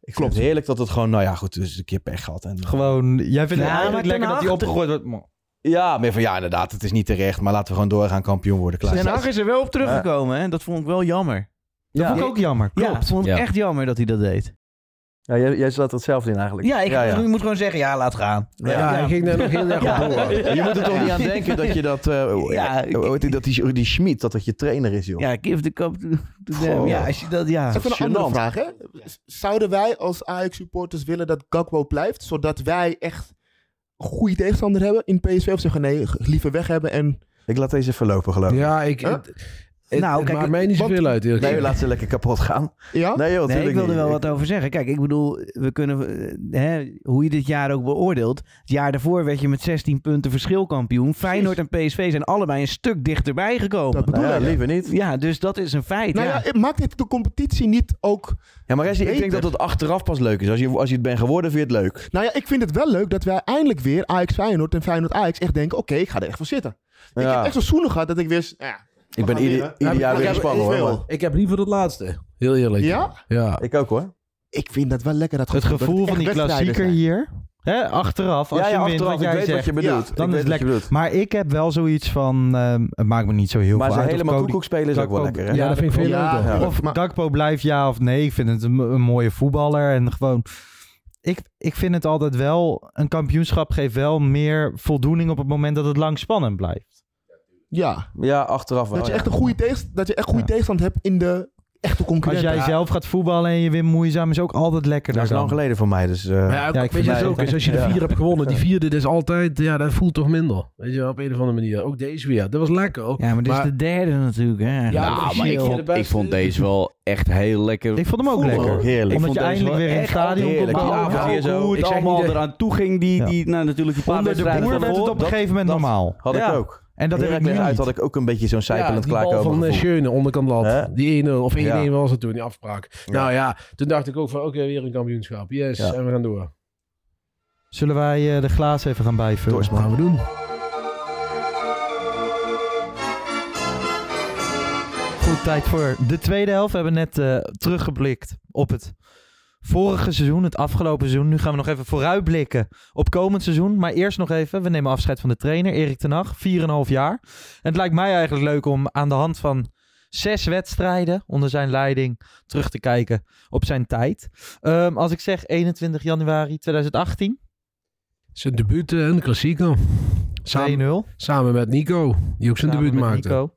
S9: Ik
S11: Klopt.
S9: vind het heerlijk dat het gewoon, nou ja, goed, dus een keer pech gehad. En,
S6: Gewoon, jij vindt
S8: Ja,
S6: het
S8: maar
S6: eigenlijk
S8: Ten
S6: lekker dat hij
S8: Hag-
S6: opgegooid wordt. Maar-
S9: ja, meer van, ja, inderdaad, het is niet terecht, maar laten we gewoon doorgaan kampioen worden. Klaar.
S8: Ten Hag is er wel op teruggekomen, hè? Dat vond ik wel jammer.
S6: Dat vond ik ook jammer.
S8: Ja,
S6: Klopt.
S8: dat vond ik
S15: Ja.
S8: echt jammer dat hij dat deed.
S9: Ja, jij, jij zat hetzelfde in eigenlijk.
S8: Ja, ik
S9: ja,
S8: je moet gewoon zeggen, ja, laat gaan.
S10: Ja, hij ging daar nog heel erg op door.
S9: Je moet er toch niet aan denken dat je dat... eh, hoe-
S8: Ja, ik-
S9: hoe heet die- dat die, die Schmid, dat dat je trainer is, joh.
S8: Ja, give the cup to, to them.
S9: Goh.
S8: Ja, als je dat, ja.
S11: Even een andere
S9: Gênant.
S11: vraag, hè? Zouden wij als Ajax-supporters willen dat Gakpo blijft, zodat wij echt een goede tegenstander hebben in PSV? Of zeggen nee, g- liever weg hebben en...
S9: Ik laat deze verlopen, geloof ik.
S10: Ja, ik...
S11: Huh?
S10: het- Het,
S8: Nou,
S10: nou,
S8: kijk,
S10: maakt mij niet
S11: want-
S10: zoveel uit. eerlijk
S9: Nee, we
S10: gezegd.
S9: laten ze lekker kapot gaan.
S11: Ja?
S9: Nee, joh,
S8: Nee, ik
S9: natuurlijk
S8: wilde
S9: niet.
S8: wel wat over zeggen. Kijk, ik bedoel, we kunnen, eh, hè, hoe je dit jaar ook beoordeelt. Het jaar daarvoor werd je met 16 punten verschilkampioen. Feyenoord en PSV zijn allebei een stuk dichterbij gekomen.
S11: Dat bedoel
S9: Nou ja,
S11: ik.
S9: liever niet.
S8: Ja, dus dat is een feit.
S11: Nou
S8: ja.
S11: ja, maakt dit de competitie niet ook...
S9: Ja, maar Wesley, ik denk
S11: Beter.
S9: dat het achteraf pas leuk is. Als je, als je het bent geworden, vind je het leuk.
S11: Nou ja, ik vind het wel leuk dat wij eindelijk weer Ajax-Feyenoord en Feyenoord-Ajax echt denken... Oké, ik ga er echt voor zitten. Ik
S9: Ja.
S11: heb echt zo'n zoenen gehad dat ik wist... nou Ja,
S9: Ik ben
S11: gaan
S9: ieder,
S11: weer, hè?
S9: ieder
S10: Ja,
S9: jaar
S10: maar
S9: weer
S10: ik heb-
S9: gespannen,
S11: ik
S9: hoor.
S11: wil.
S9: maar-
S10: Ik heb liever dat laatste. Heel eerlijk.
S11: Ja?
S10: Ja.
S9: Ik ook, hoor.
S11: ik vind dat wel lekker dat
S6: Het
S11: dat
S6: gevoel
S11: echt
S6: van die
S11: wedstrijden
S6: klassieker
S11: zijn.
S6: hier. Hè, achteraf, als
S9: ja,
S6: je
S9: ja,
S6: wint,
S9: achteraf,
S6: wat
S9: ik
S6: jij
S9: weet
S6: zegt.
S9: wat je bedoelt.
S11: Ja,
S6: dan
S9: Ik
S6: is
S9: weet wat je bedoelt.
S6: Maar ik heb wel zoiets van, ehm, het maakt me niet zo heel
S9: Maar
S6: veel
S9: zijn
S6: uit. of
S9: helemaal
S6: Cody-
S9: koekoek spelen is ook wel
S6: Gakpo-
S9: lekker, hè?
S10: Ja, dat vind ik veel
S11: Ja,
S10: leuker.
S11: ja.
S6: Of
S11: Maar-
S6: Gakpo blijft ja of nee. Ik vind het een, een mooie voetballer. En gewoon... Ik, ik vind het altijd wel... Een kampioenschap geeft wel meer voldoening op het moment dat het lang spannend blijft.
S11: Ja,
S9: Ja, achteraf wel.
S11: dat je
S9: ja.
S11: echt een goede, tegenst- dat je echt goede
S6: Ja.
S11: tegenstand hebt in de echte
S6: Als
S11: concurrent.
S6: jij
S11: Ja.
S6: zelf gaat voetballen en je wint moeizaam, is ook altijd lekker.
S9: Dat is lang geleden voor mij, dus... eh,
S10: Maar ja, ook- weet je wat het ook is? Als je de vier hebt gewonnen, die vierde, dat is altijd, ja, dat voelt toch minder. Weet je wel, op een of andere manier. Ook deze weer. Dat was lekker. Ook.
S16: Ja, maar dit is de derde natuurlijk, hè.
S10: Ja,
S8: nou, maar ik vond, ik vond deze wel echt heel lekker.
S6: Ik vond hem ook
S8: voetbal.
S6: lekker.
S8: Heerlijk.
S6: Omdat
S8: Ik vond
S6: je
S8: deze
S6: eindelijk
S8: wel
S6: weer in het
S8: echt
S6: stadion kon
S8: heerlijk. Die
S6: komen.
S8: avond
S6: Ja,
S8: zo,
S6: hoe het
S8: ik zeg
S6: allemaal-
S8: niet eraan toe ging, die, die nou, natuurlijk die paar
S6: Onder de
S8: wedstrijden
S6: boer werd het
S8: daarvoor,
S6: op een
S8: dat-
S6: gegeven moment normaal.
S9: Had ik
S8: Ja.
S9: ook.
S6: En dat heb ik
S9: Heracles
S6: nu
S9: uit
S6: niet.
S9: had ik ook een beetje zo'n
S10: Ja,
S9: zijpelend
S10: die bal van
S9: klaarkomen
S10: eh,
S9: gevoel.
S10: Schöne, onderkant lat.
S9: Hè?
S10: Die 1-0 of 1-1
S9: Ja.
S10: was het toen, die afspraak. Nou ja, toen dacht ik ook van, oké, weer een kampioenschap. Yes,
S6: Ja.
S10: en we gaan door.
S6: Zullen wij eh, de glazen even gaan bijvullen?
S10: Dat gaan we doen.
S6: Goed, tijd voor de tweede helft. We hebben net eh, teruggeblikt op het vorige seizoen, het afgelopen seizoen. Nu gaan we nog even vooruitblikken op komend seizoen. Maar eerst nog even, we nemen afscheid van de trainer, Erik ten Hag, 4,5 jaar. En het lijkt mij eigenlijk leuk om aan de hand van zes wedstrijden onder zijn leiding terug te kijken op zijn tijd. Ehm, als ik zeg 21 januari 2018,
S10: Zijn debuut eh, en klassieker. Samen,
S6: 2-0.
S10: samen met Nico, die ook zijn
S6: Samen
S10: debuut
S6: met
S10: maakte.
S6: Nico.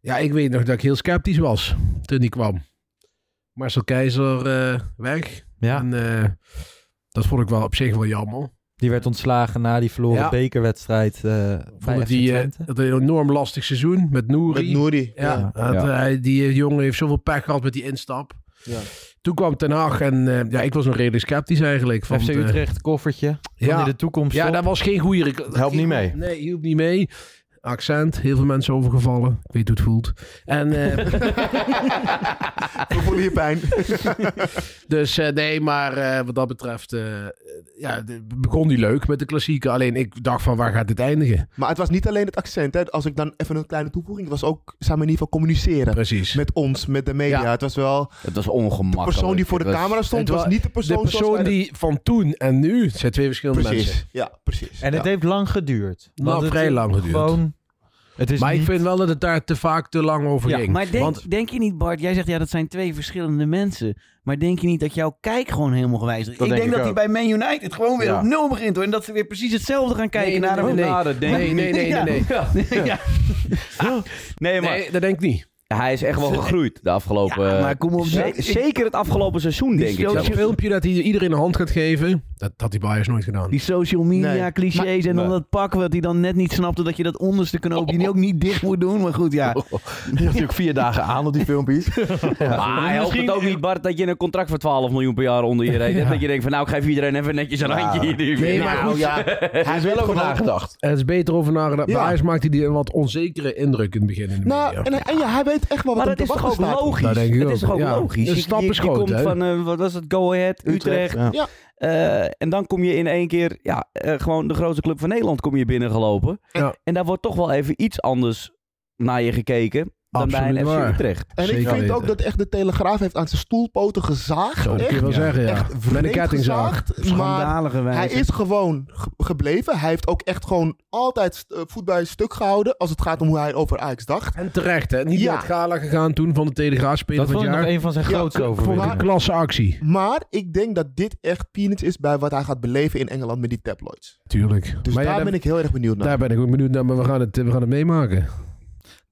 S10: Ja, ik weet nog dat ik heel sceptisch was toen die kwam. Marcel Keizer eh, weg.
S6: Ja.
S10: En eh, dat vond ik wel op zich wel jammer.
S6: die werd ontslagen na die verloren
S10: Ja.
S6: bekerwedstrijd eh bij
S10: Vond
S6: FC
S10: het die, eh,
S6: Twente.
S10: dat een enorm lastig seizoen met Nouri.
S11: Met Nouri,
S10: Ja,
S11: ja.
S10: Dat,
S11: Ja.
S10: hij- die eh, jongen heeft zoveel pech gehad met die instap.
S11: Ja.
S10: Toen kwam Ten Hag en eh, ja, ik was nog redelijk sceptisch eigenlijk. Van,
S6: FC
S10: eh,
S6: Utrecht koffertje. Ja. In de toekomst.
S10: Ja,
S6: op.
S10: dat was geen goede reclame.
S6: Helpt niet mee.
S10: Nee, hielp niet mee. Accent, heel veel mensen overgevallen. Ik weet hoe het voelt. En, eh
S11: We voelen je pijn.
S10: dus eh, nee, maar eh, wat dat betreft eh, ja, de- begon die leuk met de klassieke. Alleen ik dacht van, waar gaat dit eindigen?
S11: Maar het was niet alleen het accent. Hè. Als ik dan even een kleine toevoeging. Het was ook zijn manier van communiceren.
S10: Precies.
S11: Met ons, met de media. Het was wel...
S8: Het was ongemakkelijk.
S11: De persoon die voor de
S8: Het was-
S11: camera stond, dus was,
S10: Het wa-
S11: niet de persoon,
S10: de persoon
S11: zoals wij dat-
S10: die van toen en nu het zijn twee verschillende
S11: Precies.
S10: mensen.
S11: Ja, precies.
S6: En het
S10: Ja.
S6: heeft lang geduurd.
S10: Nou,
S6: Want het
S10: vrij
S6: is
S10: lang geduurd.
S6: Gewoon, het is
S10: maar ik
S6: niet-
S10: vind wel dat het daar te vaak te lang over
S6: Ja,
S10: ging.
S6: maar
S16: Denk,
S10: Want
S16: denk je niet, Bart? Jij zegt ja, dat zijn twee verschillende mensen. Maar denk je niet dat jouw kijk gewoon helemaal gewijzigd is?
S10: Dat
S16: ik
S10: denk
S16: denk
S10: ik
S16: dat hij
S10: ook.
S16: bij Man United gewoon weer
S10: Ja.
S16: op nul begint hoor. En dat ze weer precies hetzelfde gaan kijken
S10: Nee,
S16: naar
S10: nee,
S16: hem.
S10: nee,
S16: Ja,
S10: nee. Nee, nee, nee,
S16: Ja.
S10: nee, nee.
S16: Ja.
S8: Nee, maar...
S10: dat denk ik niet.
S8: Hij is echt wel gegroeid eh. de afgelopen...
S9: eh,
S10: maar kom op,
S8: Ze-
S10: ik-
S8: zeker het afgelopen seizoen, denk ik.
S10: dat
S8: zelfs.
S10: filmpje dat hij iedereen een hand gaat geven, dat had die Bayers nooit gedaan.
S16: Die social media
S10: Nee.
S16: clichés
S10: Maar-
S16: en dan
S10: Nee.
S16: dat pak wat hij dan net niet snapte dat je dat onderste knoopje die ook niet dicht moet doen. Maar goed, ja.
S9: Oh. Die had hij ook vier dagen aan op die filmpjes.
S8: Maar helpt het ook niet, Bart, dat je een contract voor 12 miljoen per jaar onder je reed hebt? Dat je denkt van, nou, ik geef iedereen even netjes een randje hier. nu.
S10: Nee, maar
S8: Nou,
S10: goed.
S9: Hij is wel over nagedacht.
S10: Er is beter over nagedacht.
S11: Ja.
S10: Bij Ajax maakte hij een wat onzekere indruk in het begin. In de
S11: Nou,
S10: media.
S11: en, en ja, hij weet echt wel
S8: Maar
S11: wat
S8: dat
S11: hem te
S8: is toch
S11: wachten
S8: ook
S11: staat.
S8: logisch?
S10: Nou, denk ik
S8: het is
S10: ook.
S8: toch ook
S10: Ja.
S8: logisch?
S10: De
S8: Je-
S10: stap
S8: je,
S10: is
S8: je
S10: groot,
S8: komt
S10: hè?
S8: van, eh, wat was het, Go Ahead, Utrecht.
S11: ja. Ja.
S8: Eh, en dan kom je in één keer, ja, eh, gewoon de grootste club van Nederland kom je binnengelopen.
S10: Ja.
S8: En daar wordt toch wel even iets anders naar je gekeken dan bij
S10: Absoluut
S8: een
S10: waar.
S8: FC Utrecht.
S11: En ik
S10: Zeker
S11: vind ook
S10: weten.
S11: dat echt de Telegraaf heeft aan zijn stoelpoten gezaagd.
S10: Zo, dat kun je wel
S11: Echt.
S10: zeggen, ja.
S11: Echt
S10: Met een
S11: vreemd
S10: kettingzaag.
S11: gezaagd,
S16: Schandalige
S11: Maar
S16: wijze.
S11: hij is gewoon ge- gebleven. Hij heeft ook echt gewoon altijd eh, voet bij stuk gehouden. Als het gaat om hoe hij over Ajax dacht.
S10: En terecht, hè? Niet
S11: Ja.
S10: naar het gala gegaan toen van de Telegraaf speler
S6: dat
S10: van
S6: vond
S10: het
S6: ik nog
S10: jaar.
S6: een van zijn
S11: Ja,
S6: grootste
S10: Voor die
S6: overwinningen.
S10: klasse actie.
S11: Maar ik denk dat dit echt peanuts is bij wat hij gaat beleven in Engeland met die tabloids.
S10: Tuurlijk.
S11: Dus
S10: Maar ja,
S11: daar
S10: daar-
S11: ben ik heel erg benieuwd naar.
S10: Daar ben ik ook benieuwd naar, maar we gaan het, we gaan het meemaken.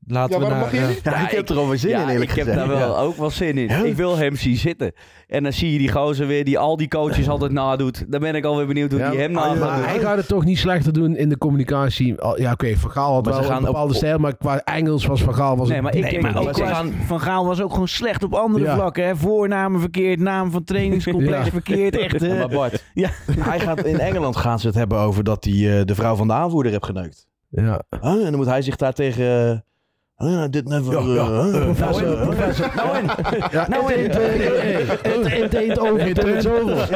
S6: Laten
S11: Ja,
S6: we
S11: waarom
S6: naar...
S11: mag je
S6: eh,
S11: niet?
S9: Ja, ik heb er al wel zin in, eerlijk
S8: ik heb
S9: gezegd.
S8: daar wel,
S9: Ja.
S8: ook wel zin in. Ik wil hem zien zitten. En dan zie je die gozer weer die al die coaches altijd nadoet. Dan ben ik alweer benieuwd hoe
S10: Ja,
S8: die hem
S10: maar-
S8: nadoet.
S10: maar hij gaat het toch niet slechter doen in de communicatie. Al- Ja, oké, Van Gaal had
S8: Maar ze
S10: wel een
S8: gaan op-
S10: bepaalde stijl, maar qua Engels was Van Gaal was
S8: Nee,
S10: het-
S8: maar ik
S16: Nee,
S8: denk
S16: maar ook
S8: ook wel-
S16: van, van Gaal was ook gewoon slecht op andere
S10: Ja.
S16: vlakken. Hè? Voornamen verkeerd, naam van trainingscomplex
S10: Ja.
S16: verkeerd. Echt, eh,
S9: Maar Bart,
S16: ja.
S9: hij gaat, in Engeland gaan ze het hebben over dat hij eh, de vrouw van de aanvoerder heeft geneukt.
S10: Ja.
S9: Huh? En dan moet hij zich daar tegen... eh, huh, dit never...
S10: Ja, ja.
S9: eh, huh?
S10: Nou, en-
S8: Nou en,
S10: Ja,
S8: nou en.
S10: Het eet over, het eet over.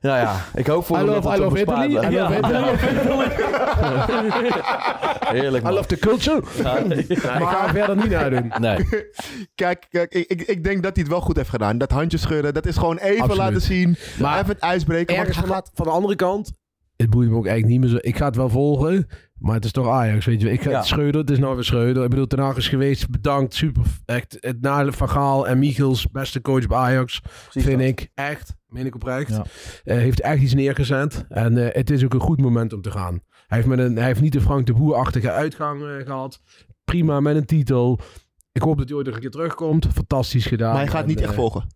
S9: Nou ja, ik hoop voor
S10: I
S9: hem dat
S10: love, I
S9: het hem
S10: love
S9: bespaard
S10: Italy. I
S9: blijft.
S10: love
S9: Ja.
S10: Italy.
S9: Heerlijk,
S10: I
S9: man.
S10: love the culture. ik ga er verder niet naar doen.
S9: Nee.
S11: Kijk, kijk ik, ik, ik denk dat hij het wel goed heeft gedaan. Dat handje schudden, dat is gewoon even
S10: Absoluut.
S11: laten zien.
S10: Maar
S11: even het ijsbreken. want
S10: Ergens
S11: hij
S10: van,
S11: gaat-
S10: van de andere kant. Het boeit me ook eigenlijk niet meer zo. Ik ga het wel volgen. Maar het is toch Ajax, weet je. wel. Ik ga
S9: Ja.
S10: het Schreuder, het is nou weer Schreuder. Ik bedoel, Ten Hag is geweest. Bedankt, super. Echt, het nadeel van Gaal en Michels, beste coach bij Ajax, vind ik. Echt, meen ik oprecht.
S9: Ja.
S10: Eh, heeft echt iets neergezet. En eh, het is ook een goed moment om te gaan. Hij heeft, met een, hij heeft niet de Frank de Boer-achtige uitgang eh, gehad. Prima met een titel. Ik hoop dat hij ooit nog een keer terugkomt. Fantastisch gedaan.
S7: Maar hij gaat
S10: En,
S7: niet echt
S10: eh,
S7: volgen.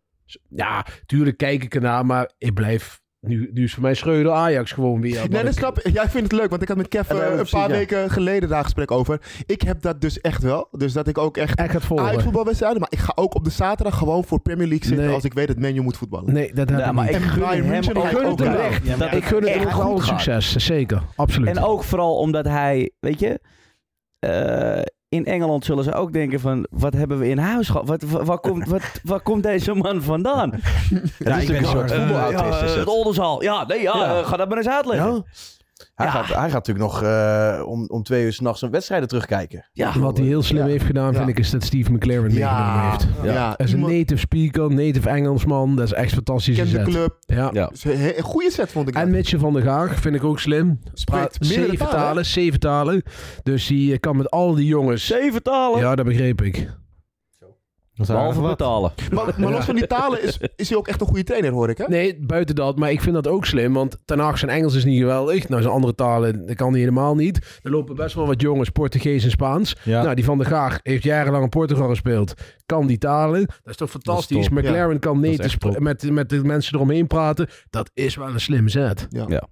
S10: Ja, tuurlijk kijk ik ernaar, maar ik blijf... Nu, nu is voor mij Schreuder Ajax gewoon weer.
S7: nee,
S10: wat
S7: dat
S10: ik-
S7: snap ik. Jij vindt het leuk, want ik had met Kev
S10: Ja,
S7: eh,
S10: nee,
S7: een
S10: precies,
S7: paar
S10: ja.
S7: weken geleden daar een gesprek over. Ik heb dat dus echt wel. Dus dat ik ook echt uitvoetbalwedstrijden, maar ik ga ook op de zaterdag gewoon voor Premier League zitten
S10: Nee.
S7: als ik weet dat menu moet voetballen.
S10: Nee, dat heb
S7: Ja,
S10: ik
S7: maar
S10: niet.
S7: ik gun hem ook
S10: ik gun het hem
S7: wel.
S10: echt.
S7: Ja, maar
S10: ik gun het
S8: echt
S10: hem echt
S8: goed
S10: al
S8: gaat.
S10: succes, zeker. Absoluut.
S8: En ook vooral omdat hij, weet je, eh, in Engeland zullen ze ook denken van, wat hebben we in huis gehad? Wat, wa- waar, komt, wat, waar komt deze man vandaan? Ja,
S9: ik ben een soort voetbalautist, is
S8: Het
S9: het.
S8: Oldenzaal. eh, Ja, nee, ja,
S9: Ja.
S8: eh, ga dat maar eens uitleggen. Ja,
S9: Hij, gaat, hij gaat natuurlijk nog eh, om, om twee uur s'nachts zijn wedstrijden terugkijken.
S10: Wat hij heel slim heeft gedaan, vind
S9: Ja.
S10: ik, is dat Steve McLaren
S9: Ja.
S10: meegenomen heeft.
S9: Ja.
S10: Dat is een native speaker, native Engelsman. Dat is echt fantastisch.
S7: Kent de
S10: gezet.
S7: club.
S10: Ja.
S7: Dus een he- een goede set vond ik.
S10: En Mitchell van der Gaag vind ik ook slim. Praat
S7: meerdere
S10: zeven
S7: talen, hè?
S10: talen, zeven talen. Dus die eh, kan met al die jongens...
S8: Zeven talen?
S10: Ja, dat begreep ik.
S8: Behalve
S10: Wat?
S8: betalen.
S7: Maar, maar los van die talen is, is hij ook echt een goede trainer, hoor ik. Hè?
S10: Nee, buiten dat. Maar ik vind dat ook slim. Want Ten Hag zijn Engels is niet geweldig. Nou, zijn andere talen dat kan hij helemaal niet. Er lopen best wel wat jongens Portugees en Spaans.
S9: Ja.
S10: Nou, die Van der Gaag heeft jarenlang in Portugal gespeeld. Kan die talen. Dat is toch fantastisch.
S9: top.
S10: McLaren
S9: Ja.
S10: kan
S9: Dat is
S10: niet
S9: echt
S10: te spra-
S9: top.
S10: met, met de mensen eromheen praten. Dat is wel een slim zet.
S7: Ja.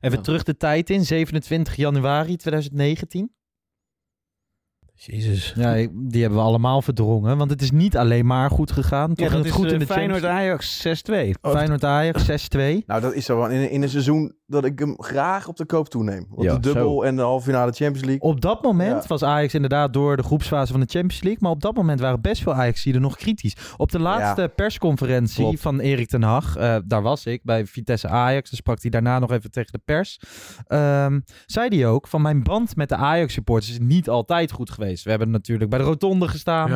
S6: Even terug de tijd in, 27 januari 2019. Jezus. Ja, ik- die hebben we allemaal verdrongen. Want het is niet alleen maar goed gegaan. Toen
S17: Ja,
S6: ging
S17: dat
S6: het
S17: is eh,
S6: goed in de
S17: Feyenoord
S6: Champions
S17: Ajax 6-2.
S6: League. Feyenoord Ajax 6-2.
S9: Nou, dat is zo wel in, in een seizoen dat ik hem graag op de koop toeneem. Want
S6: Ja,
S9: de dubbel
S6: zo.
S9: en de halve finale Champions League.
S6: Op dat moment was Ajax inderdaad door de groepsfase van de Champions League. Maar op dat moment waren best veel Ajax-zieden nog kritisch. Op de laatste
S9: Ja.
S6: persconferentie
S9: Klopt.
S6: van Erik ten Hag, eh, daar was ik bij Vitesse Ajax. Dus sprak hij daarna nog even tegen de pers. Ehm, zei hij ook van mijn band met de Ajax-supporters is niet altijd goed geweest. We hebben natuurlijk bij de rotonde gestaan.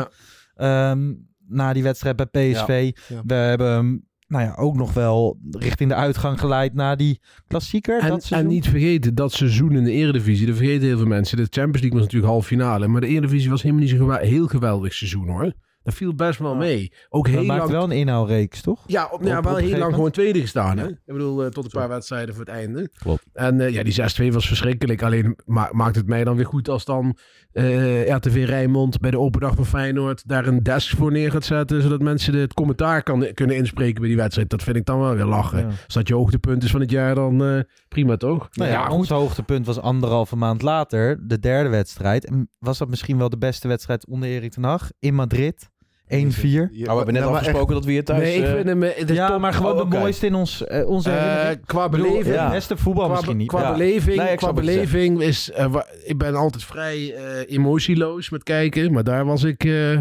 S10: Ja.
S6: Ehm, na die wedstrijd bij PSV.
S10: Ja. Ja.
S6: We hebben hem, nou ja, ook nog wel richting de uitgang geleid na die klassieker.
S10: En,
S6: dat
S10: en
S6: seizoen.
S10: niet vergeten, dat seizoen in de Eredivisie, dat vergeten heel veel mensen. De Champions League was natuurlijk half finale, maar de Eredivisie was helemaal niet zo'n gewa- heel geweldig seizoen hoor. Dat viel best wel mee. Ook
S6: Dat
S10: heel
S6: maakt
S10: lang...
S6: wel een inhaalreeks, toch?
S10: Ja, op, ja,
S6: op
S10: wel
S6: een
S10: heel
S6: gegeven
S10: lang
S6: moment.
S10: gewoon tweede gestaan. Hè? Ik bedoel, eh, tot een paar wedstrijden voor het einde.
S8: Klopt.
S10: En eh, ja, die 6-2 was verschrikkelijk. Alleen ma- maakt het mij dan weer goed als dan eh, RTV Rijnmond bij de open dag van Feyenoord daar een desk voor neer gaat zetten. Zodat mensen de- het commentaar kan, kunnen inspreken bij die wedstrijd. Dat vind ik dan wel weer lachen.
S6: Ja.
S10: Als dat je hoogtepunt is van het jaar, dan eh, prima toch?
S6: Nou ja, ons hoogtepunt was anderhalve maand later, de derde wedstrijd. En was dat misschien wel de beste wedstrijd onder Erik ten Hag in Madrid? 1-4.
S9: we hebben net afgesproken dat we hier thuis...
S10: Nee, ik
S9: eh,
S10: vind hem... eh, het is
S6: ja,
S10: top.
S6: maar gewoon
S10: Oh,
S6: de
S10: oké.
S6: mooiste in ons, eh, onze
S10: Eh,
S6: herinnering.
S10: qua
S6: Ik bedoel,
S10: beleving-
S6: Het
S10: Ja.
S6: beste voetbal
S10: Qua-
S6: misschien niet.
S10: Qua
S6: Ja.
S10: beleving,
S6: Nee,
S10: qua
S6: ik snap wat je zegt.
S10: beleving is... eh, wa- ik ben altijd vrij eh, emotieloos met kijken, maar daar was ik... eh,
S7: Ben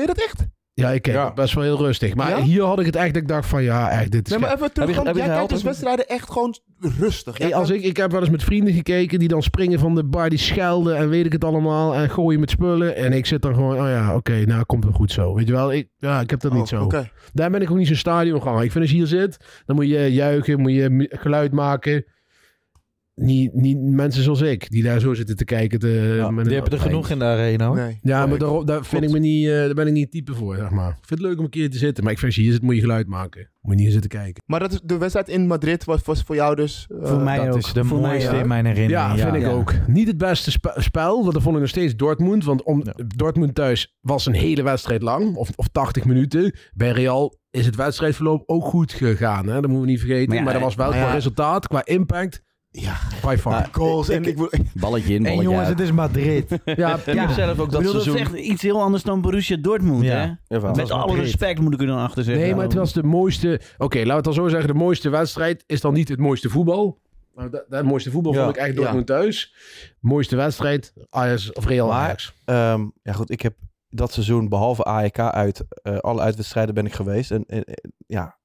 S7: je dat echt?
S10: ja, ik keek
S7: Ja.
S10: het best wel heel rustig. Maar
S7: Ja?
S10: hier had ik het echt, dat ik dacht van ja, echt, dit is...
S7: Nee, maar even terug. want jij kijkt dus
S10: dus
S7: wedstrijden echt gewoon rustig. Jij
S10: als
S7: kan-
S10: ik, ik heb wel eens met vrienden gekeken die dan springen van de bar, die schelden en weet ik het allemaal en gooien met spullen. En ik zit dan gewoon, oh ja, oké, nou komt wel goed zo. Weet je wel, ik, ja, ik heb
S6: Oh,
S10: dat niet zo.
S7: oké.
S10: Daar ben ik ook niet zo'n stadionganger. Ik vind als je hier zit, dan moet je juichen, moet je mu- geluid maken. Niet, niet mensen zoals ik, die daar zo zitten te kijken. Te, met
S6: Die
S10: een-
S6: hebben er genoeg in de arena hoor.
S7: Nee.
S10: Ja, maar daar, daar, vind ik me niet, eh, daar ben ik niet het type voor, zeg maar. Ik vind het leuk om een keer te zitten, maar ik vind als je hier zit, moet je geluid maken. Moet je niet hier zitten kijken.
S7: Maar dat is, de wedstrijd in Madrid was, was voor jou dus... eh,
S17: Voor mij
S6: dat
S17: ook.
S6: is de
S17: Voor mij
S6: mooiste
S17: ook.
S6: in eh, mijn herinnering.
S10: Ja, vind ik ook. Niet het beste spe- spel, want dat vond ik nog steeds Dortmund. Want om, Dortmund thuis was een hele wedstrijd lang, of, of 80 minuten. Bij Real is het wedstrijdverloop ook goed gegaan, hè? dat moeten we niet vergeten. Maar,
S8: Maar ja,
S10: dat was wel
S8: maar
S10: qua
S8: ja.
S10: resultaat, qua impact, by
S9: Ah,
S10: far.
S7: goals en ik... wil-
S8: Balletje in,
S6: En
S8: balletje
S6: jongens,
S8: uit.
S6: het is Madrid.
S10: Ja,
S8: Ik heb zelf ook
S17: Ik
S8: dat
S17: bedoel,
S8: seizoen...
S17: Dat is echt iets heel anders dan Borussia Dortmund,
S8: Ja.
S17: hè?
S8: Jawel.
S17: Met
S8: Dat was
S17: alle
S8: Madrid.
S17: respect moet ik er dan achter zeggen.
S10: Nee, maar het was de mooiste... Oké, laten we het dan zo zeggen. De mooiste wedstrijd is dan niet het mooiste voetbal. Maar dat, dat mooiste voetbal
S9: Ja,
S10: vond ik echt Dortmund thuis. Mooiste wedstrijd, Ajax of Real Ajax.
S9: Ehm, ja, goed, ik heb dat seizoen behalve AEK uit eh, alle uitwedstrijden ben ik geweest. En eh, eh, ja,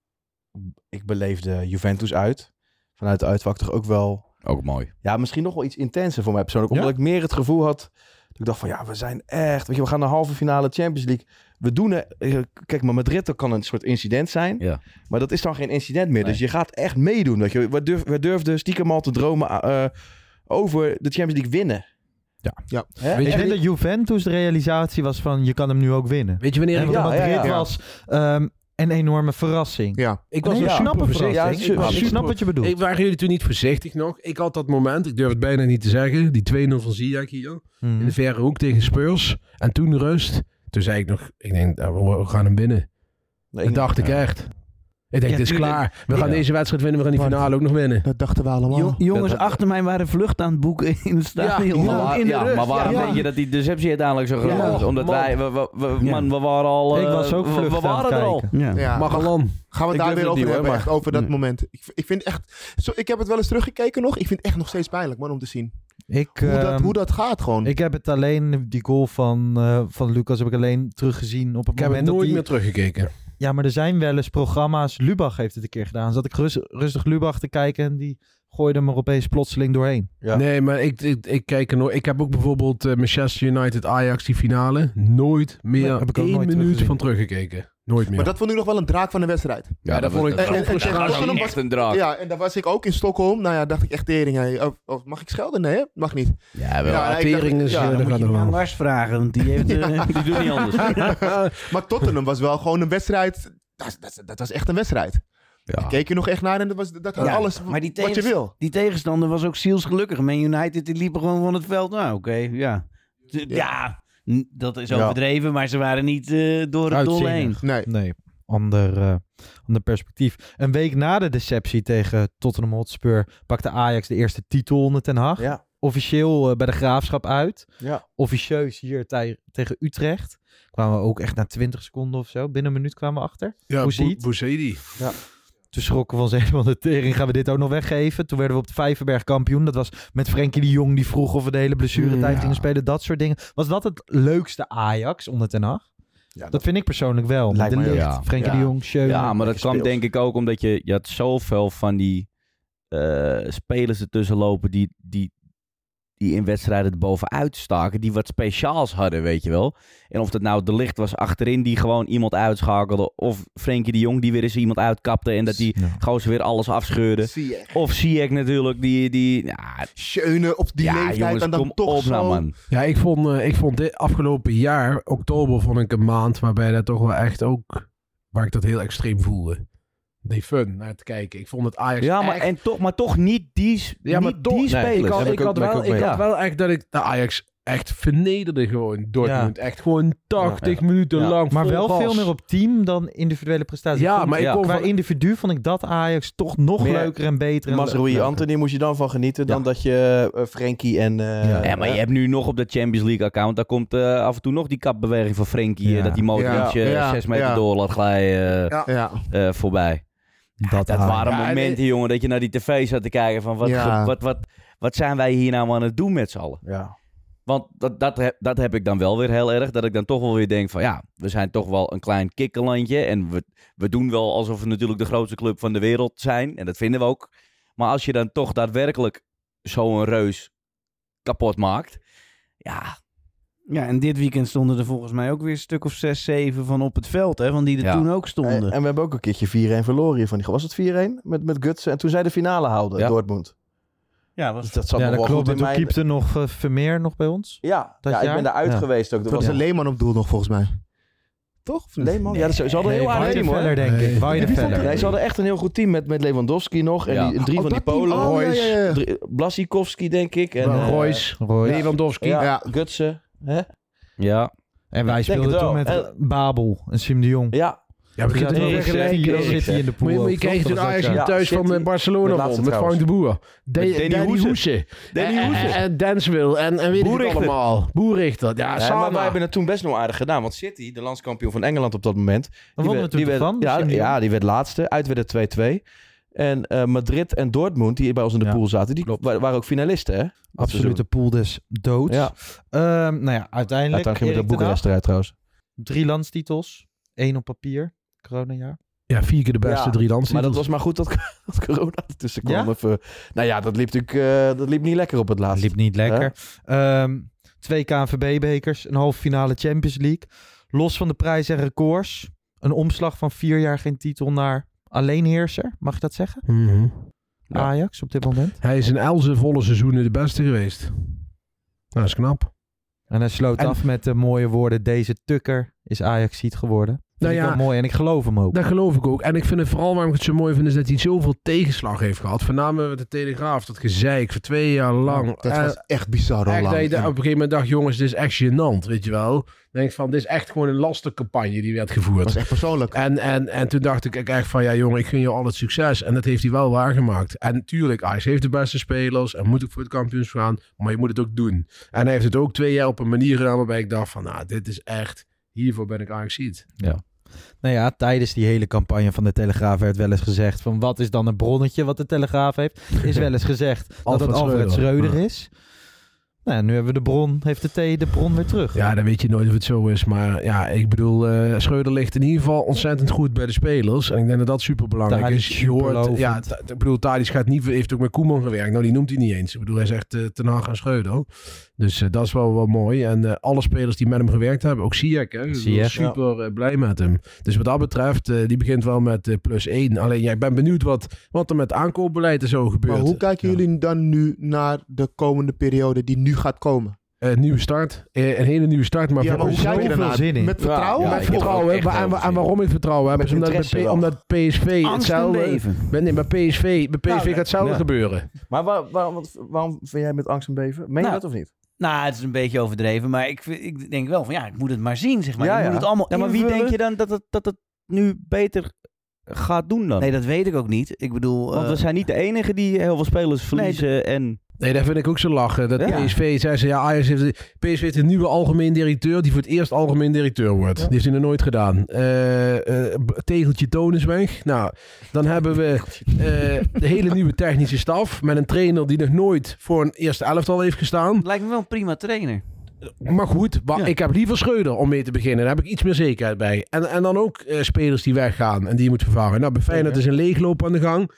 S9: ik beleefde Juventus uit. Vanuit de uitvak toch ook wel.
S8: Ook mooi.
S9: Ja, misschien nog wel iets intenser voor mij persoonlijk. Omdat ik meer het gevoel had. Dat ik dacht van ja, we zijn echt. Weet je, we gaan naar halve finale Champions League. We doen het. eh, Kijk, maar Madrid dat kan een soort incident zijn.
S8: Ja.
S9: Maar dat is dan geen incident meer. Dus je gaat echt meedoen. Weet je. We, durf, we durfden stiekem al te dromen eh, over de Champions League winnen.
S6: Ja.
S7: ja.
S6: Weet je
S9: En-
S6: denk dat Juventus de realisatie was van je kan hem nu ook winnen.
S10: Weet je wanneer
S6: En
S10: ik-
S6: want
S10: Ja,
S6: Madrid
S10: ja, ja.
S6: was ehm, een enorme verrassing.
S7: Ja.
S10: Ik was
S6: Nee,
S10: een
S6: ik snap
S10: super
S6: een
S10: voorzichtig.
S6: verrassing.
S10: Ja,
S6: Ik-
S10: was
S6: ik
S10: super-
S6: snap wat je bedoelt.
S10: Ik, waren jullie toen niet voorzichtig nog? Ik had dat moment, ik durf het
S6: Hmm. Mhm.
S10: bijna niet te zeggen. Die 2-0 van Ziyech hier. In de verre hoek tegen Spurs. En toen rust. toen zei ik nog, ik denk, nou, we we gaan hem winnen.
S9: Nee,
S10: dat
S9: ik-
S10: dacht ik
S9: ja.
S10: echt. Ik denk, het
S9: Ja,
S10: is
S9: tuurlijk.
S10: klaar. We
S9: Ja.
S10: gaan deze wedstrijd winnen, we gaan die finale ook nog winnen.
S11: Dat dachten we allemaal.
S12: Jo- jongens achter mij waren vlucht aan het boeken in het stadion.
S8: maar, waar-
S12: in de
S8: Oh, ja,
S12: rust,
S8: maar waarom
S12: ja.
S8: denk je dat die deceptie uiteindelijk zo groot
S12: Ja.
S8: was? Omdat
S12: Man.
S8: wij, we, we- we- man, we waren al...
S12: Ik
S8: eh,
S12: was ook
S8: we-
S12: vlucht
S8: We
S12: aan
S8: waren
S12: het
S8: er al.
S12: kijken. Ja.
S11: Ja,
S8: Maar
S11: maar
S8: gewoon.
S11: Gaan we
S8: Ik
S11: het daar weer
S8: durf het
S11: over
S8: niet, hoor,
S11: hebben,
S8: maar-
S11: echt, over dat
S8: Nee.
S11: moment. Ik, ik vind echt... Zo, ik heb het wel eens teruggekeken nog. Ik vind het echt nog steeds pijnlijk, man, om te zien.
S6: Ik,
S11: Hoe dat-
S6: ehm,
S11: hoe dat gaat gewoon.
S6: Ik heb het alleen, die goal van, eh, van Lucas heb ik alleen teruggezien op het
S10: Ik heb
S6: moment
S10: het
S6: dat
S10: nooit
S6: die-
S10: meer teruggekeken.
S6: Ja, maar er zijn wel eens programma's. Lubach heeft het een keer gedaan. Zat ik rus- rustig Lubach te kijken en die gooide hem er opeens plotseling doorheen.
S10: Nee, maar ik, ik, ik kijk er nooit. Ik heb ook bijvoorbeeld eh, Manchester United Ajax die finale nooit meer
S6: Nee, heb ik ook
S10: één
S6: nooit
S10: minuut
S6: teruggezien.
S10: van teruggekeken. Nooit meer.
S11: Maar dat vond ik nog wel een draak van de wedstrijd.
S10: Ja, dat vond ik-
S11: En-
S10: dat
S11: en-
S10: vond ik
S11: en- en-
S10: echt
S11: Tottenham was-
S8: een draak.
S11: Ja, en daar was ik ook in Stockholm. Nou ja, dacht ik echt tering. hè. Oh, oh, mag ik schelden? Nee, hè? mag niet.
S8: Ja,
S11: wel. Ja, ik dacht- ja, dan moet je
S12: hem aan Lars vragen, want die, heeft, eh, die doet niet anders.
S11: maar Tottenham was wel gewoon een wedstrijd. Dat, dat, dat was echt een wedstrijd. Daar keek je nog echt naar en dat, was, dat had
S12: Ja,
S11: alles wat je
S12: tegens-
S11: wil.
S12: Die tegenstander was ook zielsgelukkig. Man United die liepen gewoon van het veld. Nou, oké, ja. D- Ja, n- dat is
S6: Ja.
S12: overdreven, maar ze waren niet eh, door het dol heen.
S11: Nee.
S6: nee. Ander, eh, ander perspectief. Een week na de deceptie tegen Tottenham Hotspur pakte Ajax de eerste titel onder Ten Hag.
S9: Ja.
S6: Officieel eh, bij de Graafschap uit.
S9: Ja.
S6: Officieus hier tij- tegen Utrecht. Kwamen we ook echt na 20 seconden of zo. Binnen een minuut kwamen we achter.
S10: Ja,
S6: Hoe
S10: Bo- Bouzidi.
S6: Ja. Toen schrokken we ons helemaal de tering. Gaan we dit ook nog weggeven? Toen werden we op de Vijverberg kampioen. Dat was met Frenkie de Jong die vroeg of we de hele blessuretijd
S9: Ja.
S6: gingen spelen. Dat soort dingen. Was dat het leukste Ajax onder Ten Hag? dat, vind ik persoonlijk wel. Met de licht, Frenkie de Jong, Schöne.
S8: Ja, maar dat kwam
S6: Ehm, Gespeeld.
S8: denk ik ook omdat je, je had zoveel van die eh, spelers ertussen lopen die, die, die in wedstrijden er bovenuit staken. Die wat speciaals hadden, weet je wel. En of dat nou de licht was achterin die gewoon iemand uitschakelde. Of Frenkie de Jong die weer eens iemand uitkapte en dat die gozer weer alles afscheurde. Of Ziyech natuurlijk, die... die ja,
S11: Schöne op die leeftijd en dan
S8: kom
S11: toch
S8: op nou,
S11: zo.
S8: man.
S10: Ja, ik vond, eh, ik vond dit afgelopen jaar, oktober, vond ik een maand waarbij dat toch wel echt ook, waar ik dat heel extreem voelde. Die fun naar te kijken. Ik vond het Ajax
S8: Ja, maar,
S10: echt-
S8: en toch, maar toch niet die, s-
S10: ja, maar
S8: niet
S10: toch,
S8: die
S10: nee,
S8: spelers.
S10: ik had, ik had wel, ik had
S8: Ja.
S10: wel echt dat ik de Ajax echt vernederde gewoon. Dortmund echt gewoon 80 minuten lang
S6: Maar
S10: vol
S6: wel
S10: gas.
S6: veel meer op team dan individuele prestaties.
S10: Ja,
S6: vond-
S10: maar ik kon
S6: qua
S10: van-
S6: individu vond ik dat Ajax toch nog
S9: Meer-
S6: leuker en beter. en
S9: Masroei
S6: leuker.
S9: Anthony moest je dan van genieten dan dat je eh, Frenkie en... eh,
S8: Ja, maar je hebt nu nog op dat Champions League account, daar komt eh, af en toe nog die kapbeweging van Frenkie. eh,
S9: Ja.
S8: dat die Modric
S9: Ja.
S8: eh,
S9: Ja.
S8: zes meter
S9: Ja.
S8: door laat glijden eh,
S11: Ja.
S8: eh, voorbij.
S6: Dat,
S8: dat waren
S11: Ja,
S8: momenten, jongen, dat je naar die tv zat te kijken van wat,
S11: Ja.
S8: ge- wat, wat, wat zijn wij hier nou aan het doen met z'n allen? Want dat, dat, heb, dat heb ik dan wel weer heel erg. Dat ik dan toch wel weer denk van ja, we zijn toch wel een klein kikkerlandje. En we, we doen wel alsof we natuurlijk de grootste club van de wereld zijn. En dat vinden we ook. Maar als je dan toch daadwerkelijk zo'n reus kapot maakt. Ja,
S12: Ja, en dit weekend stonden er volgens mij ook weer een stuk of zes, zeven van op het veld, hè, van die er
S9: Ja.
S12: toen ook stonden.
S9: En, en we hebben ook een keertje 4-1 verloren hiervan. Was het 4-1 met, met Gutsen? En toen zij de finale houden, Dortmund.
S12: Ja,
S9: Dus dat zat
S6: ja,
S9: nog
S6: dat
S9: wel
S6: klopt.
S9: goed
S6: En
S9: in
S6: toen
S9: mijn...
S6: keepte nog eh, Vermeer nog bij ons.
S9: Ja, ja, ik ben daar uit geweest ook. Er
S11: Dat
S9: was
S11: was
S9: een
S11: een Leeman op doel nog, volgens mij. Toch?
S9: Leeman? Ja, dat is- ze hadden
S11: Nee,
S9: een heel aardig team, hoor.
S11: Weidefeller, denk ik. Nee. Weidefeller.
S9: Nee, ze hadden echt een heel goed team met, met Lewandowski nog. En
S11: Ja.
S9: die, drie
S11: Oh,
S9: van die
S11: dat team.
S9: Polen.
S11: Oh, ja, ja, ja.
S9: Drie- Blasikowski, denk ik. En, eh,
S10: Royce,
S6: Royce.
S10: Lewandowski.
S9: Ja,
S10: Ja.
S9: Gutsen. Hè?
S8: Ja.
S6: En wij
S9: Ik denk
S6: speelden
S9: het
S6: toen met
S9: wel.
S6: Babel en Sim de Jong.
S9: Ja.
S10: Ja, maar je kunt het wel vergelijken.
S6: Zit hij in de pool.
S10: Moet je, moet je
S6: ook,
S10: kijken
S6: toch?
S10: toen
S6: Dat was
S10: Ajax
S6: ook,
S10: hier
S6: ja.
S10: thuis
S6: Zit
S10: van
S6: hij-
S10: eh, Barcelona
S6: Dat
S10: won.
S6: laatste
S10: Met Frank
S6: trouwens.
S10: de Boer.
S6: Met
S10: Da-
S6: Danny
S10: Danny Eh,
S6: Hoese.
S10: Hoese.
S9: Danny
S10: En-
S9: Hoese.
S10: En, en Denswil. En, en weet ik het
S9: Boerichter.
S10: allemaal. Boerichter. Ja,
S9: Nee, maar wij
S10: samen.
S9: hebben het toen best nog aardig gedaan. Want City, de landskampioen van Engeland op dat moment. die
S6: wonnen dus
S9: werd-
S6: we toen
S9: die
S6: toch
S9: werd-
S6: van?
S9: Ja,
S6: Misschien niet.
S9: ja, die werd laatste. Uit werd het 2-2. En eh, Madrid en Dortmund, die bij ons in de pool zaten, die wa- waren ook finalisten, hè? Dat
S6: Absolute
S9: seizoen.
S6: pool dus dood.
S9: Ja.
S6: Ehm, nou ja, uiteindelijk.
S9: Uiteindelijk gingen we
S6: Erik
S9: de
S6: ten Hag,
S9: Boekarest eruit, trouwens.
S6: Drie landstitels. één op papier. Coronajaar.
S10: Ja, vier keer de beste
S9: Ja,
S10: drie landstitels.
S9: Maar dat was maar goed dat, dat corona ertussen kwam.
S6: Ja?
S9: Of, eh, nou ja, dat liep natuurlijk eh, dat liep niet lekker op het laatst.
S6: Liep niet lekker. Ehm, twee KNVB-bekers. Een halve finale Champions League. Los van de prijs en records. Een omslag van vier jaar geen titel naar alleenheerser. Mag je dat zeggen?
S10: Mhm.
S6: Ajax op dit moment.
S10: Hij is in Elze volle seizoenen de beste geweest. Nou, dat is knap.
S6: En hij sloot
S10: En-
S6: af met de mooie woorden. Deze tukker is Ajax ziet geworden. Vind
S10: Nou
S6: ik
S10: ja,
S6: wel mooi en ik geloof hem ook.
S10: Dat geloof ik ook. En ik vind het vooral waarom ik het zo mooi vind, is dat hij zoveel tegenslag heeft gehad. Voornamelijk met de Telegraaf, dat gezeik voor twee jaar lang.
S18: Dat
S10: Eh,
S18: was echt bizar al
S10: Echt dat je
S18: lang.
S10: daar op een gegeven moment dacht, jongens, dit is echt gênant, weet je wel. Dan Denk ik van, dit is echt gewoon een lastige campagne die werd gevoerd. Dat is
S18: echt persoonlijk.
S10: En, en, en toen dacht ik echt van, ja jongen, ik gun je al het succes. En dat heeft hij wel waargemaakt. En natuurlijk, Ajax heeft de beste spelers en moet ook voor het kampioenschap gaan. Maar je moet het ook doen. En hij heeft het ook twee jaar op een manier gedaan waarbij ik dacht van, nou, dit is echt, hiervoor ben ik Ajax ziet.
S6: Ja. Nou ja, tijdens die hele campagne van de Telegraaf werd wel eens gezegd van wat is dan een bronnetje wat de Telegraaf heeft. Is wel eens gezegd dat het
S10: Alfred Schreuder.
S6: Alfred Schreuder
S10: Ja.
S6: is. Nou, nu hebben we de bron, heeft de thee de bron weer terug.
S10: Ja, dan weet je nooit of het zo is. Maar ja, ik bedoel, eh Schreuder ligt in ieder geval ontzettend goed bij de spelers. En ik denk dat dat superbelangrijk
S6: Tadic
S10: is. Je hoort,
S6: superlovend.
S10: ja, Ta- ik bedoel, Tadic gaat niet, heeft ook met Koeman gewerkt. Nou, die noemt hij niet eens. Ik bedoel, hij zegt eh Ten Hag en Schreuder. Dus eh, dat is wel, wel mooi. En eh, alle spelers die met hem gewerkt hebben, ook Ziyech, hè, Ik bedoel,
S6: Ziyech.
S10: super eh, blij met hem. Dus wat dat betreft, eh, die begint wel met eh, plus één. Alleen, ja, ik ben benieuwd wat, wat er met aankoopbeleid en zo gebeurt.
S18: Maar hoe kijken jullie dan nu naar de komende periode die nu gaat komen?
S10: Een nieuwe start. Eh, een hele nieuwe start. Maar
S18: Ja,
S10: voor
S18: maar hoe
S10: ons
S18: kijk je
S10: zoveel
S18: daarnaar?
S10: zin in.
S18: Met vertrouwen?
S10: Met
S18: Ja, ik heb er
S10: vertrouwen.
S18: ook echt
S10: hè. En,
S18: heel
S10: en waarom in vertrouwen? hebben? Omdat, bij
S9: interesse
S10: P-
S9: wel.
S10: omdat PSV
S9: Angst en
S10: hetzelfde...
S9: beven.
S10: Bij- Nee, bij PSV, bij PSV
S9: Nou,
S10: gaat hetzelfde
S9: ja.
S10: gebeuren.
S9: Maar waar, waarom, wat- waarom vind jij met angst en beven? Meen
S12: Nou,
S9: je dat of niet?
S12: Nou, het is een beetje overdreven, maar ik, vind- ik denk wel van ja, ik moet het maar zien, zeg maar.
S8: Ja,
S12: Ik
S8: ja.
S12: moet het allemaal
S8: Ja, maar wie
S12: invullen.
S8: denk je dan dat het, dat het nu beter gaat doen dan?
S12: Nee, dat weet ik ook niet. Ik bedoel... eh,
S8: Want we zijn niet de enige die heel veel spelers verliezen en...
S10: Nee, daar vind ik ook zo lachen. Dat
S8: Ja.
S10: PSV, zei ze, ja, Ajax heeft, PSV heeft een nieuwe algemeen directeur die voor het eerst algemeen directeur wordt. Die heeft hij nog nooit gedaan. Eh, eh, b- tegeltje Toon is weg. Nou, dan hebben we eh, de hele nieuwe technische staf met een trainer die nog nooit voor een eerste elftal heeft gestaan.
S12: Lijkt me wel een prima trainer.
S10: Maar goed, wa- ik heb liever Schreuder om mee te beginnen. Daar heb ik iets meer zekerheid bij. En, en dan ook eh, spelers die weggaan en die je moet vervangen. Nou, bij Feyenoord is een leegloop aan de gang.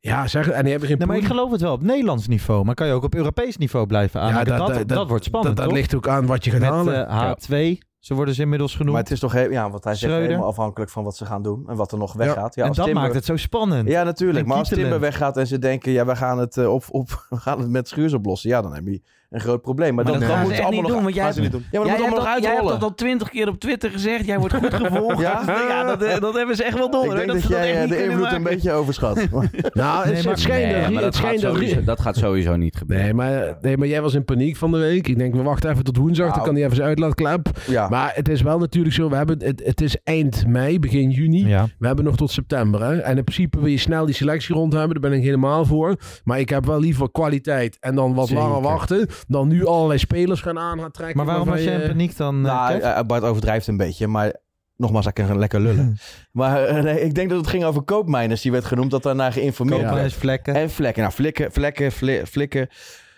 S10: Ja, zeg, en die hebben geen
S6: Nee, maar ik
S10: poen.
S6: geloof het wel op Nederlands niveau, maar kan je ook op Europees niveau blijven aan. dat, dat, dat wordt spannend.
S10: Dat,
S6: toch?
S10: ligt ook aan wat je gaat
S6: Met,
S10: halen.
S6: eh, H2, ze worden ze inmiddels genoemd.
S9: Maar het is toch heel, ja, wat hij zegt,
S6: Schreuder.
S9: helemaal afhankelijk van wat ze gaan doen en wat er nog weggaat. Ja,
S6: en
S9: als
S6: dat
S9: Timber-
S6: maakt het zo spannend.
S9: Ja, natuurlijk.
S6: En
S9: Maar als
S6: kietelen.
S9: Timber weggaat en ze denken, ja, we gaan het, eh, op, op, we gaan het met schuurs oplossen. Ja, dan heb je een groot probleem. Maar
S12: Maar
S9: dat,
S12: dat
S9: dan
S12: gaan
S9: moet
S12: ze
S9: het
S12: echt
S9: allemaal
S12: niet doen,
S9: nog
S12: want jij
S9: gaan ze
S12: hebt-
S9: niet doen. Ja, maar dat
S12: jij
S9: moet allemaal
S12: hebt
S9: nog
S12: dat- jij hebt
S9: uitrollen.
S12: dat al twintig keer op Twitter gezegd. Jij wordt goed gevolgd.
S9: Ja?
S12: ja? dat, eh, dat hebben ze echt wel door.
S9: Ik
S12: hoor,
S9: denk
S12: dat,
S9: dat,
S12: ze
S9: jij
S12: echt
S9: eh,
S12: niet
S9: de
S12: kunnen
S9: invloed een
S12: maken.
S9: beetje overschat.
S10: Nou, het, het schijnt dat-
S8: maar
S10: het
S8: dat, gaat
S10: schijnt dat-
S8: sowieso, dat gaat sowieso niet gebeuren.
S10: Nee maar, nee, maar jij was in paniek van de week. Ik denk, we wachten even tot woensdag. Dan
S8: Nou.
S10: kan hij even zijn uitlaatklep. Maar het is wel natuurlijk zo. We hebben, het, het is eind mei, begin juni. We hebben nog tot september. Hè? En in principe wil je snel die selectie rond hebben. Daar ben ik helemaal voor. Maar ik heb wel liever kwaliteit. En dan wat
S6: Zeker.
S10: langer wachten. Dan nu allerlei spelers gaan aantrekken.
S6: Maar waarom was jij in paniek dan? eh,
S9: Nou,
S6: Kev?
S9: eh, Bart overdrijft een beetje, maar nogmaals, hij kan lekker
S18: Hm.
S9: lullen. maar eh, nee, ik denk dat het ging over koopmijners, die werd genoemd, dat daarna geïnformeerd
S6: Koopmijners,
S9: werd.
S6: vlekken.
S9: En vlekken. Nou, vlekken, vlekken, vle- vlekken,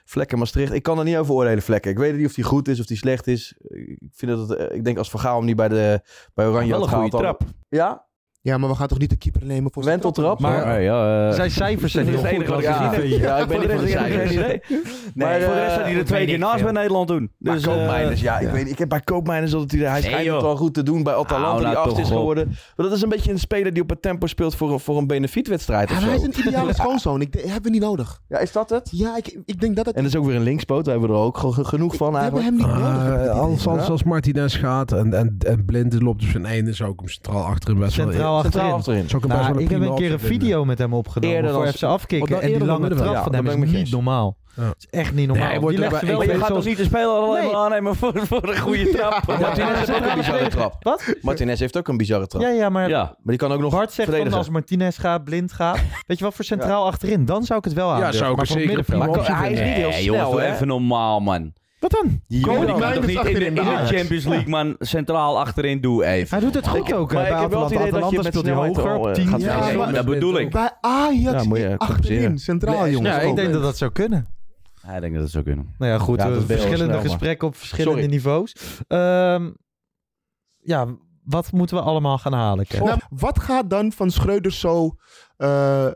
S9: vlekken Maastricht. Ik kan er niet over oordelen, vlekken. Ik weet niet of die goed is, of die slecht is. Ik, vind dat het, eh, ik denk als Van Gaal hem niet bij, de, bij Oranje
S18: Wel
S9: had
S18: een goede
S9: gehaald, dan-
S18: trap.
S9: Ja?
S18: Ja, maar we gaan toch niet de keeper nemen voor zijn
S9: Wenteltrap?
S18: trap?
S9: Maar- Oh, ja, eh.
S6: Zijn cijfers zijn
S9: Dat is
S6: heel goed.
S9: het enige wat ik
S6: Ja.
S9: gezien heb. Ja, ik ben
S6: Voor de
S9: niet
S6: rest
S9: van de
S6: heb ik
S9: cijfers.
S6: geen idee.
S9: Maar
S8: voor de rest
S9: eh,
S8: staat hij er
S9: ik
S8: twee
S9: weet
S8: keer
S9: niet
S8: naast
S9: veel.
S8: bij Nederland doen.
S9: Maar
S8: Dus, eh,
S9: koopmijners, ja. Ik
S8: ja.
S9: weet niet. Ik heb bij koopmijners altijd het idee, hij
S8: Nee,
S9: schijnt
S8: joh.
S9: het wel goed te doen bij
S8: Hou
S9: Atalanta, die
S8: nou
S9: achtste is
S8: toch op.
S9: geworden. Maar dat is een beetje een speler die op het tempo speelt voor een, voor een benefietwedstrijd of
S18: Ja,
S9: zo.
S18: hij is een ideale schoonzoon. Ik, de- hebben we niet nodig.
S9: Ja, is dat het?
S18: Ja, ik, ik denk dat het...
S9: En dat is ook weer een linkspoot. Daar hebben we er ook ge- ge- genoeg van
S18: hebben
S9: eigenlijk.
S18: hem niet nodig.
S6: Ah,
S18: heb ik het
S10: Eh,
S18: idee.
S10: als, als,
S18: Ja.
S10: als Martinez gaat en, en, en Blind loopt op zijn einde, zou ik hem centraal achterin best
S6: Centraal
S10: wel...
S6: achterin.
S10: Zou ik hem best
S6: Nou,
S10: wel
S6: ik heb
S10: prima
S6: een keer een
S10: optie vinden.
S6: video met hem opgenomen
S10: Eerder
S6: voor
S10: dan-
S6: FC afkicken.
S10: Want dan
S6: en die
S10: eerder dan
S6: lange trap
S10: middenveld.
S6: van
S10: Ja,
S6: hem
S10: dat
S6: is
S10: ben ik
S6: niet
S10: met je
S6: normaal. Het is echt niet normaal.
S10: Nee, hij wordt
S6: die
S10: ook
S6: legt
S10: bij-
S6: wel
S10: Maar je
S6: weer
S10: gaat
S6: zoals-
S10: toch niet
S8: de speler al
S6: Nee.
S8: helemaal aannemen voor, voor een goede trap.
S9: Ja, Martinez heeft ook een bizarre trap.
S6: Wat?
S9: Martinez heeft ook een bizarre trap.
S6: Ja, ja, maar- Ja.
S9: Maar die kan ook nog
S6: Bart zegt van
S9: verdedigen.
S6: als Martinez gaat, blind gaat. Weet je wat voor centraal achterin? Dan zou ik het wel aan.
S9: zou ik
S6: maar
S9: het
S6: voor
S9: zeker
S6: middenveld-
S9: prima optie
S6: hij is niet heel
S8: Nee,
S6: snel,
S8: jongens, doe
S6: hè?
S8: even normaal, man.
S6: Wat dan?
S8: Die
S6: Komen
S8: jongen
S6: die
S8: kan
S6: kleine
S8: toch niet in de, in
S6: achterin
S8: de
S6: bij Ajax?
S8: Champions League, man, centraal achterin, doe even.
S6: Hij doet het goed ook, hè, bij Atalanta. Atalanta speelt hij hoger op 10.
S8: Ja,
S6: Ja, maar-
S8: dat bedoel ik.
S18: Bij Ajax
S8: Ja, moet je
S18: achterin,
S8: compenseren.
S18: centraal
S6: Nee,
S18: jongens.
S6: Ja, ik
S18: ook.
S6: denk dat dat zou kunnen.
S8: Ja, ik denk dat het zou kunnen.
S6: Nou ja, goed.
S8: Ja,
S6: eh,
S8: dat is wel snel,
S6: verschillende
S8: maar-
S6: gesprekken op verschillende
S8: Sorry.
S6: niveaus. Ehm, ja, wat moeten we allemaal gaan halen? Kev?
S18: Nou, wat gaat dan van Schreuder zo... eh,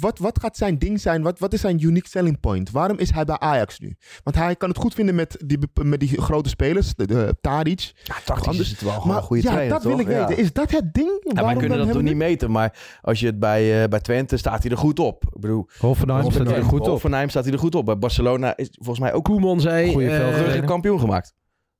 S18: wat, wat gaat zijn ding zijn? Wat, wat is zijn unique selling point? Waarom is hij bij Ajax nu? Want hij kan het goed vinden met die, bep- met die grote spelers. De, de, Tadic. Ja,
S9: tactisch is het wel gewoon
S18: maar,
S9: een goede
S18: Ja,
S9: trainer,
S18: dat wil
S9: toch?
S18: ik
S9: Ja.
S18: weten. Is dat het ding?
S9: Ja, wij
S18: Waarom
S9: kunnen
S18: dan hebben
S9: dat toch
S18: we
S9: niet meten, maar als je het bij, eh, bij Twente staat hij er goed op. Ik bedoel,
S6: Hoffenheim staat hij er goed op.
S9: Hoffenheim staat hij er goed op. Bij Barcelona is volgens mij ook
S10: Koeman zei...
S9: goede
S10: eh,
S9: kampioen gemaakt.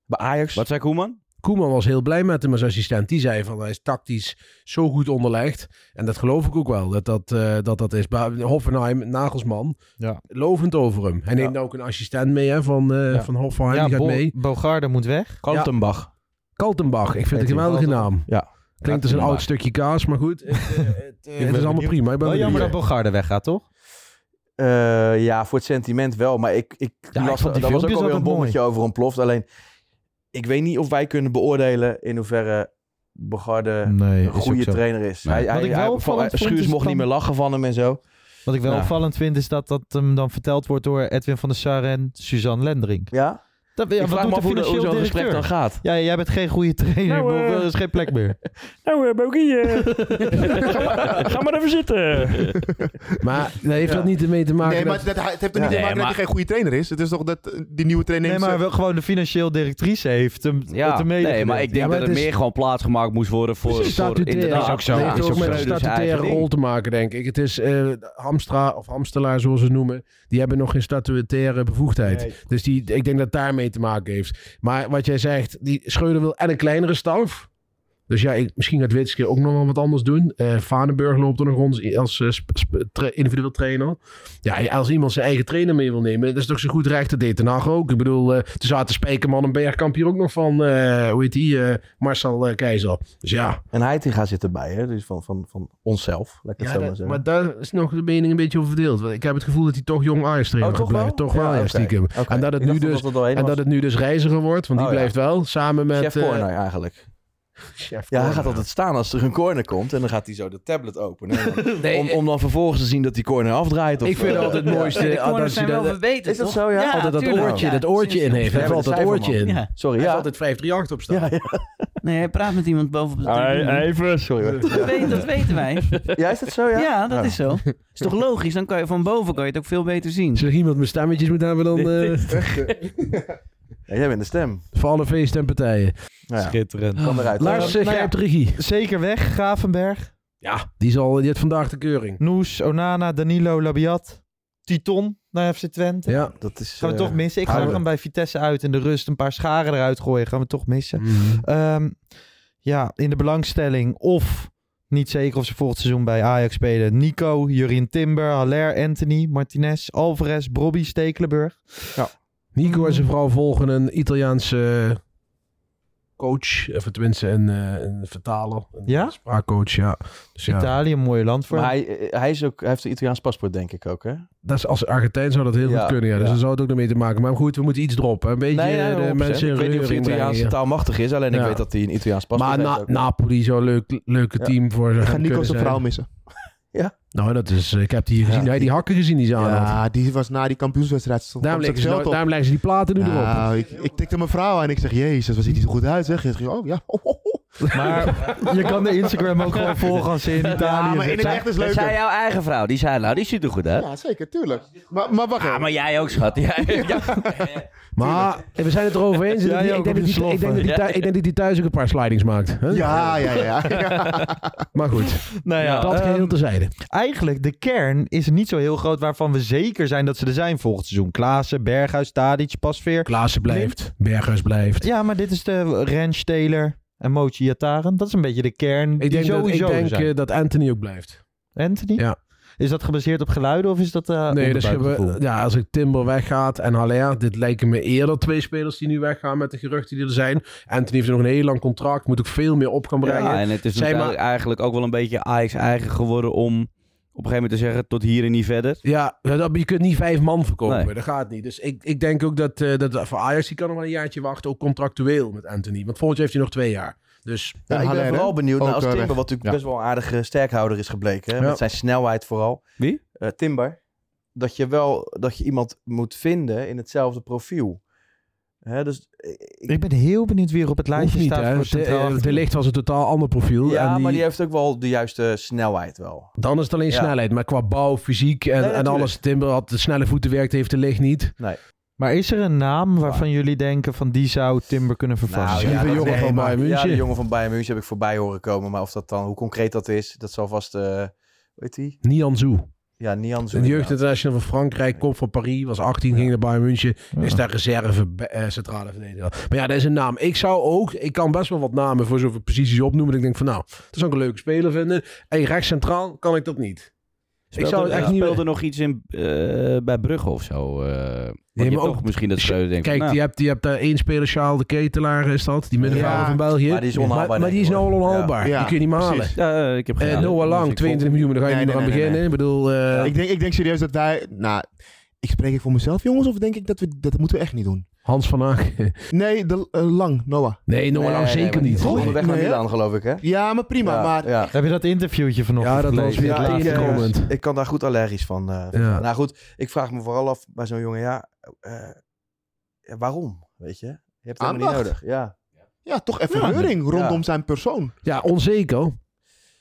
S9: Bij Ajax.
S8: Wat zei Koeman?
S10: Koeman was heel blij met hem als assistent. Die zei van hij is tactisch zo goed onderlegd. En dat geloof ik ook wel, dat dat, eh, dat, dat is. Ba- Hoffenheim, Nagelsman,
S6: Ja.
S10: lovend over hem. Hij
S6: Ja.
S10: neemt nou ook een assistent mee hè, van, eh
S6: Ja.
S10: van Hoffenheim, die gaat
S6: Bo-
S10: mee.
S6: Bogarde moet weg.
S10: Kaltenbach. Kaltenbach, ik vind het een
S6: Heet hij
S10: geweldige
S6: Kalten-
S10: naam.
S9: Ja.
S10: Klinkt als een
S6: Kaltenbach.
S10: oud stukje kaas, maar goed. Het, eh, het, eh, het is allemaal prima. Ik ben
S6: Wel jammer
S10: benieuwd.
S6: dat Bogarde weggaat, toch?
S9: Eh, ja, voor het sentiment wel. Maar ik, ik
S6: Ja, ik
S9: las,
S6: vond die
S9: daar was ook
S6: filmpjes
S9: alweer
S6: altijd
S9: een bommetje over ontploft. Alleen, ik weet niet of wij kunnen beoordelen in hoeverre Bogarde
S6: Nee,
S9: een
S6: is
S9: goede
S6: ook zo.
S9: trainer is.
S6: Nee.
S9: Hij,
S6: Wat
S9: hij,
S6: ik wel
S9: hij-
S6: opvallend
S9: hij-
S6: vond,
S9: Schuurs
S6: is
S9: mocht
S6: dan-
S9: niet meer lachen van hem en zo.
S6: Wat ik wel
S9: Ja.
S6: opvallend vind is dat dat hem dan verteld wordt door Edwin van der Sar en Suzanne Lendring.
S9: Ja?
S6: Dat, ja,
S9: Ik
S6: wat
S9: vraag
S6: doet
S9: me
S6: de
S9: af hoe de- hoe
S6: financieel
S9: zo'n gesprek
S6: directeur?
S9: dan gaat.
S6: Ja, jij bent geen goede trainer.
S19: Nou,
S6: ik bedoel,
S19: eh,
S6: er is geen plek meer.
S19: Nou, eh Bogie, eh, ga maar even zitten.
S10: Maar nee, heeft dat niet ermee te maken
S11: Nee, maar
S10: dat-
S11: dat, hij- het heeft er niet
S10: Ja.
S11: te maken
S10: Nee,
S11: dat hij geen goede trainer is. Het is toch dat eh, die nieuwe trainer...
S6: Nee, maar wel gewoon de financieel directrice heeft hem
S8: Ja,
S6: te mede
S8: nee, maar ik denk dat er meer gewoon plaatsgemaakt moest worden voor... voor
S10: Statutair.
S8: inderdaad,
S10: Het
S8: ja,
S10: heeft
S8: is
S10: ook
S8: ook
S10: met
S8: zo.
S10: een
S8: Dus hij-
S10: statutaire rol te maken, denk ik. Het is eh, Hamstra of Hamstelaar, zoals ze het noemen. Die hebben nog geen statutaire bevoegdheid.
S9: Nee.
S10: Dus die, ik denk dat het daarmee te maken heeft. Maar wat jij zegt, die Schreuder wil en een kleinere staf. Dus ja, ik, misschien gaat Witske ook nog wel wat anders doen. Eh Vanenburg loopt er nog rond als eh, sp- sp- tra- individueel trainer. Ja, als iemand zijn eigen trainer mee wil nemen, dat is toch zijn goed recht. Dat deed Den Haag ook. Ik bedoel, eh er zaten Spijkerman en Bergkamp hier ook nog van, eh, hoe heet die, eh, Marcel eh, Keizer. Dus ja.
S9: En Heitinga zit erbij, hè? Dus van, van, van onszelf. Laat ik
S10: Ja,
S9: het zo
S10: dat-
S9: maar zeggen. Oh,
S10: maar daar is nog de mening een beetje over verdeeld. Want ik heb het gevoel dat hij toch jong Ajax trainer
S9: Oh,
S10: gaat
S9: toch wel?
S10: blijven. Toch wel,
S9: Ja,
S10: ja,
S9: oké.
S10: stiekem.
S9: Oké.
S10: En, dat het,
S9: Ik
S10: nu
S9: dacht dat
S10: dus,
S9: dat er doorheen
S10: en
S9: was.
S10: dat het nu dus reiziger wordt, want die
S9: Oh, ja.
S10: blijft wel. Samen met...
S9: Chef
S10: eh,
S9: corner eigenlijk. ja, hij gaat altijd staan als er een corner komt. En dan gaat hij zo de tablet openen. eh, En dan-
S10: Nee,
S9: om, om dan vervolgens te zien dat die corner afdraait. Of,
S10: Ik vind
S9: eh,
S10: altijd het
S9: ja.
S10: mooiste- De corners dat zijn je wel dat- verbeterd,
S9: Is dat
S10: toch?
S9: zo, ja?
S10: Ja, Altijd dat tuurlijk. oortje, dat oortje in heeft. Hij heeft altijd dat oortje in. Ja.
S9: Sorry,
S10: Hij
S9: ja.
S10: heeft altijd 538 op staan.
S12: Nee, hij praat met iemand boven op de tribune.
S9: Hey, even. Sorry hoor.
S12: Dat, weet- dat weten wij.
S9: Ja, is dat zo? Ja,
S12: Ja, dat
S9: Oh.
S12: is zo. Is toch logisch? Dan kan je van boven kan je het ook veel beter zien.
S10: Zullen iemand mijn stemmetjes moet hebben dan... eh,
S9: Ja, jij bent de stem.
S10: voor alle feesten en partijen.
S9: Nou ja.
S6: Schitterend.
S9: Kan eruit.
S10: Lars, eh,
S6: Nou
S10: jij
S6: ja.
S10: hebt de regie.
S6: Zeker weg, Gravenberg.
S10: Ja, die, zal, die heeft vandaag de keuring.
S6: Noes, Onana, Danilo, Labiat, Titon naar FC Twente.
S10: Ja,
S9: dat is...
S6: Gaan we
S9: eh,
S6: toch missen? Ik zag
S9: houden.
S6: hem bij Vitesse uit in de rust. Een paar scharen eruit gooien. Gaan we toch missen.
S10: Mm.
S6: Ehm, ja, in de belangstelling. Of, niet zeker of ze volgend seizoen bij Ajax spelen. Nico, Jurien Timber, Haller, Anthony, Martinez, Alvarez, Bobby, Stekelenburg.
S10: Nico en zijn vrouw volgen een Italiaanse eh, coach. Of tenminste een, eh, een vertaler. Een
S6: Ja?
S10: spraakcoach, ja. Dus ja.
S6: Italië, een mooi land voor.
S9: Maar hij, eh, hij, is ook, hij heeft een Italiaans paspoort, denk ik ook, hè?
S10: Dat is, als Argentijn zou dat heel
S9: Ja,
S10: goed kunnen, ja. Dus
S9: ja.
S10: daar zou het ook nog mee te maken. Maar goed, we moeten iets droppen. Een beetje
S9: Nee, ja,
S10: eh, de
S9: 100%.
S10: mensen in
S9: Ik weet niet of hij
S10: reuring brengen
S9: Italiaans
S10: hier.
S9: taalmachtig is. Alleen
S10: Ja.
S9: ik weet dat hij een Italiaans paspoort
S10: Maar
S9: heeft.
S10: Na-
S9: ook.
S10: Napoli zou een leuk, leuke
S9: Ja.
S10: team voor
S9: Ik
S10: ze
S9: ga
S10: gaan
S9: Nico
S10: kunnen
S9: zijn
S10: zijn.
S9: vrouw missen.
S10: Nou, dat is... eh, Ik heb die gezien.
S11: Ja.
S10: Heb je die hakken gezien die ze aan had?
S11: Ja, Ah, die was na die kampioenswedstrijd. stond-
S10: Daarom
S11: stond
S10: leggen ze
S11: zelf
S10: nou-
S11: op.
S10: daarom leggen ze die platen nu erop.
S11: Nou, Ik, ik tikte mijn vrouw aan en ik zeg, jezus, wat ziet hij er goed uit, zeg. En ze ging, oh ja. Oh, oh, oh.
S6: Maar je kan de Instagram ook gewoon volgen als ze in Italië
S11: Ja, maar in het
S6: zitten.
S11: echt is
S8: Dat zei
S11: leuker.
S8: jouw eigen vrouw. Die zei, nou, die ziet er goed uit.
S11: Ja, zeker, tuurlijk. Maar, maar wacht
S8: Ja,
S11: even.
S8: maar jij ook, schat. Ja, ja.
S10: Maar eh, we zijn het erover eens.
S6: Jij
S10: dat die-
S6: ook
S10: ik, denk
S6: met
S10: dat
S6: die
S10: die, ik, denk dat die
S6: sloffen.
S10: thu- ik denk dat die thuis ook een paar slidings maakt. hè?
S11: Ja, ja, ja.
S10: Maar goed,
S6: Nou ja,
S10: dat
S6: ehm,
S10: geheel terzijde.
S6: Eigenlijk, de kern is niet zo heel groot waarvan we zeker zijn dat ze er zijn volgend seizoen. Klaassen, Berghuis, Tadic, Pasveer.
S10: Klaassen blijft, Berghuis blijft.
S6: Ja, maar dit is de Rens, Taylor en Mochi Yataren. Dat is een beetje de kern
S10: Ik
S6: die
S10: denk, dat, ik
S6: sowieso er
S10: denk
S6: zijn.
S10: eh, dat Anthony ook blijft.
S6: Anthony?
S10: Ja.
S6: Is dat gebaseerd op geluiden of is dat eh
S10: Nee, dus
S6: onderbuikgevoel?
S10: hebben, ja, als ik Timber weggaat en Haller, dit lijken me eerder twee spelers die nu weggaan met de geruchten die er zijn. Anthony heeft nog een heel lang contract, moet ook veel meer op gaan brengen.
S8: Ja, en het is
S10: Zij
S8: natuurlijk
S10: ma-
S8: eigenlijk ook wel een beetje Ajax eigen geworden om op een gegeven moment te zeggen tot hier en niet verder.
S10: Ja, dat- je kunt niet vijf man verkopen,
S8: Nee.
S10: dat gaat niet. Dus ik, ik denk ook dat, eh, dat voor Ajax, die kan nog wel een jaartje wachten, ook contractueel met Anthony. Want volgend jaar heeft hij nog twee jaar. Dus
S9: Ja, ik ben
S10: Haller,
S9: vooral
S10: hè?
S9: benieuwd naar
S10: Ook,
S9: als
S10: eh,
S9: Timber,
S10: weg.
S9: wat natuurlijk
S10: Ja.
S9: best wel een aardige sterkhouder is gebleken. Hè?
S10: Ja.
S9: Met zijn snelheid vooral.
S8: Wie?
S9: Eh, Timber. Dat je wel dat je iemand moet vinden in hetzelfde profiel. Hè, dus, eh, ik-
S6: Ik ben heel benieuwd wie er op het
S10: Hoeft
S6: lijstje
S10: niet,
S6: staat
S10: hè.
S6: voor
S10: De,
S6: centraal.
S10: eh, de licht was een totaal ander profiel.
S9: ja,
S10: en die-
S9: maar die heeft ook wel de juiste snelheid wel.
S10: Dan is het alleen
S9: Ja.
S10: snelheid, maar qua bouw, fysiek en,
S9: Nee,
S10: en
S9: natuurlijk.
S10: alles. Timber had de snelle voeten werkt, heeft de licht niet.
S9: Nee.
S6: Maar is er een
S10: Ah.
S6: naam waarvan jullie denken van die zou Timber kunnen
S11: Nou,
S9: Nou,
S6: vervassen?
S10: ja, dat- jongen van
S9: maar-
S10: Bayern München.
S9: Ja, de jongen van Bayern München heb ik voorbij horen komen. Maar of dat dan, hoe concreet dat is, dat zal vast... eh weet hij?
S10: Nian Zoe.
S9: Ja, Nian
S10: Dus De jeugdinternational van Frankrijk, kop van Paris, was 18, ging naar Bayern München. Is daar reserve eh, centrale verdediger. Maar ja, dat is een naam. Ik zou ook, ik kan best wel wat namen voor zoveel posities opnoemen. Ik denk van nou, dat zou ik een leuke speler vinden. En rechts centraal kan ik dat niet.
S8: ik zou echt niet speelde nog iets in, eh, bij Brugge of zo. eh want je hebt
S10: maar ook-
S8: toch misschien dat Schreuder denkt...
S10: Kijk,
S8: van,
S10: je
S8: nou,
S10: hebt, je hebt daar één speler, Charles de Ketelaar is dat. Die middenvelder
S8: Ja,
S10: van België.
S8: maar die is onhaalbaar,
S10: Maar, maar die
S8: denk
S10: is
S8: ik,
S10: nou al
S8: hoor.
S10: onhaalbaar.
S8: Ja.
S10: Die kun je niet meer halen.
S8: Precies. Ja, eh, ik heb geen
S10: Eh,
S8: idee.
S10: Noah
S8: Dat
S10: Lang,
S8: vind ik
S10: 22 miljoen, daar ga je
S11: Nee,
S10: niet meer
S11: nee,
S10: aan
S11: nee, nee,
S10: beginnen.
S11: nee.
S10: Ik bedoel... eh,
S11: ik, denk, ik denk serieus dat wij... Nou, ik spreek ik voor mezelf, jongens, of denk ik dat we... Dat moeten we echt niet doen.
S10: Hans van Aak.
S11: Nee, de, eh, Lang, Noah.
S10: Nee, Noah Lang zeker niet.
S11: Goed.
S9: Onderweg naar
S11: Nee, hè?
S9: Milan, geloof ik, hè?
S11: Ja, maar prima, maar...
S6: Heb je dat interviewtje vanochtend
S9: Ja, dat was
S6: gelezen?
S9: weer
S6: Ja,
S9: het
S6: ik,
S9: laatste
S6: eh,
S9: comment. Ik kan daar goed allergisch van. eh, van
S10: Ja.
S9: Nou goed, ik vraag me vooral af bij zo'n jongen, ja, eh, eh, waarom? Weet je? Je hebt het helemaal niet
S11: Aandacht.
S9: nodig. Ja.
S11: Ja, toch even
S9: Ja.
S11: reuring rondom
S9: Ja.
S11: zijn persoon.
S10: Ja, onzeker.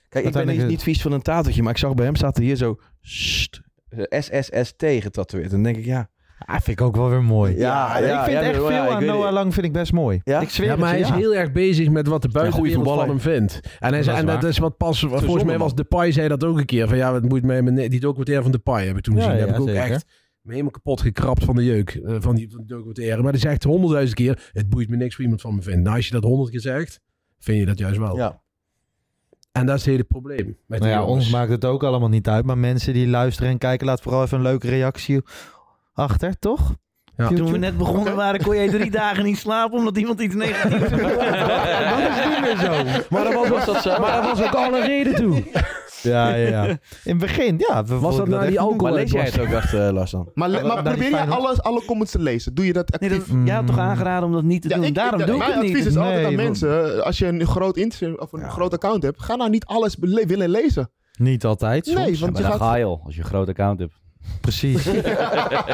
S9: Kijk, ik ben niet, niet vies van een tatertje, maar ik zag bij hem staat er hier zo eh, st, SSST getatoeëerd. En dan denk ik, ja.
S6: Ah, vind ik ook wel weer mooi.
S9: Ja,
S6: ik
S9: ja,
S6: vind
S9: ja,
S6: echt
S9: ja,
S6: veel
S9: ik
S6: aan
S9: weet
S6: Noah
S9: het.
S6: Lang vind ik best mooi.
S9: Ja?
S6: Ik zweer
S10: ja,
S6: het
S10: maar
S6: je,
S10: hij is
S6: ja.
S10: heel erg bezig met wat de buitenwereld van
S9: voetballer.
S10: hem vindt. En, hij
S9: Dat
S10: zei,
S9: is
S10: en dat
S9: waar.
S10: is wat pas... Volgens mij
S9: voetbalman.
S10: was Depay zei dat ook een keer. Van ja, het moet mij... Die documentaire van Depay heb ik toen
S6: Ja,
S10: gezien. Daar heb
S6: ja,
S10: ik ook
S6: zeker.
S10: echt me helemaal kapot gekrapt van de jeuk. eh, van die van die documentaire. Maar die zegt honderdduizend keer... Het boeit me niks hoe iemand van me vindt. Nou, als je dat honderd keer zegt... Vind je dat juist wel.
S9: Ja.
S10: En dat is het hele probleem. Met
S6: Nou
S10: die
S6: ja,
S10: jongens.
S6: ons maakt het ook allemaal niet uit. Maar mensen die luisteren en kijken, laat vooral even een leuke reactie achter, toch?
S10: Ja.
S6: Op
S12: Toen we
S6: YouTube.
S12: net begonnen waren, kon jij drie dagen niet slapen omdat iemand iets negatiefs
S6: Dat is niet meer zo.
S10: Maar dat was,
S6: Was dat zo?
S10: Maar dat was ook al een reden toe.
S6: Ja, ja, ja. In het begin, ja. we voelden
S10: dat nou
S6: echt
S10: die
S6: een-
S10: alcohol
S9: Maar lees jij het ook echt, eh, Lars dan?
S11: Maar, le-
S6: Ja,
S11: maar
S6: maar die
S11: probeer je
S6: Feyenoord-
S11: alles, alle comments te lezen. Doe je dat actief?
S6: Mm.
S12: Jij had toch aangeraden om dat niet te
S11: Ja,
S12: doen?
S11: ik- ik-
S12: Daarom doe ik
S11: mijn
S12: het niet.
S11: advies is altijd aan
S6: Nee,
S11: mensen, als je een groot Instagram of een groot account hebt, ga nou niet alles bele- willen lezen.
S6: Niet altijd, soms.
S11: Nee,
S8: Ja,
S11: want
S8: maar
S11: je
S8: dan
S11: gaat...
S8: ga je al, als je een groot account hebt.
S6: Precies.
S12: Ja,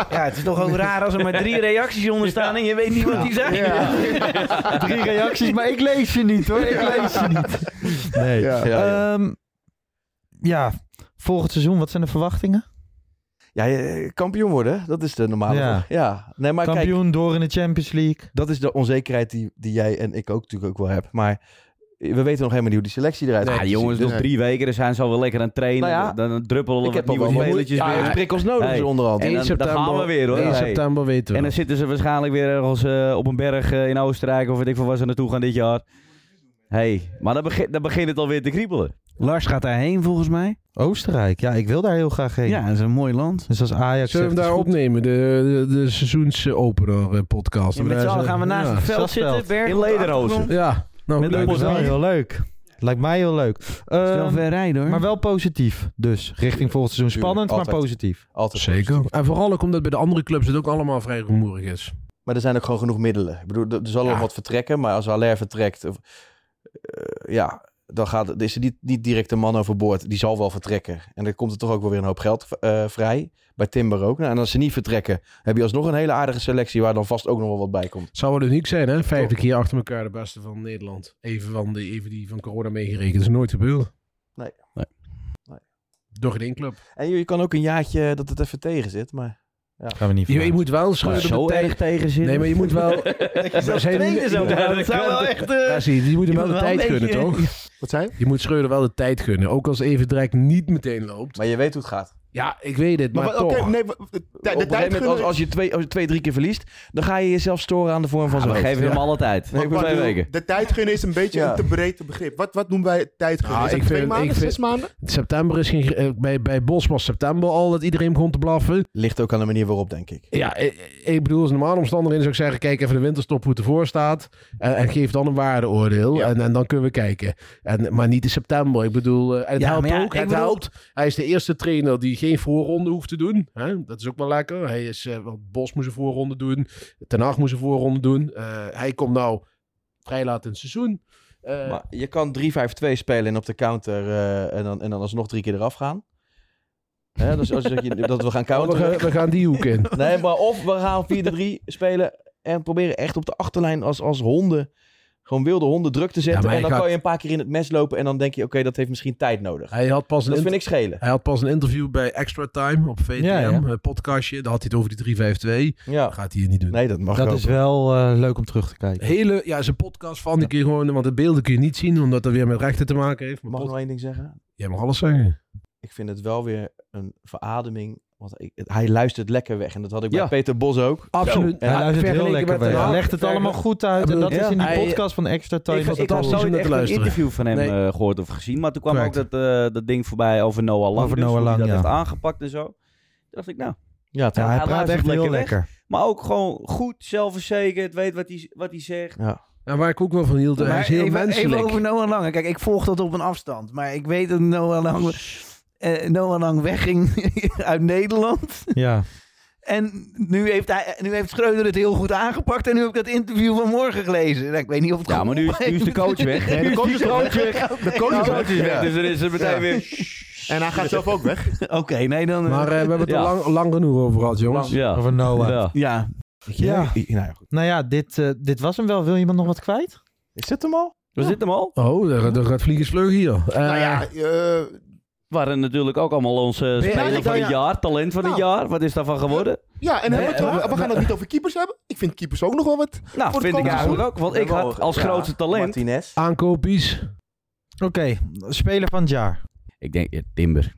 S12: het is toch ook raar als er maar drie reacties onder staan en je weet niet wat die zijn.
S8: Ah,
S6: Drie reacties, maar ik lees je niet hoor. Ik lees je niet. Nee.
S9: Ja.
S6: Ja, Eh,
S9: Ja, ja.
S6: ja volgend seizoen, wat zijn de verwachtingen?
S9: Ja, je- kampioen worden, dat is de normale.
S6: Ja.
S9: vraag. ja. Nee, maar kijk,
S6: Kampioen door in de Champions League.
S9: dat is de onzekerheid die, die jij en ik ook natuurlijk ook wel heb. Maar we weten nog helemaal niet hoe die selectie eruit
S8: Ja,
S9: gaat.
S8: jongens,
S9: Dus-
S8: nog drie weken, dan zijn ze al wel lekker aan het trainen.
S9: Nou ja,
S8: dan, dan druppelen
S9: ik
S8: wat
S9: heb nog
S8: nieuwe
S9: wel wat
S8: spelletjes
S9: moe- ja,
S8: binnen.
S9: ja, prikkels nodig
S8: Hey,
S9: dus onderhand.
S8: En
S9: In
S8: dan, dan gaan we weer hoor.
S10: In
S8: Hey.
S10: september weten we.
S8: En dan zitten ze waarschijnlijk weer ergens eh, op een berg eh, in Oostenrijk of weet ik veel waar ze naartoe gaan dit jaar. hey, maar dan, begint dan begint het alweer te kriebelen.
S12: Lars gaat daarheen volgens mij.
S6: Oostenrijk, ja, ik wil daar heel graag heen.
S12: Ja, dat is een mooi land.
S6: Dus als Ajax
S10: Zullen we
S6: zegt,
S10: hem
S6: is
S10: daar
S6: goed.
S10: opnemen? De, de, de seizoensopener eh, podcast.
S12: Ja, met
S10: Daar
S12: z'n allen
S10: is, eh,
S12: gaan we naast
S10: ja.
S12: het veld zitten.
S6: Stadsveld.
S12: Berg
S8: In
S12: op de
S8: lederhozen.
S12: achtergrond.
S10: Ja, nou
S12: Met
S10: leuk.
S6: Lijkt me wel
S12: Bosnië.
S6: heel leuk. Lijkt mij heel leuk.
S12: Het is wel
S6: Ehm,
S12: ver rijden hoor.
S6: maar wel positief. Dus richting volgend seizoen
S9: Tuurlijk,
S6: spannend, maar
S9: altijd.
S6: positief.
S9: Altijd
S10: Zeker. En vooral ook omdat bij de andere clubs het ook allemaal vrij rumoerig is.
S9: Maar er zijn ook gewoon genoeg middelen. Ik bedoel, er er zal wel
S10: Ja.
S9: wat vertrekken, maar als Haller vertrekt, of, eh, ja, dan gaat, dan is er niet, niet direct een man overboord. Die zal wel vertrekken. En dan komt er toch ook wel weer een hoop geld eh, vrij. Bij Timber ook. Nou, en als ze niet vertrekken, heb je alsnog een hele aardige selectie waar dan vast ook nog wel wat bij komt.
S10: Zou wel uniek zijn, hè? Vijfde keer achter elkaar de beste van Nederland. Even, van de, even die van corona meegerekend. Dat is nooit gebeurd.
S9: Nee.
S8: Nee.
S9: Nee.
S10: Door geen één club.
S9: En je, je kan ook een jaartje eh, dat het even tegen zit, maar...
S6: Gaan we niet
S10: Je, je
S6: vanuit.
S10: moet wel schudden
S8: zo
S10: de
S8: erg tegen zitten.
S10: Nee, maar je moet wel...
S12: Zo
S10: Zijn-
S12: tweede zo.
S8: Ja,
S12: Dat zou wel echt... eh,
S10: Ja, zie je, je moet hem
S12: je
S10: wel
S12: moet
S10: de
S12: wel
S10: tijd
S12: een
S10: gunnen,
S12: beetje-
S10: toch?
S11: Wat zei je?
S10: Je moet Schreuder wel de tijd gunnen. Ook als even Drijk niet meteen loopt.
S9: Maar je weet hoe het gaat.
S10: Ja, ik weet het, maar,
S11: Maar, wa-
S10: toch.
S11: oké, nee, wa- de, de
S9: Op
S11: tijd
S9: een gegeven moment, als,
S11: gunnen-
S9: als, je twee, als je twee, drie keer verliest, dan ga je jezelf storen aan de vorm van
S8: Ah,
S9: zo'n
S8: we
S9: hoofd.
S8: geven hem
S9: Ja.
S8: alle tijd.
S9: Nee, ik bedoel-
S8: twee weken.
S11: De tijd gunnen is een beetje
S9: Ja.
S11: een te breed begrip. Wat, wat noemen wij tijd gunnen?
S10: Ah,
S11: is dat
S10: ik
S11: twee
S10: vind-
S11: maanden,
S10: ik
S11: zes
S10: vind-
S11: maanden?
S10: September is geen... eh, Bij, bij Bos was september al dat iedereen begon te blaffen.
S9: Ligt ook aan de manier waarop, denk ik.
S10: Ja, eh, eh, ik bedoel, als normale omstandigheden zou ik zeggen... kijk even de winterstop hoe het ervoor staat... en, en geef dan een waardeoordeel en, en dan kunnen we kijken. En, maar niet in september, ik bedoel... eh, en het
S12: Ja,
S10: helpt
S12: maar ja,
S10: ook,
S12: ik
S10: het
S12: bedoel-
S10: helpt. Hij is de eerste trainer die geen voorronde hoeft te doen. Hè? Dat is ook wel lekker. Hij is, eh, want Bos moest een voorronde doen, Ten Hag moest een voorronde doen. Eh, hij komt nou vrij laat in het seizoen. Eh,
S9: Maar je kan 3-5-2 spelen en op de counter eh, en, dan, en dan alsnog drie keer eraf gaan. Hè, dus als je, dat
S10: we,
S9: we gaan
S10: gaan,
S9: counteren.
S10: we gaan die hoek in.
S9: Nee, maar of we gaan 4-3 spelen en proberen echt op de achterlijn als, als honden, gewoon wilde honden druk te
S10: Ja,
S9: zetten.
S10: maar
S9: en
S10: hij
S9: dan
S10: gaat-
S9: kan je een paar keer in het mes lopen en dan denk je, oké, dat heeft misschien tijd nodig.
S10: Hij had pas een
S9: Dat
S10: inter-
S9: vind ik schelen.
S10: Hij had pas een interview bij Extra Time op VTM,
S6: Ja, ja.
S10: eh, podcastje. Daar had hij het over die 352.
S9: Ja,
S10: Gaat hij hier niet doen.
S9: nee, dat mag
S6: Dat
S9: ook.
S6: is wel eh, leuk om terug te kijken.
S10: Hele, ja, zijn podcast van, die kun je gewoon, want de beelden kun je niet zien, omdat dat weer met rechten te maken heeft. Maar
S9: Mag ik
S10: pod-
S9: nog één ding zeggen?
S10: Jij mag alles zeggen.
S9: ik vind het wel weer een verademing. Want ik, hij luistert lekker weg. En dat had ik bij
S6: Ja.
S9: Peter Bos ook.
S6: Absoluut.
S9: En
S6: Hij luistert heel
S9: vergeleken
S6: lekker
S9: met
S6: weg.
S9: Den Haag-
S6: Hij legt het allemaal goed uit. En dat is in die
S8: Hij-
S6: podcast van Extra Time.
S8: Ik,
S6: was
S8: ik
S6: het
S8: had
S6: allemaal.
S8: nooit echt een interview van hem eh, gehoord of gezien. Maar toen kwam
S6: Correct.
S8: ook dat, eh, dat ding voorbij over Noah Lang.
S6: Over
S8: dus,
S6: Noah
S8: hoe hij
S6: Lang,
S8: dat
S6: ja.
S8: heeft aangepakt en zo. Toen dacht ik, nou...
S9: Ja,
S6: hij praat
S8: luistert
S6: echt heel
S8: weg,
S6: lekker.
S8: maar ook gewoon goed, zelfverzekerd, weet wat hij, wat hij zegt.
S9: Ja.
S10: Ja, waar ik ook wel van hield, hij is
S7: Maar
S10: heel
S7: even,
S10: menselijk.
S7: Even over Noah Lang. Kijk, ik volg dat op een afstand. Maar ik weet dat Noah Lang, eh, Noah Lang wegging uit Nederland.
S6: Ja.
S7: En nu heeft, hij, nu heeft Schreuder het heel goed aangepakt. En nu heb ik dat interview van morgen gelezen. Nou, Ik weet niet of het
S8: Ja, maar nu is- nu is de coach weg.
S7: Nu
S8: Oh Nu is
S7: komt
S8: de coach weg.
S7: Oké.
S8: De coach is weg. Dus er is er meteen weer-
S7: En hij gaat zelf ook weg. Oké, nee dan...
S10: Maar eh, we hebben het
S7: Ja.
S10: er lang, lang genoeg over gehad, jongens.
S8: Ja.
S6: Over Noah. Ja.
S7: Ja.
S6: Ja. Nou ja, dit, eh, dit was hem wel. Wil iemand nog wat kwijt?
S9: Is dit hem al?
S8: We zitten hem al.
S10: Oh, daar, daar gaat vliegensvleug hier. Eh,
S8: Nou ja, waren natuurlijk ook allemaal onze speler
S11: ik-
S8: van
S11: ja.
S8: het jaar, talent van het
S11: Nou.
S8: jaar. Wat is daarvan geworden?
S11: Ja, en hebben
S8: Nee,
S11: we, het
S8: eh,
S11: over- we gaan het niet over keepers hebben. Ik vind keepers ook nog wel wat.
S8: Nou, vind ik eigenlijk ook. Want ik had als grootste talent...
S9: Martinez.
S10: Aankoopies.
S6: Oké, speler van het jaar.
S8: Ik denk eh, Timber.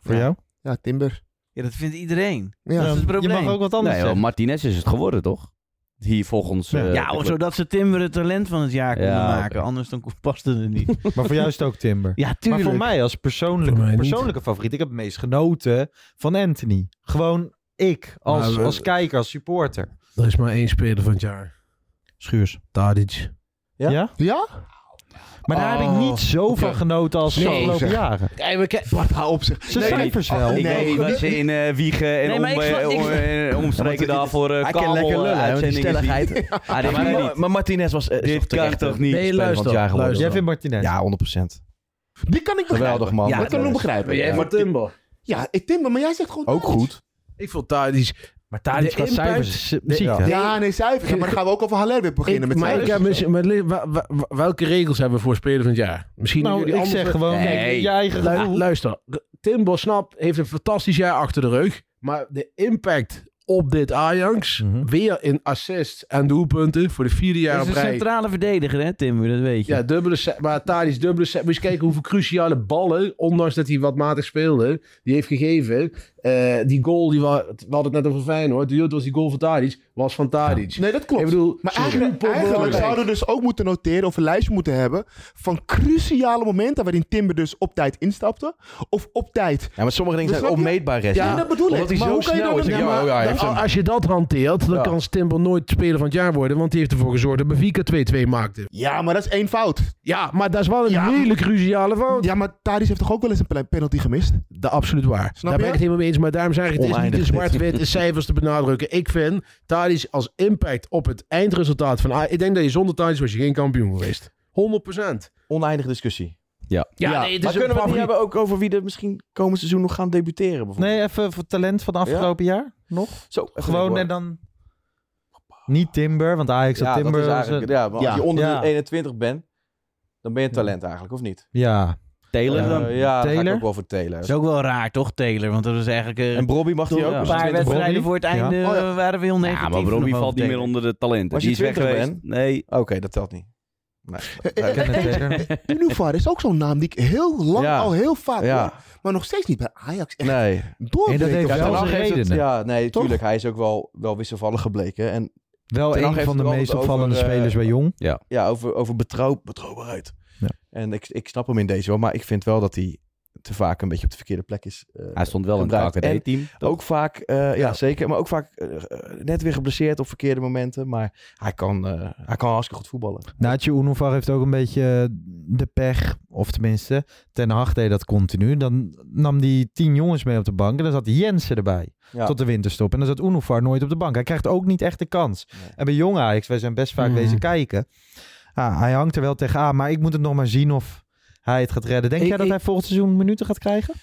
S6: Voor jou?
S11: Ja, Timber.
S7: Ja, dat vindt iedereen.
S11: Ja.
S7: Dat is het
S6: Je mag
S7: probleem.
S6: ook wat anders eh,
S8: Nee, joh, Martinez is het geworden, toch? Hier volgens... eh,
S7: ja,
S8: de
S7: of
S8: club.
S7: zodat ze Timber het talent van het jaar konden
S8: Ja, oké.
S7: maken. Anders dan past het er niet.
S6: Maar voor jou is het ook Timber.
S7: Ja, tuurlijk.
S6: Maar voor mij als persoonlijke,
S7: niet.
S6: persoonlijke favoriet, ik heb het meest genoten van Anthony. Gewoon ik, als,
S10: Maar we-
S6: als kijker, als supporter.
S10: Er is maar één speler van het jaar.
S6: Schuurs.
S10: Tadic.
S6: Ja? Ja? Maar daar heb ik niet zo van genoten als de afgelopen jaren.
S10: Kijk, we ke-
S11: Bart, hou op zich.
S6: Ze cijfers wel.
S8: Ik
S6: Nee,
S8: weet dat ze in eh, Wiegen en
S6: Nee, maar
S8: om,
S6: ik snap-
S8: eh,
S6: ik-
S8: om- eh, omstreken
S9: Ja, want
S8: daarvoor eh,
S9: hij kan
S8: kabel
S9: lekker lullen,
S8: eh,
S9: hè, want die
S8: uitzendingen zien.
S9: stelligheid.
S8: Ah, dit kan
S9: maar,
S8: niet.
S9: maar Martinez was... eh, is
S8: Dit kan
S9: echt,
S8: toch
S9: eh,
S8: niet?
S9: speler van het jaar geworden.
S6: Jij vindt Martinez.
S9: Ja, 100%.
S11: Die kan ik begrijpen.
S9: Geweldig, man.
S11: Ja, dat kan ik nog
S9: Martinez.
S11: begrijpen.
S9: Maar jij
S11: ja.
S9: vond Timber.
S11: Ja, ik- Timber, maar jij zegt gewoon
S9: Ook
S11: Tadic.
S9: goed.
S10: Ik vond Tadic...
S9: Maar
S10: Tadic De qua impact- cijfers is zi- ziek,
S11: ja.
S10: hè?
S11: Ja, nee, cijfers. Ja, maar dan gaan we ook over Haller weer beginnen
S10: Ik-
S11: met
S10: maar ik
S11: cijfers.
S10: heb misschien- maar li- wa- wa- wa- welke regels hebben we voor speler van het jaar? Misschien
S6: Nou,
S10: jullie
S6: ik
S10: anders-
S6: zeg gewoon, Nee. kijk, je eigen
S10: Lu-
S6: gevoel.
S10: Luister, Tim Bosnap heeft een fantastisch jaar achter de rug. Maar de impact op dit Ajax, weer in assists en doelpunten voor de vierde jaar
S7: Hij
S10: op
S7: Mhm. is een
S10: rij.
S7: centrale verdediger, hè, Timber? Dat weet je.
S10: Ja, dubbele set. Maar Thadis, dubbele set. Moet je eens kijken hoeveel cruciale ballen, ondanks dat hij wat matig speelde, die heeft gegeven. Eh, die goal, die wa- we hadden het net over Feyenoord. Die was die goal van Tadic, was van Tadic.
S11: Nee, dat klopt.
S10: Ik bedoel,
S11: maar
S10: super
S11: eigenlijk,
S10: belangrijk.
S11: eigenlijk zouden we dus ook moeten noteren of een lijstje moeten hebben van cruciale momenten waarin Timber dus op tijd instapte. Of op tijd.
S9: Ja, maar sommige dingen
S11: Dus
S9: zijn
S11: snap je?
S9: onmeetbaar, Ressie.
S11: Ja, dat bedoel
S9: Omdat
S11: ik.
S9: hij
S11: Maar
S9: zo
S11: hoe kan je
S9: snel
S11: dat
S9: is.
S11: dan-
S9: Ik-
S11: Ja,
S9: Ja,
S11: maar-
S9: oh ja, hij
S10: Dan-
S9: heeft hem.
S10: als je dat hanteert, dan
S11: Ja.
S10: kan Timber nooit speler van het jaar worden. Want die heeft ervoor gezorgd dat Bavika 2-2 maakte.
S11: Ja, maar dat is één fout.
S10: Ja, maar dat is wel een hele cruciale fout.
S11: Ja, maar Tadic heeft toch ook wel eens een ple- penalty gemist?
S10: Dat absoluut waar.
S11: Snap
S10: Daar ben
S11: je?
S10: ik het helemaal mee eens. Maar daarom zeg ik, het is niet
S11: Oneindig
S10: in
S11: dit.
S10: zwart-wit in cijfers te benadrukken. Ik vind Tadic als impact op het eindresultaat van... A- Ik denk dat je zonder Tadic was je geen kampioen geweest. 100%.
S9: Oneindige discussie.
S8: Ja.
S10: Ja,
S9: maar
S10: nee, het is
S9: kunnen we
S10: een
S9: het
S10: Dus favoriet.
S9: niet hebben ook over wie er misschien komend seizoen nog gaan debuteren? Bijvoorbeeld?
S6: Nee, even voor talent van het afgelopen jaar nog.
S9: Zo, even
S6: Gewoon
S9: denken,
S6: en dan... Niet Timber, want Ajax had
S9: Ja,
S6: Timber...
S9: dat is eigenlijk, ja, maar als je onder
S6: Ja.
S9: de 21 bent, dan ben je talent eigenlijk, of niet?
S6: Ja.
S8: Taylor
S9: Eh,
S8: dan?
S9: ja, dan ga ik
S7: Taylor?
S9: ook wel voor Taylor.
S7: Dat is ook wel raar, toch, Taylor? Want dat is eigenlijk... eh,
S9: En Brobby mag die
S7: toch
S9: ook,
S7: Een
S9: dus
S7: paar
S9: 20
S7: wedstrijden
S9: Brobby?
S7: voor het einde
S9: Ja. Oh,
S7: eh, waren we heel negatief.
S8: Ja, maar Robbie
S7: nog
S8: valt niet
S7: over
S8: meer
S7: Taylor.
S8: onder de talenten.
S9: Als je
S8: Die is weg
S9: 20
S8: geweest.
S9: bent?
S8: Nee.
S9: Oké, dat telt niet. Nee.
S11: Unuvar is ook zo'n naam die ik heel lang,
S9: Ja.
S11: al heel vaak
S9: Ja.
S11: hoor. Ah, Maar nog steeds niet bij Ajax. Echt
S9: Nee.
S11: door
S6: Nee, dat
S11: weet
S6: heeft
S11: of zo.
S6: wel
S9: Ten Hag
S6: zijn
S9: heeft het-
S6: redenen.
S9: Ja, nee, tuurlijk. Hij is ook wel, wel wisselvallig gebleken. En
S6: Wel
S9: Ten Hag
S6: een
S9: heeft
S6: van de
S9: het wel
S6: meest
S9: over,
S6: opvallende
S9: eh,
S6: spelers bij Jong.
S8: Ja.
S9: Ja, over, over betrouw, betrouwbaarheid.
S6: Ja.
S9: En ik, ik snap hem in deze wel, maar ik vind wel dat hij te vaak een beetje op de verkeerde plek is. eh,
S8: Hij stond wel in het
S9: gebruikt. En
S8: AKD-team.
S9: Ook vaak, eh, ja, zeker, maar ook vaak eh, eh, net weer geblesseerd op verkeerde momenten. Maar hij kan, eh, hij kan hartstikke goed voetballen.
S6: Naatje Unovar heeft ook een beetje de pech, of tenminste, Ten Hag deed dat continu. Dan nam hij tien jongens mee op de bank en dan zat Jensen erbij
S9: Ja.
S6: tot de winterstop. En dan zat Unovar nooit op de bank. Hij krijgt ook niet echt de kans. En bij Jong Ajax, wij zijn best vaak
S7: Mhm.
S6: wezen kijken. Ah, hij hangt er wel tegenaan, maar ik moet het nog maar zien of hij het gaat redden. Denk
S9: Ik-
S6: jij dat
S9: ik-
S6: hij volgend seizoen minuten gaat krijgen?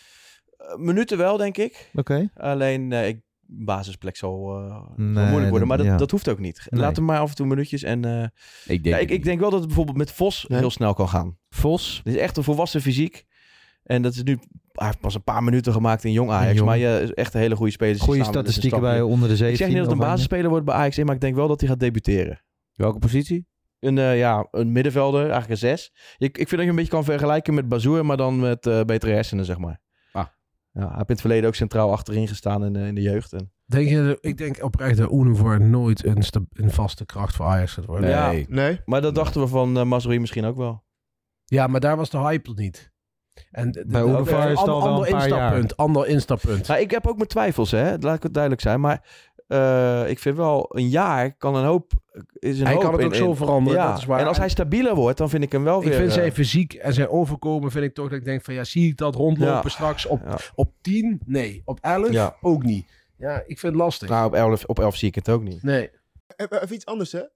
S9: Eh, minuten wel, denk ik.
S6: Oké.
S9: Alleen eh, ik, basisplek zal, eh, zal
S6: Nee,
S9: moeilijk worden. Maar dat,
S6: ja.
S9: dat hoeft ook niet.
S6: Nee.
S9: Laat hem maar af en toe minuutjes. En, eh,
S8: Ik
S9: ja,
S8: denk
S9: ik, ik denk wel dat het bijvoorbeeld met Vos
S6: Nee.
S9: heel snel kan gaan.
S6: Vos?
S9: Dit is echt een volwassen fysiek. En dat is nu, hij heeft pas een paar minuten gemaakt in jong Ajax.
S6: jong.
S9: Maar je is echt dus een hele goede speler.
S6: Goede statistieken bij onder de 17.
S9: Ik zeg niet dat het een
S6: oranje.
S9: basisspeler wordt bij Ajax in, maar ik denk wel dat hij gaat debuteren.
S8: Welke positie?
S9: een, eh, ja, een middenvelder, eigenlijk een zes. Ik, ik vind dat je een beetje kan vergelijken met Bazoer, maar dan met eh, betere hersenen, zeg maar.
S8: Ah.
S9: Ja, hij heeft in het verleden ook centraal achterin gestaan in, eh, in de jeugd. En,
S10: Denk je, ik denk oprecht dat Univar nooit een, sta- een vaste kracht voor Ajax gaat worden.
S9: Ja,
S10: Ja,
S9: Maar dat dachten we van eh Mazraoui misschien ook wel.
S10: ja, maar daar was de hype nog niet. En de- de-
S9: Bij
S10: de-
S9: Univar
S10: ook,
S9: is
S10: eh,
S9: het al
S10: ander-
S9: wel een
S10: ander
S9: paar jaar.
S10: instappunt, Ander instappunt.
S9: Nou, ik heb ook mijn twijfels, hè. Laat ik het duidelijk zijn. Maar eh, ik vind wel, een jaar kan een hoop... Is een
S10: Hij
S9: hoop
S10: kan het
S9: in-
S10: ook zo
S9: in-
S10: veranderen,
S9: Ja.
S10: dat is waar.
S9: En als hij stabieler wordt, dan vind ik hem wel
S10: Ik
S9: weer...
S10: vind
S9: eh,
S10: zijn fysiek en zijn overkomen vind ik toch dat ik denk van ja, zie ik dat rondlopen
S9: Ja.
S10: straks op, op 10? Nee. Op 11?
S9: Ja.
S10: Ook niet. Ja, ik vind het lastig.
S9: Nou, op 11 op elf zie ik het ook niet.
S10: Nee.
S18: Even even iets anders, hè. Eh,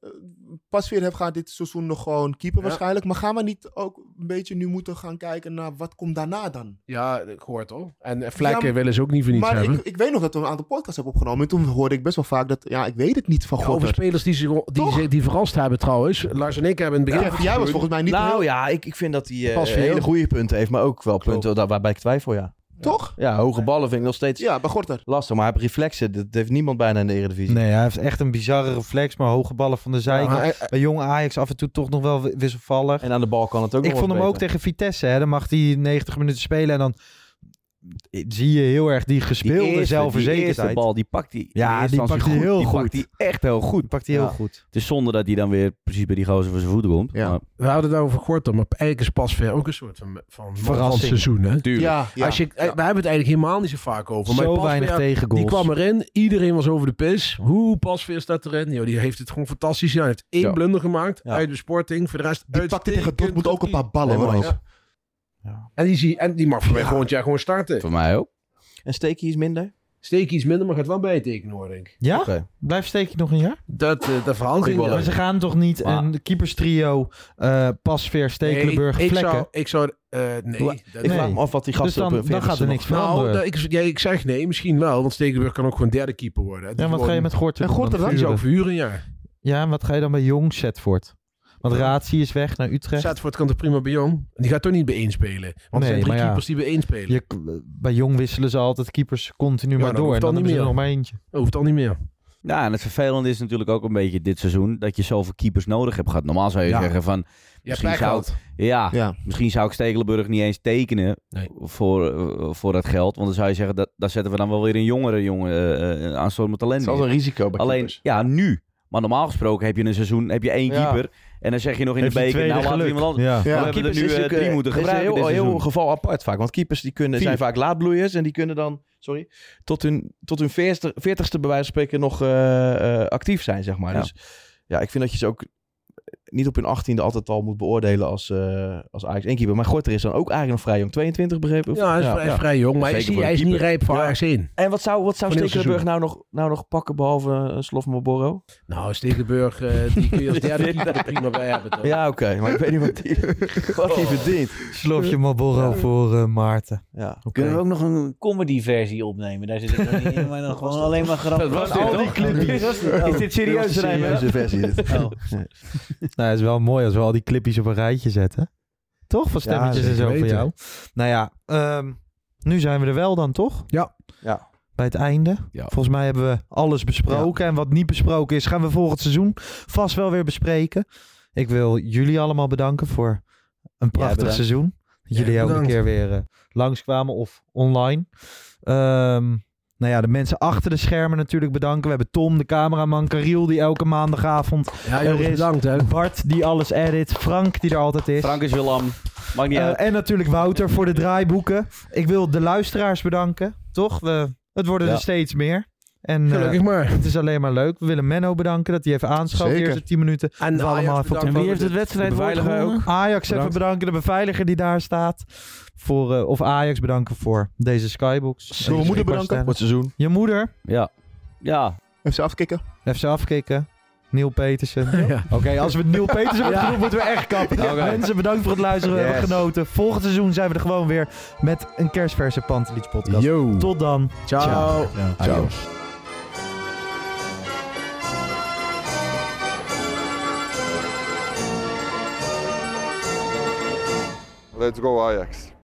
S18: Pasveer heeft- gaat dit seizoen nog gewoon keeper
S10: Ja.
S18: waarschijnlijk. Maar gaan we niet ook een beetje nu moeten gaan kijken naar wat komt daarna dan?
S10: Ja, ik hoor het al. En
S18: Ja,
S10: vlekken
S18: maar-
S10: willen ze ook niet voor niets
S18: maar
S10: hebben.
S18: Ik, ik weet nog dat we een aantal podcasts hebben opgenomen. En toen hoorde ik best wel vaak dat, ja, ik weet het niet van
S10: Ja,
S18: God.
S10: over spelers die, zich- die, zich- die verrast hebben trouwens. Lars en ik hebben in het begin...
S18: Ja, jij was volgens mij niet
S9: Nou
S18: heel-
S9: ja, ik, ik vind dat hij eh,
S10: Pas veel.
S9: hele goede punten heeft, maar ook wel punten daar- waarbij ik twijfel, ja.
S18: Toch?
S9: Ja, hoge ballen vind ik nog steeds ja, lastig. Maar hij heeft reflexen, dat heeft niemand bijna in de Eredivisie.
S6: Nee, hij heeft echt een bizarre reflex, maar hoge ballen van de zijkant.
S9: maar hij-
S6: Bij jong Ajax af en toe toch nog wel wi- wisselvallig.
S9: En aan de bal kan het ook
S6: Ik
S9: nog
S6: vond
S9: wat
S6: hem ook
S9: beter.
S6: tegen Vitesse, hè. Dan mag hij 90 minuten spelen en dan zie je heel erg die gespeelde
S8: eerste- die
S6: zelfverzekerdheid.
S8: eerste bal, die pakt hij in
S6: Ja,
S8: eerste
S6: die
S8: instantie
S6: pakt hij heel
S8: Die
S6: goed.
S8: pakt hij echt heel goed.
S6: pakt hij heel goed.
S8: Het is zonde dat hij dan weer precies bij die gozer voor zijn voeten komt. Maar-
S10: We hadden het over Gorter, maar eigenlijk is Pasveer ook een soort van, van
S8: Verrassing.
S10: van seizoen. Hè?
S8: Tuurlijk. Ja, ja.
S10: Als je, We hebben het eigenlijk helemaal niet zo vaak over.
S6: Zo
S10: maar Pasveer,
S6: weinig tegengoals.
S10: Die kwam erin, iedereen was over de pis. Hoe Pasveer staat erin? Yo, die heeft het gewoon fantastisch gedaan. Hij heeft één
S18: Ja.
S10: blunder gemaakt
S18: Ja.
S10: uit de sporting. Voor de rest
S18: Die pakte tegen Dortmund ook een paar ballen,
S10: Nee,
S18: hoor.
S10: maar-
S18: ook.
S10: Ja. En, die zie, en die mag voor mij volgend jaar gewoon starten.
S8: Voor mij ook.
S9: En Steekie is minder?
S10: Steekie is minder, maar gaat wel bijtekenen hoor ik.
S6: Ja?
S9: Oké.
S6: Blijft Steekje nog een jaar?
S10: Dat, eh, dat verhaal ging
S6: Maar ze gaan toch niet een keeperstrio, eh Pasveer, Stekelenburg,
S10: Nee, ik,
S6: Vlekken?
S10: zou, ik zou, eh, nee.
S6: Hoe-
S10: dat-
S6: ik vraag me af
S9: wat die
S6: gasten Dus dan- op, eh, dan gaat er Veertigste niks nog- veranderen.
S10: Nou, dat- ik, ja, ik zeg nee, misschien wel. Want Stekenburg kan ook gewoon derde keeper worden.
S6: Ja, wat ga je met Gorter
S10: En
S6: doen
S10: Gorter
S6: dan?
S10: dan? Die zou ik
S6: Verhuren?
S10: verhuren, ja.
S6: Ja, en wat ga je dan bij Jong Zetvoort? Want Ratie is weg naar Utrecht.
S10: Zetvoort kan toch prima bij Jong? Die gaat toch niet bij één spelen? Want er zijn drie
S6: maar ja.
S10: keepers die bij één spelen.
S6: Je, k- bij Jong wisselen ze altijd keepers continu
S10: Ja, nou,
S6: maar
S10: dat
S6: door.
S10: hoeft
S6: En dan
S10: dan niet
S6: hebben ze er nog
S10: meer.
S6: maar eentje.
S10: Dat hoeft al niet meer.
S8: Ja, en het vervelende is natuurlijk ook een beetje dit seizoen dat je zoveel keepers nodig hebt gehad. Normaal zou je
S10: Ja.
S8: zeggen van.
S10: Ja, pech
S8: zou
S10: gehad.
S8: ja,
S10: Ja.
S8: misschien zou ik Stekelenburg niet eens tekenen voor, eh, voor dat geld. Want dan zou je zeggen, dat, daar zetten we dan wel weer een jongere jongen eh, eh, aan soort talent.
S9: Het is altijd
S8: in.
S9: een risico bij
S8: Alleen,
S9: keepers.
S8: ja, nu. Maar normaal gesproken heb je een seizoen, heb je één
S9: Ja.
S8: keeper. En dan zeg je nog in
S9: Heeft
S8: de
S9: die
S8: beker,
S9: tweede
S8: nou laten we
S9: geluk.
S8: iemand anders.
S9: Ja.
S8: Maar We
S9: Ja.
S8: hebben er
S9: Keepers
S8: nu
S9: is
S8: eh,
S9: natuurlijk,
S8: drie
S9: eh,
S8: moeten
S9: is een
S8: gebruiken dit
S9: heel, heel
S8: seizoen.
S9: geval apart vaak. Want keepers die kunnen, zijn
S8: Vier.
S9: vaak laadbloeiers. En die kunnen dan, sorry, tot hun, tot hun 40, 40ste bij wijze van spreken nog eh, eh, actief zijn, zeg maar.
S8: Ja.
S9: Dus ja, ik vind dat je ze ook eh, niet op hun 18e altijd al moet beoordelen als, eh als Ajax 1 keeper. Maar Gorter is dan ook eigenlijk nog vrij jong. 22 begrepen? of-
S10: Ja, hij is, hij is vrij jong, maar hij is,
S9: Zeker voor
S10: hij
S9: een
S10: is niet
S9: keeper.
S10: rijp voor
S9: Ja.
S10: Ajax 1.
S9: En wat zou, wat zou
S10: Van heel
S9: Stekelenburg
S10: seizoen.
S9: nou nog, nou nog pakken behalve uh, Slofmoboro?
S10: Nou, Stekenburg, eh, die kun je als derde keeper er prima bij hebben. Toch?
S9: Ja, oké. maar ik weet niet wat die, wat die verdient.
S6: Slofje Marlboro voor eh, Maarten.
S9: Ja.
S12: Kunnen we ook nog een comedy versie opnemen? Daar zit ik nog niet in, maar dan gewoon alleen maar grappig.
S9: was dit, toch? Dit was dit. Is dit serieus,
S12: Dit was de
S9: Rijmer?
S12: serieuze versie, dit.
S9: Oh.
S6: Nou, het is wel mooi als we al die clipjes op een rijtje zetten. Toch? Van
S9: Ja,
S6: stemmetjes en
S9: zeker
S6: zo van
S9: weten.
S6: jou. Nou ja, ehm, nu zijn we er wel dan, toch?
S10: Ja.
S9: ja.
S6: Bij het einde. Volgens mij hebben we alles besproken. En wat niet besproken is, gaan we volgend seizoen vast wel weer bespreken. Ik wil jullie allemaal bedanken voor een prachtig
S20: bedankt.
S6: seizoen. Dat jullie
S20: Ja,
S6: ook een
S20: bedankt.
S6: keer weer eh, langskwamen of online. Ehm, nou ja, de mensen achter de schermen natuurlijk bedanken. We hebben Tom, de cameraman, Kariel, die elke maandagavond
S10: Ja, jongens,
S6: er is.
S10: bedankt,
S6: Bart, die alles edit. Frank, die er altijd is.
S8: Frank is weer lam. Maakt niet
S6: Eh,
S8: uit.
S6: en natuurlijk Wouter voor de draaiboeken. Ik wil de luisteraars bedanken. Toch? We, het worden
S8: Ja.
S6: er steeds meer. En, eh,
S10: Gelukkig maar.
S6: Het is alleen maar leuk. We willen Menno bedanken dat hij even aanschouwt. De
S10: Zeker.
S6: eerste 10 minuten.
S10: En
S6: We
S10: Ajax
S6: Nou, allemaal even op
S10: bedankt.
S6: de
S10: En wie
S6: foto.
S10: heeft het wedstrijdwoord De beveiliger gewonnen? ook.
S6: Ajax even
S10: Bedankt.
S6: bedanken. De beveiliger die daar staat. Voor, eh, of Ajax bedanken voor deze Skybox. Deze
S18: mijn moeder bedanken?
S6: beschikbaarstelling.
S18: Voor het seizoen.
S6: Je moeder.
S8: Ja. Ja.
S18: Even afkicken.
S6: Even afkicken. Neil Petersen. Oké, als we Neil Petersen hebben
S18: Ja.
S6: genoemd, moeten we echt kappen.
S18: Oké.
S6: Mensen, bedankt voor het luisteren. We hebben
S18: Yes.
S6: genoten. Volgend seizoen zijn we er gewoon weer met een kerstverse Pantelich podcast. Tot dan.
S10: Ciao.
S6: Ciao.
S10: Ciao.
S2: Let's go Ajax.